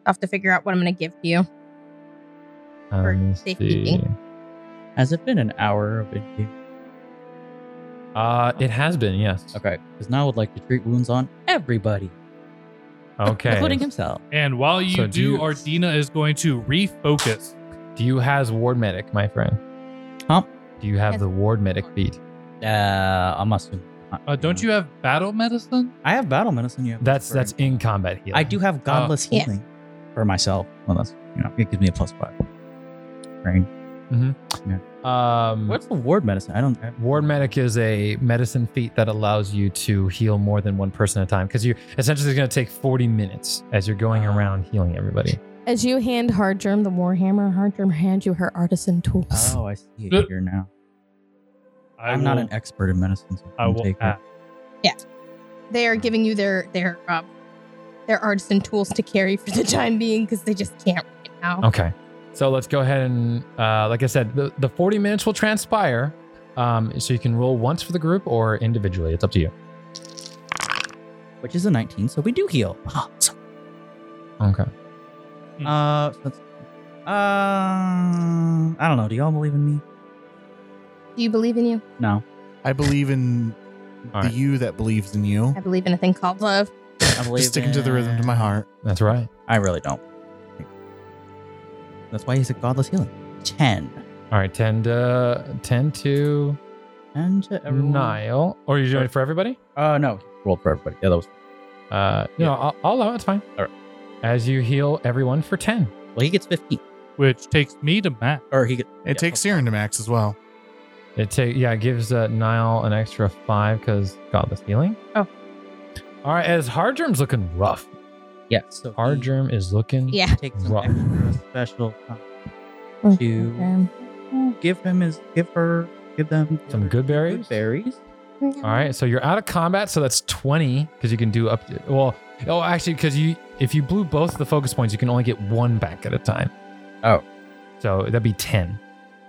B: I have to figure out what I'm gonna give to you.
A: Um,
B: For
A: let's
B: safekeeping.
A: see.
F: Has it been an hour of it?
A: Uh, it has been yes.
F: Okay, because now I would like to treat wounds on everybody,
A: Okay.
F: including himself.
E: And while you
A: So do
E: do,
A: you-
E: Ardina is going to refocus.
A: Do you has ward medic, my friend?
F: Huh?
A: Do you have the ward medic beat?
F: Uh, I must.
E: Uh, don't you have battle medicine?
F: I have battle medicine. You have
A: That's
F: for-
A: that's Oh. in combat healing.
F: I do have godless
H: yeah.
F: healing for myself. Well, that's you know it gives me a plus five. Brain.
C: Um,
F: What's the ward medicine? I don't.
C: Ward Medic is a medicine feat that allows you to heal more than one person at a time because you're essentially going to take 40 minutes as you're going around healing everybody.
P: As you hand Hardgerm the Warhammer, Hardgerm hands you her artisan tools.
F: Oh, I see it
E: Good.
F: here now.
E: I
F: I'm not
E: will-
F: an expert in medicine. So
E: I
F: can
E: will
F: take
E: ask.
P: They are giving you their their um, their artisan tools to carry for the time being because they just can't right now.
G: Oh.
C: Okay. So let's go ahead and, uh, like I said, the, the 40 minutes will transpire. Um, so you can roll once for the group or individually. It's up to you.
F: which is a 19, so we do heal. [gasps] Ah, so-
C: Okay.
E: Hmm.
F: Uh, so that's, uh, I don't know. Do y'all believe in me?
B: Do you believe in you?
F: No,
G: I believe in
C: All
G: the
C: right.
G: you that believes in you.
B: I believe in a thing called love.
F: I
G: [laughs]
F: believe
G: Just sticking to the rhythm to my
F: in-
G: heart.
C: That's right.
F: I really don't. That's why he's a godless healing. Ten.
C: All right. 10 to, 10 to
F: And to everyone.
C: Nile. Or are you doing it for everybody?
F: Uh, no. Roll for everybody. Yeah, that was.
C: Uh, no, I'll, I'll allow it. It's fine.
F: All right.
C: As you heal everyone for 10.
F: Well, he gets 15,
E: which takes me to Matt.
F: or he gets.
G: It takes Siren to max as well.
C: It take yeah, it gives uh, Nile an extra five because godless healing.
B: Oh.
C: All right, as Hardgerm's looking rough.
F: Yeah. So he
C: Hardgerm is looking.
B: Yeah.
F: takes some
C: rough.
F: extra special time to
B: Um,
F: give him his, give her, give them
C: Some
F: their
C: good berries?
F: berries.
C: All right, so you're out of combat, so that's twenty because you can do up. To, well, oh, actually, because you if you blew both the focus points, you can only get one back at a time.
F: Oh.
C: So that'd be ten.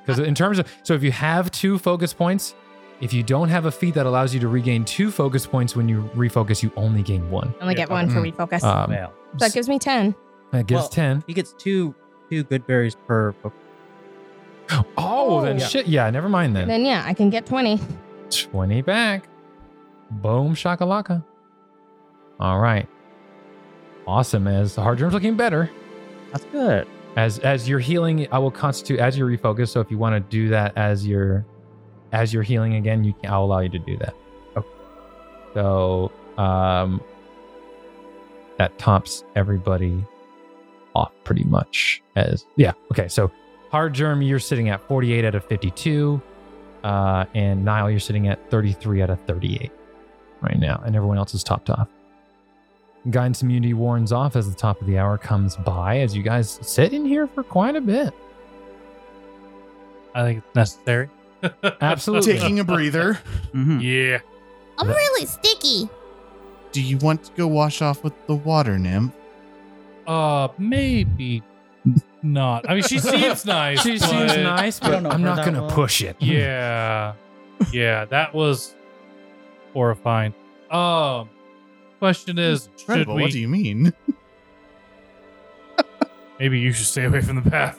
C: Because in terms of so if you have two focus points, if you don't have a feat that allows you to regain two focus points when you refocus, you only gain one.
B: I only
E: Yeah.
B: get one
G: Mm.
B: for refocus.
G: Uh,
C: Um,
F: well,
P: so that gives me ten.
C: that gives
F: well,
C: ten.
F: he gets two two good berries per. book.
C: Oh, then
F: Yeah.
C: shit. Yeah, never mind then.
B: Then yeah, I can get twenty.
C: 20 back. Boom, shakalaka. All right. Awesome. As the hard germ's looking better,
F: That's good.
C: as as you're healing, I will constitute as you refocus. So if you want to do that as you're as you're healing again, you can, I'll allow you to do that.
F: Okay.
C: So um, that tops everybody off pretty much. As yeah, okay. So hard germ, you're sitting at 48 out of 52, uh, and Nile, you're sitting at 33 out of 38 right now, and everyone else is topped off. Guidance immunity warns off as the top of the hour comes by, as you guys sit in here for quite a bit.
E: I think it's necessary.
C: Absolutely.
G: Taking a breather.
F: Mm-hmm.
E: [laughs] Yeah.
J: I'm really sticky.
G: Do you want to go wash off with the water nymph?
E: Uh, maybe not. I mean, she seems nice.
C: She
E: but-
C: seems nice,
F: I don't
C: but
F: know
C: I'm
F: her
C: not
F: that
C: going to
F: well.
C: push it.
E: [laughs] Yeah. Yeah, that was horrifying. Um, question is, should
G: Incredible.
E: we?
G: What do you mean?
E: maybe you should stay away from the path.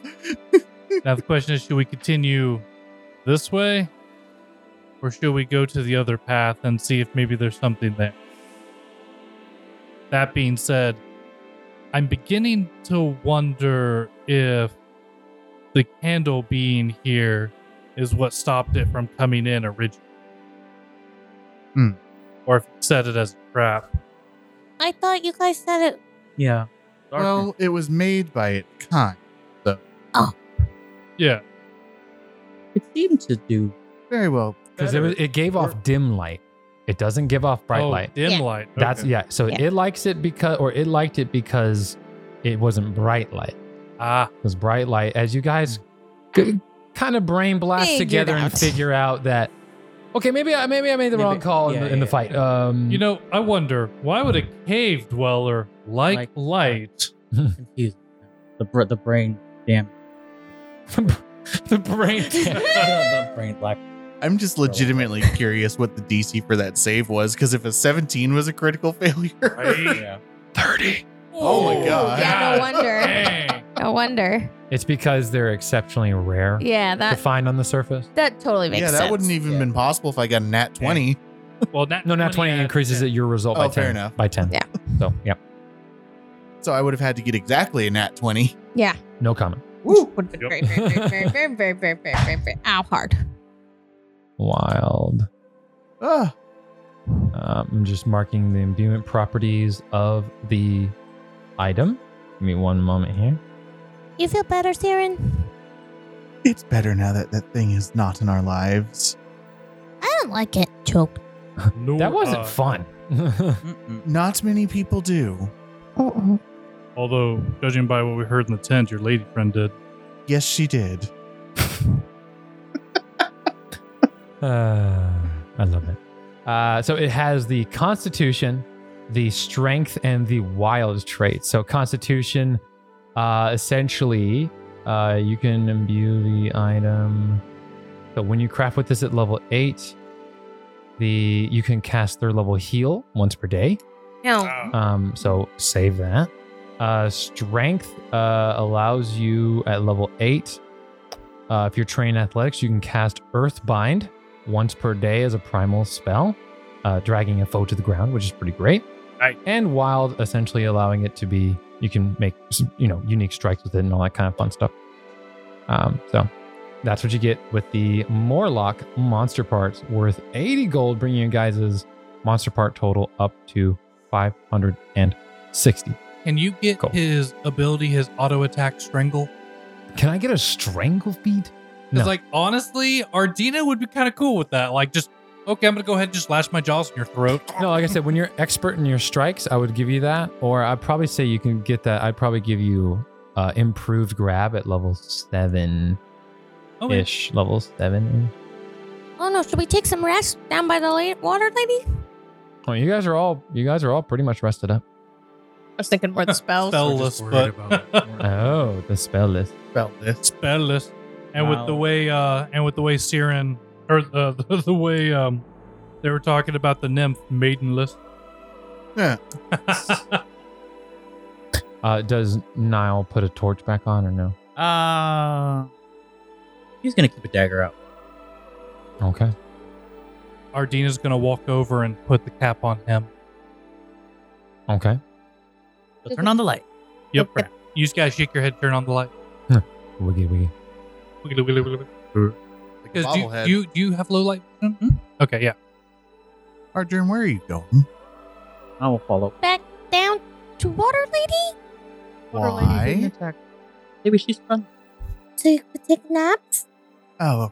E: [laughs] now the question is, should we continue this way, or should we go to the other path and see if maybe there's something there? That being said, I'm beginning to wonder if the candle being here is what stopped it from coming in originally.
G: Hmm.
E: Or if it set it as a trap.
J: I thought you guys said it.
F: Yeah.
G: Well, it was made by it kind.
E: Yeah.
F: it seemed to do.
G: Very well.
C: Because it, was- it gave off dim light. It doesn't give off bright
E: Oh,
C: light.
E: Dim
B: Yeah.
E: light.
C: That's
E: Okay.
C: yeah. So
B: Yeah.
C: it likes it because, or it liked it because it wasn't bright light.
E: Ah.
C: Because bright light, as you guys g- kind of brain blast
B: Figured
C: together and
B: out.
C: figure out that, okay, maybe I maybe I made the
F: Maybe-
C: wrong call in,
F: yeah,
C: the, in the
F: yeah,
C: fight. Um,
E: You know, I wonder why would a cave dweller like,
F: Like-
E: light?
F: Confused. The br- the [laughs] brain damn.
C: the brain. [laughs]
F: the brain lack.
G: I'm just legitimately curious what the DC for that save was, because if a 17 was a critical [laughs] failure,
E: [laughs]
F: Yeah.
Q: Thirty.
G: oh my god.
B: Yeah, no wonder.
E: Dang.
B: No wonder.
C: it's because they're exceptionally rare
B: Yeah,
C: to
B: that
C: find on the surface.
B: that totally makes
G: yeah, that
B: sense.
G: wouldn't even
F: Yeah.
G: been possible if I got a nat 20.
E: Well, not
C: No, not 20 increases it your result by
G: Oh,
C: 10.
G: fair enough.
C: By 10.
B: Yeah.
C: So, yeah.
G: So I would have had to get exactly a nat 20.
C: No comment.
B: Would be
E: Yep.
B: very, very, very, very, very, very, very, very, very, ow hard.
C: Wild.
G: [laughs] Ah,
C: Um, I'm just marking the imbuement properties of the item. Give me one moment here.
J: You feel better, Saren?
G: It's better now that that thing is not in our lives.
J: I don't like it. Choke.
E: No,
C: That
E: uh,
C: wasn't fun. [laughs]
F: Mm-mm.
G: Not many people do.
J: Uh-uh.
E: Although, judging by what we heard in the tent, your lady friend did.
G: Yes, she did.
C: Uh, I love it. Uh, so it has the constitution, the strength, and the wild trait. So constitution, uh, essentially, uh, you can imbue the item. So when you craft with this at level eight, the you can cast third level heal once per day.
H: Hell.
E: Wow.
C: Um, so save that. Uh, strength uh, allows you at level eight. Uh, if you're trained in athletics, you can cast Earthbind once per day as a primal spell, uh, dragging a foe to the ground, which is pretty great.
E: Right.
C: And Wild, essentially allowing it to be you can make you know unique strikes with it and all that kind of fun stuff. Um, so that's what you get with the Morlock monster parts worth 80 gold, bringing you guys' monster part total up to 560.
E: Can you get
C: Cool.
E: his ability, his auto attack strangle?
C: Can I get a strangle feed?
E: Because,
C: No.
E: like, honestly, Ardina would be kind of cool with that. Like, just, okay, I'm going to go ahead and just lash my jaws in your throat.
C: [laughs] No, like I said, when you're expert in your strikes, I would give you that. Or I'd probably say you can get that. I'd probably give you uh, improved grab at level seven
E: Okay.
C: ish. Level seven.
J: Oh no, should we take some rest down by the la- water lady?
C: Oh, you guys are all you guys are all pretty much rested up.
B: I was thinking more the spells.
E: Spellless, but.
C: Oh, the spell list.
G: Felt this.
E: spellless. And with the
F: Wow.
E: way, uh, and with the way Siren, or uh, [laughs] the, the way, um, they were talking about the nymph maidenless.
G: Yeah.
C: Uh, does Nile put a torch back on or no?
F: Uh, he's gonna keep a dagger out.
C: Okay.
E: [laughs] Ardina's going to walk over and put the cap on him.
C: Okay.
F: He'll turn on the light.
E: Yep. you just got to shake your head, turn on the light.
C: Wiggy wiggy.
E: Wiggly, wiggly, wiggly.
G: Like a
E: Because do,
G: bobblehead.
E: do you do you have low light vision?
F: Mm-hmm.
E: Okay, yeah.
G: Arjun, where are you going?
F: I will follow.
J: Back down to water lady?
F: Eh?
G: Why?
F: Maybe she's fun.
J: So you could take naps?
G: Oh,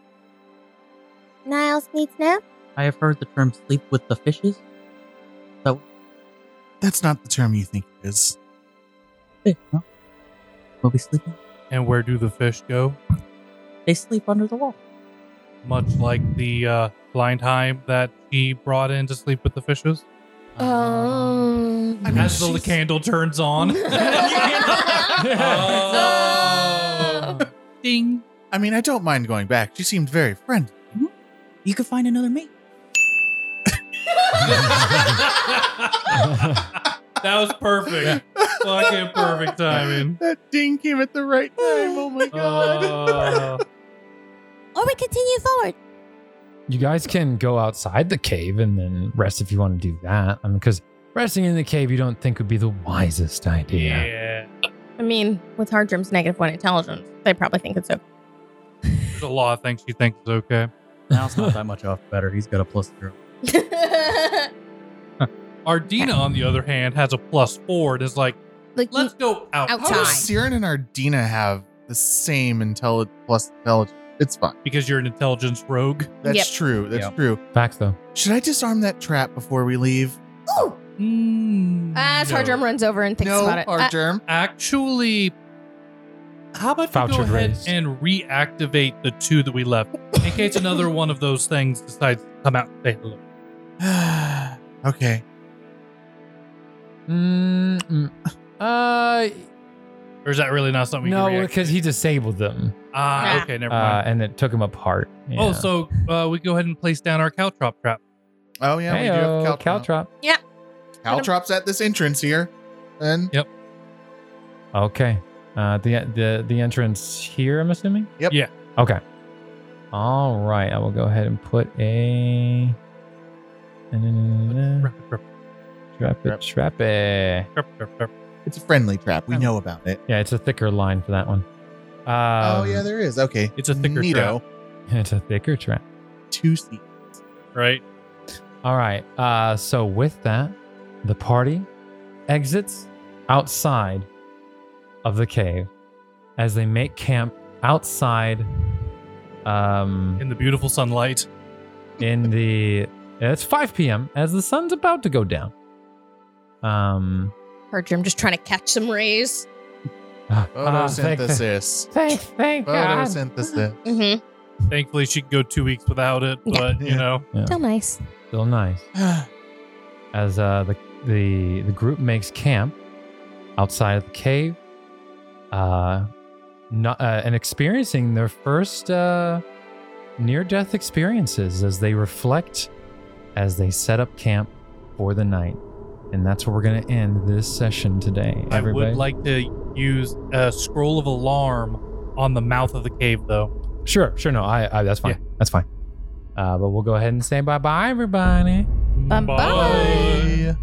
J: Niles needs nap?
F: I have heard the term "sleep with the fishes."
G: that's not the term you think it is.
F: Fish, no? Will be sleeping.
E: And where do the fish go?
F: They sleep under the wall.
E: Much like the uh, blind hive that he brought in to sleep with the fishes.
F: Uh,
B: Um,
J: Oh.
G: I mean,
E: As the
G: she's-
E: candle turns on. [laughs]
G: [laughs]
E: oh. Ding.
G: I mean, I don't mind going back. She seemed very friendly.
F: You could find another mate.
E: [laughs] that was perfect. Fucking perfect timing.
G: [laughs] That ding came at the right time. Oh my
E: Uh,
J: Or we continue forward.
C: You guys can go outside the cave and then rest if you want to do that. I mean, because resting in the cave, you don't think would be the wisest idea.
E: yeah.
B: I mean, with Hardrim's negative one intelligence, they probably think it's okay.
E: There's a lot of things she thinks is okay.
F: Now it's not that much off better. He's got a plus zero.
E: Ardina, on the other hand, has a plus four and is like,
H: Like,
E: let's go out.
G: How does
H: Outside.
G: Siren and Ardina have the same intelli- plus intelligence? It's fine.
E: Because you're an intelligence rogue.
G: That's
B: Yep.
G: true. That's
F: Yep.
G: true.
C: Facts, though.
G: Should I disarm that trap before we leave?
B: As
G: Mm.
E: no.
B: Hardrim runs over and thinks
G: no,
B: about it. Uh,
G: Arjun.
E: Actually, how about we go
C: Voucher
E: ahead
C: raised.
E: and reactivate the two that we left in case
G: [laughs]
E: another one of those things decides to come out and say hello.
G: [sighs] okay.
C: Mm, mm. Uh,
E: Or is that really not something? you
C: no,
E: can react-
C: because he disabled them
E: ah,
B: Nah.
E: okay, never
C: uh,
E: mind.
C: and it took him apart. Yeah.
E: Oh, so uh, we go ahead and place down our caltrop trap.
G: Oh yeah, we do have Caltrop.
C: Caltrop.
G: Caltrop's at this entrance here. Then
C: Okay. Uh, the the the entrance here. I'm assuming.
G: Yep.
E: Yeah.
C: Okay. All right. I will go ahead and put a.
E: Trap, trap,
C: Trap it,
G: Trap.
C: trap it.
E: trap, trap, trap.
G: it's a friendly trap. We know about it.
C: Yeah, it's a thicker line for that one.
G: oh
C: Um,
G: yeah, there is. Okay,
E: It's a thicker
G: Neato.
C: [laughs] It's a thicker trap.
G: Two seat.
E: Right?
C: All right. Uh, so with that, the party exits outside of the cave as they make camp outside Um,
E: in the beautiful sunlight.
C: in the it's 5 p.m. as the sun's about to go down. Um,
B: Heard you. I'm just trying to catch some rays.
C: ah, thank-
G: Photosynthesis.
C: [laughs] Thank, thank God.
G: Photosynthesis.
B: [laughs] Mm-hmm.
E: Thankfully, she could go two weeks without it, but you know,
C: Yeah.
R: Still nice.
C: Still nice. As uh, the, the the group makes camp outside of the cave, uh, not, uh, and experiencing their first uh, near-death experiences as they reflect, as they set up camp for the night, and that's where we're gonna end this session today.
E: I
C: Everybody,
E: would like to use a scroll of alarm on the mouth of the cave, though.
C: sure, sure, no, I, I that's fine, that's fine. Uh, but we'll go ahead and say bye bye, everybody.
R: Bye-bye.
G: Bye.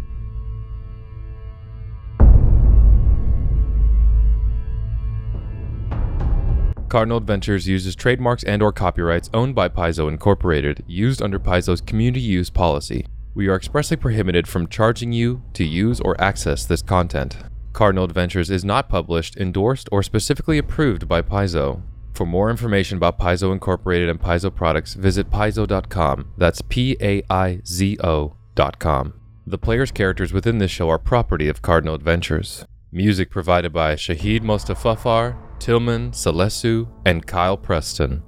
A: Cardinal Adventures uses trademarks and or copyrights owned by Paizo Incorporated, used under Paizo's community use policy. We are expressly prohibited from charging you to use or access this content. Cardinal Adventures is not published, endorsed, or specifically approved by Paizo. For more information about Paizo Incorporated and Paizo products, visit paizo.com. That's P A I Z O.com. The player's characters within this show are property of Cardinal Adventures. Music provided by Shahid Mostafafar, Tillman Selesu, and Kyle Preston.